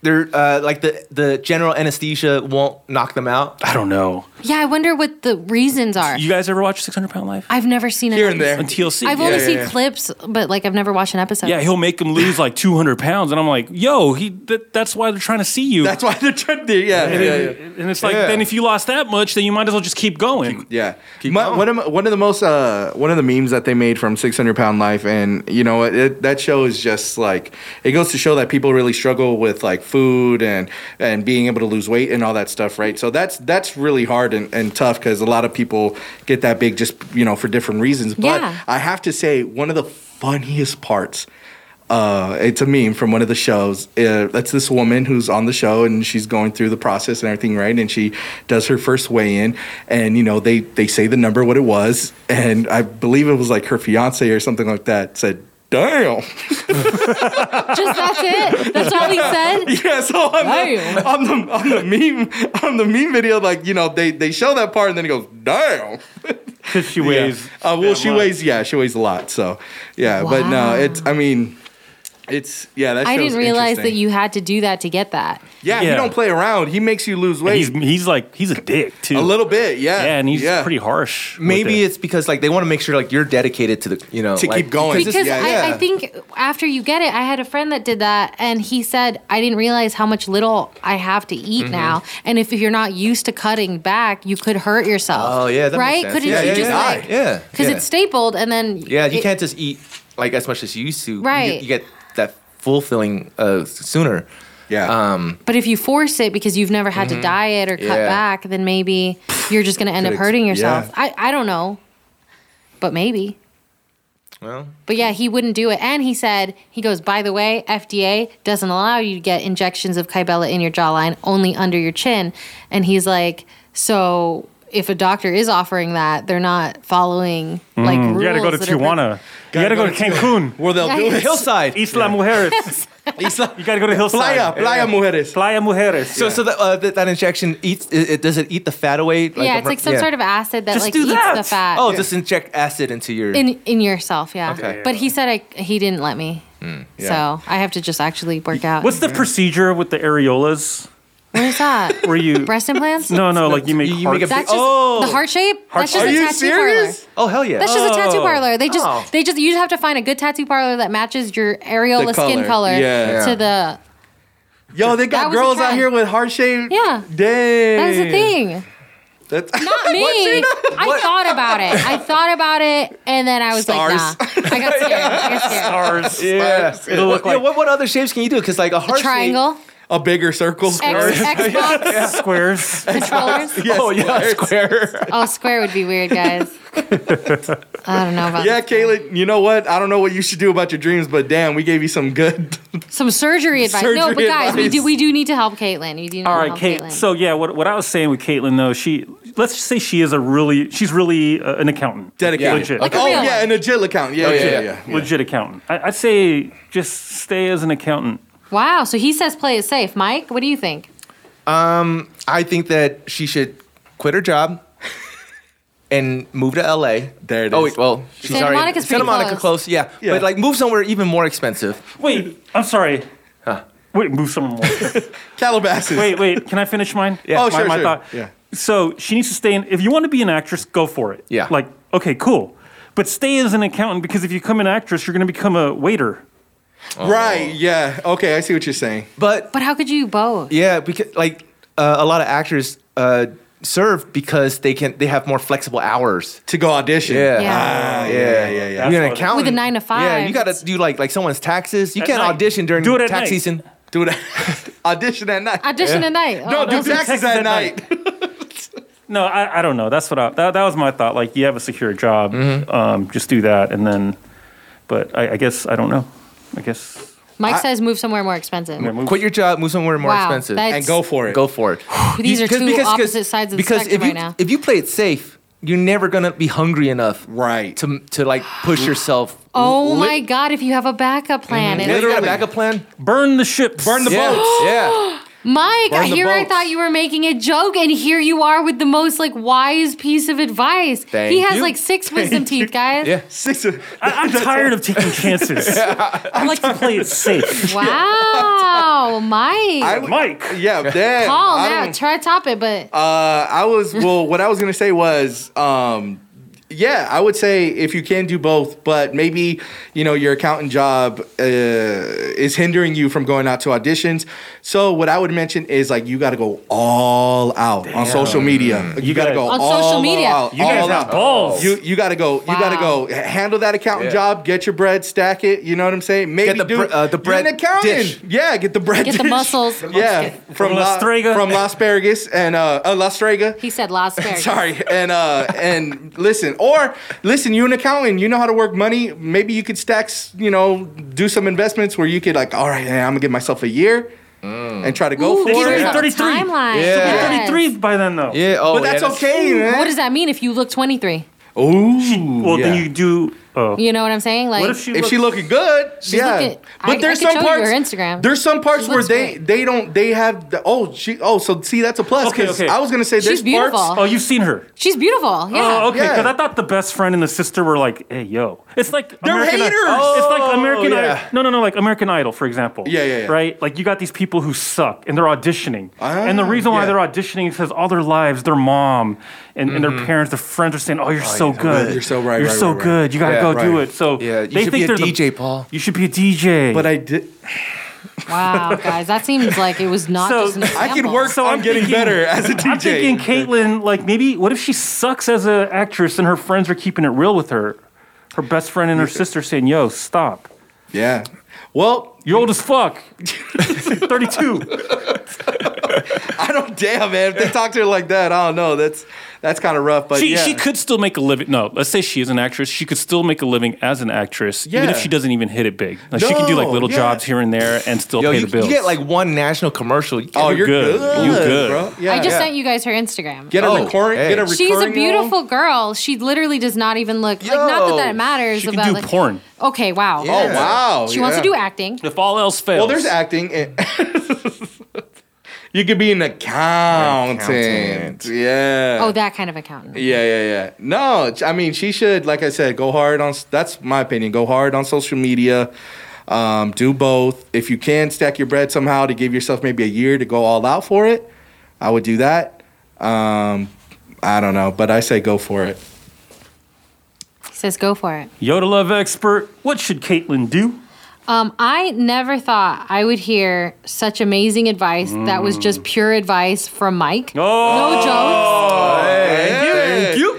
M: they're uh like the the general anesthesia won't knock them out?
A: I don't know.
D: Yeah, I wonder what the reasons are.
A: You guys ever watch 600 Pound Life?
D: I've never seen it
A: Here and there. On TLC.
D: I've
A: Yeah,
D: only
A: yeah,
D: seen
A: yeah.
D: clips, but like I've never watched an episode.
A: Yeah, he'll make him lose like 200 pounds, and I'm like, yo, he that, that's why they're trying to see you. That's
E: why they're trying to, yeah,
A: and,
E: yeah,
A: it-
E: yeah.
A: and it's like,
E: Yeah.
A: then if you lost that much, then you might as well just keep <laughs> going.
E: Yeah. My, one, of, my- one of the most uh, one of the memes that they made from 600 pound life and you know it, it, that show is just like it goes to show that people really struggle with like food and and being able to lose weight and all that stuff right so that's that's really hard and, and tough because a lot of people get that big just you know for different reasons but
R: Yeah.
E: i have to say one of the funniest parts uh, it's a meme from one of the shows. Uh, that's this woman who's on the show and she's going through the process and everything, right? And she does her first weigh in, and you know they they say the number what it was, and I believe it was like her fiance or something like that said, "Damn." <laughs>
D: Just that's it. That's all
M: <laughs>
D: he said.
E: Yeah, so on the, on the on the meme on the meme video, like you know they they show that part and then it goes, "Damn."
C: Because she
E: weighs. Uh, well, she weighs. Yeah, she weighs a lot. So, yeah, but
D: Wow.
E: no, it's. I mean, it's. Yeah, that.
D: I
E: show's
D: didn't realize that
E: interesting.
D: you had to do that to get that.
E: Yeah,
A: Yeah.
E: he don't play around. He makes you lose weight.
A: He's, he's like, he's a dick too.
E: A little bit, yeah.
A: Yeah, and he's pretty harsh. with
M: Maybe
A: it.
M: it's because like they want to make sure like you're dedicated to the you know
E: To
M: like,
E: keep going.
M: it's-
D: Because I,
M: Oh, yeah.
D: I think after you get it, I had a friend that did that, and he said, I didn't realize how much little I have to eat
M: Mhm.
D: now. And if you're not used to cutting back, you could hurt yourself.
M: Oh yeah, that
D: right?
M: Makes sense.
D: Couldn't
M: yeah,
D: you
M: yeah,
D: just
M: yeah.
D: like,
M: yeah,
D: because
M: yeah.
D: it's stapled, and then
M: yeah, you
D: it-
M: can't just eat like as much as you used to. You get-
D: Right.
M: you get that fulfilling uh sooner.
E: Yeah.
M: Um.
D: But if you force it because you've never had
M: Mhm.
D: to diet or cut
M: Yeah.
D: back, then maybe you're just going to end up
M: Could ex-
D: hurting yourself.
M: yeah.
D: I, I don't know, but maybe.
M: Well.
D: But yeah, he wouldn't do it. And he said, he goes, by the way, FDA doesn't allow you to get injections of Kybella in your jawline, only under your chin. And he's like, so if a doctor is offering that, they're not following like
C: Mm,
D: rules.
C: you gotta go to
D: that are-
C: Tijuana. You gotta go to Cancun.
E: Where
D: they'll do it.
C: <laughs>
M: Hillside.
C: Isla
M: <laughs>
C: Mujeres.
E: Isla.
C: You gotta go to Hillside.
M: Playa, Playa
E: Mujeres.
C: Playa Mujeres.
M: So, so that, uh, that that injection eats it, it does it eat the fat away?
D: yeah, it's like some sort of acid that like eats the fat.
M: Oh, just inject acid into your.
D: in in yourself, yeah.
M: Okay.
D: But he said I, he didn't let me,
M: Mm,
D: so I have to just actually work out.
C: What's the procedure with the areolas?
D: What is that?
A: Were you
D: Breast implants?
A: No, no, like you make
D: You
A: heart-
D: make a That's just the heart shape. That's just a tattoo parlor.
M: Oh hell yeah!
D: That's just a tattoo parlor. They just
M: Oh.
D: they just you have to find a good tattoo parlor that matches your areola
M: The
D: skin
M: color.
D: color
M: Yeah.
D: to the
E: Yo, they
D: That
E: got
D: was a
E: girls out
D: trend.
E: here with heart shape.
D: Yeah.
E: Dang.
D: That's the thing.
E: That's <laughs>
D: Not me. I thought about it. I thought about it, and then I was
M: Stars.
D: like, nah. I got scared. I got scared.
C: <laughs>
A: Stars.
M: Yeah.
A: It'll look
M: Yeah,
A: like-
M: what, what other shapes can you do? Because like a heart shape-
D: triangle.
E: A bigger circle.
D: X, Xbox
C: <laughs>
A: squares.
D: controllers. <laughs>
M: oh <laughs> yeah, square.
D: Oh, square would be weird, guys. I don't know about
E: <laughs> Yeah, Caitlin, you know what? I don't know what you should do about your dreams, but damn, we gave you some good. <laughs>
D: Some surgery advice. no, but
E: Surgery
D: guys, we
E: advice.
D: do we do need to help Caitlin. You do need
A: All
D: to
A: right,
D: help
A: Kate.
D: Caitlin.
A: So yeah, what, what I was saying with Caitlin though, she let's just say she is a really she's really uh, an accountant,
E: Dedicated.
A: legit.
E: Like a Oh, real yeah, one. an agile accountant. Yeah, yeah,
A: legit,
E: yeah, yeah.
A: legit accountant. I, I'd say just stay as an accountant.
D: Wow. So he says play it safe. Mike, what do you think?
M: Um, I think that she should quit
E: <laughs>
M: her job and move to LA. There it is. Oh wait, well, she's
D: Santa
M: already
D: Monica's
M: Santa
D: pretty
M: Monica
D: close.
M: close. yeah. But like move somewhere even more expensive.
A: Wait, I'm sorry. Wait, move someone more.
E: Calabasas.
A: Wait, wait. Can I finish mine?
M: Yeah.
A: My-
M: Oh, sure,
A: my
M: sure.
A: thought.
M: Yeah.
A: So she needs to stay in. If you want to be an actress, go for it.
M: Yeah.
A: Like, okay, cool. But stay as an accountant because if you become an actress, you're going to become a waiter.
E: Right, yeah. Okay, I see what you're saying.
M: But
D: But how could you both?
M: yeah, because like uh, a lot of actors uh, serve because they can they have more flexible hours
E: to go audition.
D: Yeah.
M: Yeah,
E: Ah, yeah, yeah, yeah.
M: You're an
E: With a
M: accountant
D: With a nine to five.
M: Yeah, you got to do like like someone's taxes. You
E: At
M: can't
E: night.
M: audition during
E: Do it at
M: tax
E: night.
M: season.
E: Do <laughs> it. audition at night.
D: Audition Oh, at night.
E: Uh, No, do
D: that's-
E: taxes at night.
A: No, I, I don't know. That's what I, that, that was my thought. Like, you have a secure job,
M: Mm-hmm.
A: um, just do that, and then. But I, I guess I don't know. I guess
D: Mike
M: I-
D: says move somewhere more expensive.
M: Quit your job, move somewhere more
D: Wow,
M: expensive,
D: that's- And go
E: for it.
M: Go for it.
D: These are
M: Because-
D: two
M: because-
D: opposite sides of the
M: because
D: spectrum
M: if you,
D: right now.
M: If you play it safe, you're never gonna be hungry enough, right? To <gasps> to like push yourself.
D: Oh my God! If you have a backup plan, and-
M: Literally, backup plan.
A: Burn the ships.
M: Burn
E: the
M: yeah.
E: boats.
M: yeah.
D: Mike,
M: Burn
D: I
M: the
D: here I
M: boats.
D: thought you were making a joke, and here you are with the most like wise piece of advice.
A: Thank
D: he has
A: you.
D: like six wisdom teeth, guys.
E: Six of,
A: I, I'm tired of taking chances.
E: <laughs>
A: I like to play it safe.
D: Wow, Mike.
A: Mike.
M: <laughs>
E: Yeah, damn.
D: Paul,
E: I
D: now
E: don't-
D: try to top it, but
E: Uh, I was well. What I was gonna say was, um, yeah, I would say if you can do both, but maybe you know your accountant job uh, is hindering you from going out to auditions. So what I would mention is like you got to go all out on social media. You, got to go
D: On
E: all
D: social media.
E: out,
A: You guys
E: all
A: have
E: out.
A: balls.
E: You you got to go. You got to
D: Wow.
E: go handle that accountant
M: Yeah.
E: job. Get your bread, stack it. You know what I'm saying? Maybe
M: the
E: do
M: bre- uh, the
E: you're an
M: bread
E: accountant.
M: dish.
E: Yeah, get the bread.
D: Get the
E: dish. <laughs>
D: muscles.
E: Yeah,
A: From La Strega.
E: from Las Vegas and uh, uh Las Strega.
D: he said last pair.
E: <laughs> Sorry, and uh, and listen, or listen, you an accountant, you know how to work money. Maybe you could stack, s- you know, do some investments where you could like, all right, man, I'm gonna give myself a year and try to go
D: Mm. Ooh,
E: for
D: give
E: it.
D: yourself a timeline.
E: Yeah.
D: Yes.
A: 33 by then though.
M: Yeah. Oh,
E: but that's okay, man.
D: What does that mean if you look 23?
E: Ooh.
A: Well, then
E: yeah.
A: you do. Oh.
D: You know what I'm saying? Like,
E: if she looking good,
D: She's
E: yeah.
D: looking- I-
E: but
D: I
E: there's
D: could
E: some
D: show you
E: parts.
D: her Instagram.
E: There's some parts
D: She
E: where
D: looks
E: they they don't they have the oh she oh so see that's a plus.
A: Okay,
E: 'cause
A: okay.
E: I was gonna say
D: She's
E: there's
D: beautiful.
E: parts.
A: Oh, you've seen her.
D: she's beautiful. Yeah.
A: Oh, okay. Because
E: Yeah.
A: I thought the best friend and the sister were like, "Hey, yo." It's like
E: They're
A: American
E: haters.
A: Idol. It's like American
E: Oh, yeah.
A: Idol. No, no, no. Like American Idol, for example.
E: Yeah, yeah, yeah.
A: Right. Like you got these people who suck and they're auditioning,
E: Ah,
A: and the reason why
E: yeah.
A: they're auditioning is because all their lives, their mom and, and their parents, their friends are saying, "Oh, you're so
E: Mm-hmm. yeah.
A: good.
E: You're so right,
A: You're
E: right,
A: so
E: right, right.
A: good. You gotta
E: Yeah,
A: go do
E: right.
A: it." So
M: Yeah, you
A: they think
M: should be a
A: they're
M: DJ,
A: the,
M: Paul.
A: You should be a DJ.
E: But I did.
D: Wow, guys, that seems like it was not just an
E: I
D: example.
E: can work on getting better as a DJ.
A: I'm thinking Caitlyn, like maybe what if she sucks as an actress and her friends are keeping it real with her? Her best friend and her sister saying, "Yo, stop.
E: <laughs> Yeah. Well,
A: You're old as fuck. 32.
E: I don't damn man. If they talk to her like that, I don't know. That's that's kind of rough. But
A: she
E: yeah.
A: she could still make a living. No, let's say she is an actress. She could still make a living as an actress, even if
E: Yeah.
A: she doesn't even hit it big. Like she could do like
E: No,
A: little
E: yeah.
A: jobs here and there and still
M: Yo,
A: pay
M: you,
A: the bills.
M: you get like one national commercial. You
E: oh,
M: can't-
E: you're good.
A: You good.
E: bro. Yeah.
D: I just
E: yeah.
D: sent you guys her Instagram.
E: get a
M: Oh,
E: recurring. Get a
M: hey.
E: recurring.
D: She's a
E: role.
D: beautiful girl. She literally does not even look like not that
M: Yo,
D: that matters
A: she could
D: about
A: do
D: like
A: porn.
D: Okay, wow.
E: Oh wow.
D: She wants to do
E: yeah.
D: acting.
A: If all else fails,
E: Well, there's acting. and- <laughs> you could be an accountant. Yeah.
D: Oh, that kind of accountant.
E: Yeah, yeah, yeah. No, I mean she should, like I said, go hard on. That's my opinion. Go hard on social media. Um, do both. If you can stack your bread somehow to give yourself maybe a year to go all out for it, I would do that. Um, I don't know, but I say go for it.
D: He says, go for it.
A: Yoda love expert, what should Caitlyn do?
D: Um, I never thought I would hear such amazing advice that was just pure advice from Mike.
A: Oh.
D: No jokes.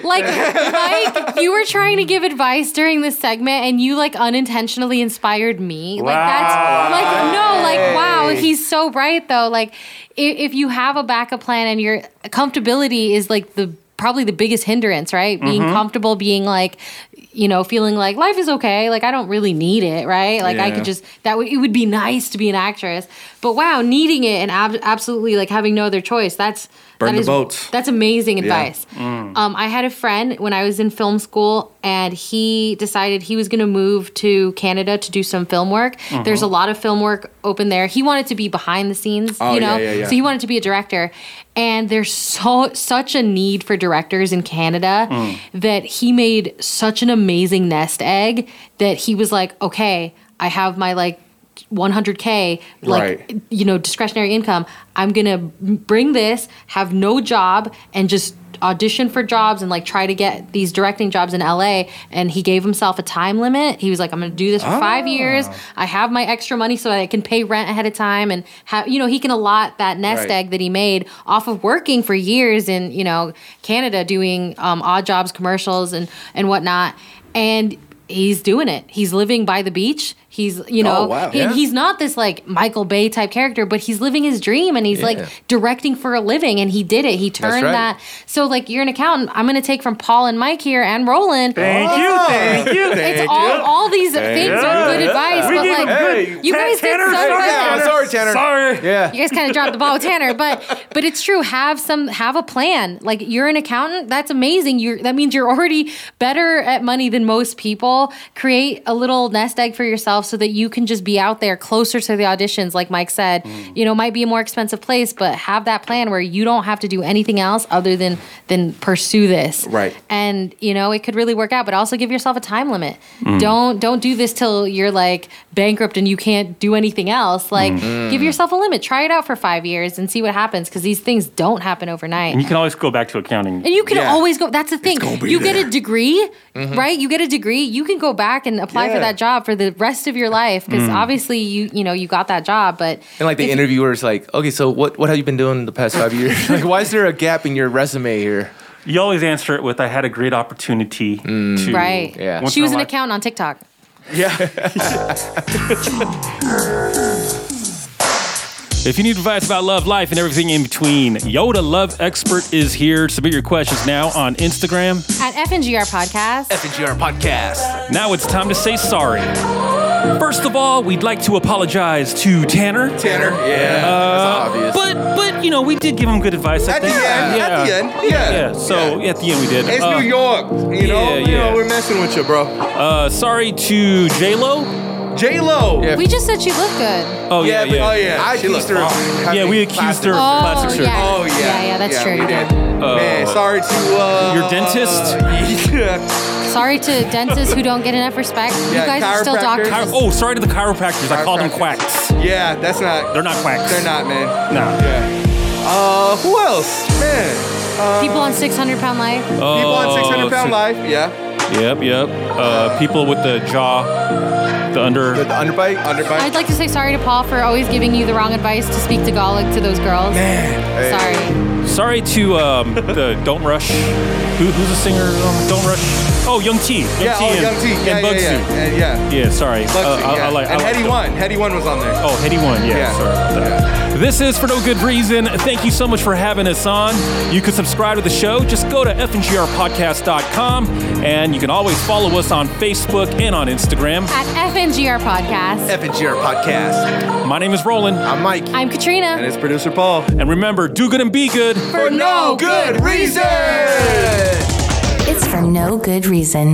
D: Like, Mike, you were trying to give advice during this segment and you like unintentionally inspired me. Like, that's like, no, like, wow, he's so bright though. Like, if, if you have a backup plan and your comfortability is like the probably the biggest hindrance, right? Being
E: Mm-hmm.
Q: Mhm.
D: comfortable, being like, you know, feeling like life is okay. Like, I don't really need it, right? Like, I
Q: Yeah.
D: could just that would it would be nice to be an actress but wow needing it and ab- absolutely like having no other choice that's
E: Burn
D: that
E: the
D: is-
E: boats.
D: that's amazing advice
E: Mm.
D: um, i had a friend when i was in film school and he decided he was going to move to canada to do some film work
Q: Mhm.
D: there's a lot of film work open there he wanted to be behind the scenes
Q: Oh,
D: you know
Q: yeah, yeah, yeah.
D: so he wanted to be a director and there's so such a need for directors in canada
Q: Mm.
D: that he made such an amazing nest egg that he was like, okay, I have my like 100k like
Q: Right.
D: you know discretionary income. I'm gonna bring this, have no job, and just audition for jobs and like try to get these directing jobs in LA. And he gave himself a time limit. He was like, I'm gonna do this for five
Q: Ah.
D: years. I have my extra money so that I can pay rent ahead of time and have you know he can allot that nest
Q: Right.
D: egg that he made off of working for years in you know Canada doing um, odd jobs, commercials, and and whatnot. And he's doing it. He's living by the beach. He's you know
Q: Oh, wow.
D: he-
Q: Yeah.
D: he's not this like Michael Bay type character, but he's living his dream and he's
Q: Yeah.
D: like directing for a living. And he did it. He turned
Q: right.
D: that. So like you're an accountant. I'm gonna take from Paul and Mike here and Roland.
Q: Thank
D: It's-
Q: you, thank you,
D: It's
Q: thank
D: all
Q: you.
D: all these
Q: Thank
D: things
Q: you.
D: are good
Q: Yeah.
D: advice.
Q: We
D: but
Q: gave a
D: like
Q: good-
D: you guys
Q: Tanner,
D: did so
Q: sorry,
D: good.
Q: Tanner. Sorry, Tanner. Sorry. Yeah.
D: You guys kind of dropped the ball with Tanner, but but it's true. Have some have a plan. Like you're an accountant. That's amazing. You are that means you're already better at money than most people. Create a little nest egg for yourself so that you can just be out there closer to the auditions. Like Mike said, you know, might be a more expensive place, but have that plan where you don't have to do anything else other than than pursue this
E: Right.
D: and you know it could really work out but also give yourself a time limit
Q: Mm.
D: don't don't do this till you're like bankrupt and you can't do anything else like
A: Mm.
D: give yourself a limit try it out for five years and see what happens because these things don't happen overnight
A: And you can always go back to accounting.
D: and you can always go. That's the thing.
A: be
D: You get
A: there.
D: a degree,
A: Mhm.
D: right? You get a degree. You can go back and apply for
M: Yeah.
D: that job for the rest of your life because
M: Mm.
D: obviously you you know you got that job. But
M: And like the interviewer's like, okay, so what, what have you been doing the past five years? <laughs> like, why is there a gap in your resume here?
A: You always answer it with, I had a great opportunity to.
D: right,
A: Once
D: she
A: in
D: was
A: a
D: an
A: life-
D: accountant on TikTok.
A: If you need advice about love, life, and everything in between, Yoda Love Expert is here. Submit your questions now on Instagram.
D: At FNGR Podcast,
A: FNGR Podcast. Now it's time to say sorry. First of all, we'd like to apologize to Tanner. Tanner,
M: yeah,
A: that's obvious. But but you know we did give him good advice. I
E: At the
A: think.
E: end,
A: yeah.
E: at the end, yeah.
A: So at the end we did.
E: It's
A: Uh,
E: New York, you know.
A: yeah,
E: You know,
A: yeah.
E: we're messing with you, bro.
A: Uh, sorry to J Lo.
E: J Lo.
D: we just said she looked good.
A: Oh yeah,
E: Yeah, but- oh, yeah. I
A: She looked
E: accused her of
A: fine.
E: having
A: Yeah, we accused her of
D: Oh,
A: plastic surgery.
D: yeah. Oh, yeah. Yeah, yeah, that's true,
E: we
D: yeah.
E: did. Man, sorry to uh,
A: your dentist.
E: yeah.
D: Sorry to dentists who don't get enough respect. you guys are still doctors.
A: Chiro- oh, sorry to the chiropractors. I called them quacks.
E: <laughs> Yeah, that's not.
A: They're not quacks.
E: They're not, man.
A: No.
E: Yeah. Uh, who else, man? Uh,
D: People on 600 pound life.
A: Uh,
E: people on 600 pound
A: so-
E: life. Yeah.
A: Yep, yep. Uh, people with the jaw, the under, the,
M: underbite, underbite.
D: I'd like to say sorry to Paul for always giving you the wrong advice to speak to Golic to those girls.
A: Hey.
D: Sorry.
A: Sorry to
E: <laughs>
A: um, the Don't Rush. Who, who's the singer? Um, Don't Rush. Oh, Young T. Young
E: Yeah,
A: T
E: oh,
A: and,
E: Young T. Yeah,
A: and
E: yeah,
A: Bug
E: yeah.
A: Suit.
E: And- yeah.
A: Yeah, sorry.
E: Bug
A: Uh,
E: Suit,
A: I-
E: yeah.
A: I like- I
E: and
A: like
E: Heady
A: them.
E: One. Heady One was on there.
A: Oh, Heady One. Yeah,
E: Yeah.
A: sorry about that. This is For No Good Reason. Thank you so much for having us on. You can subscribe to the show. Just go to fngrpodcast.com and you can always follow us on Facebook and on Instagram.
D: At FNGR Podcast.
M: FNGR Podcast.
A: My name is Roland.
M: I'm Mike.
D: I'm Katrina.
A: it's producer Paul. And remember, do good and be good.
D: For
E: no good reason.
B: It's for no good reason.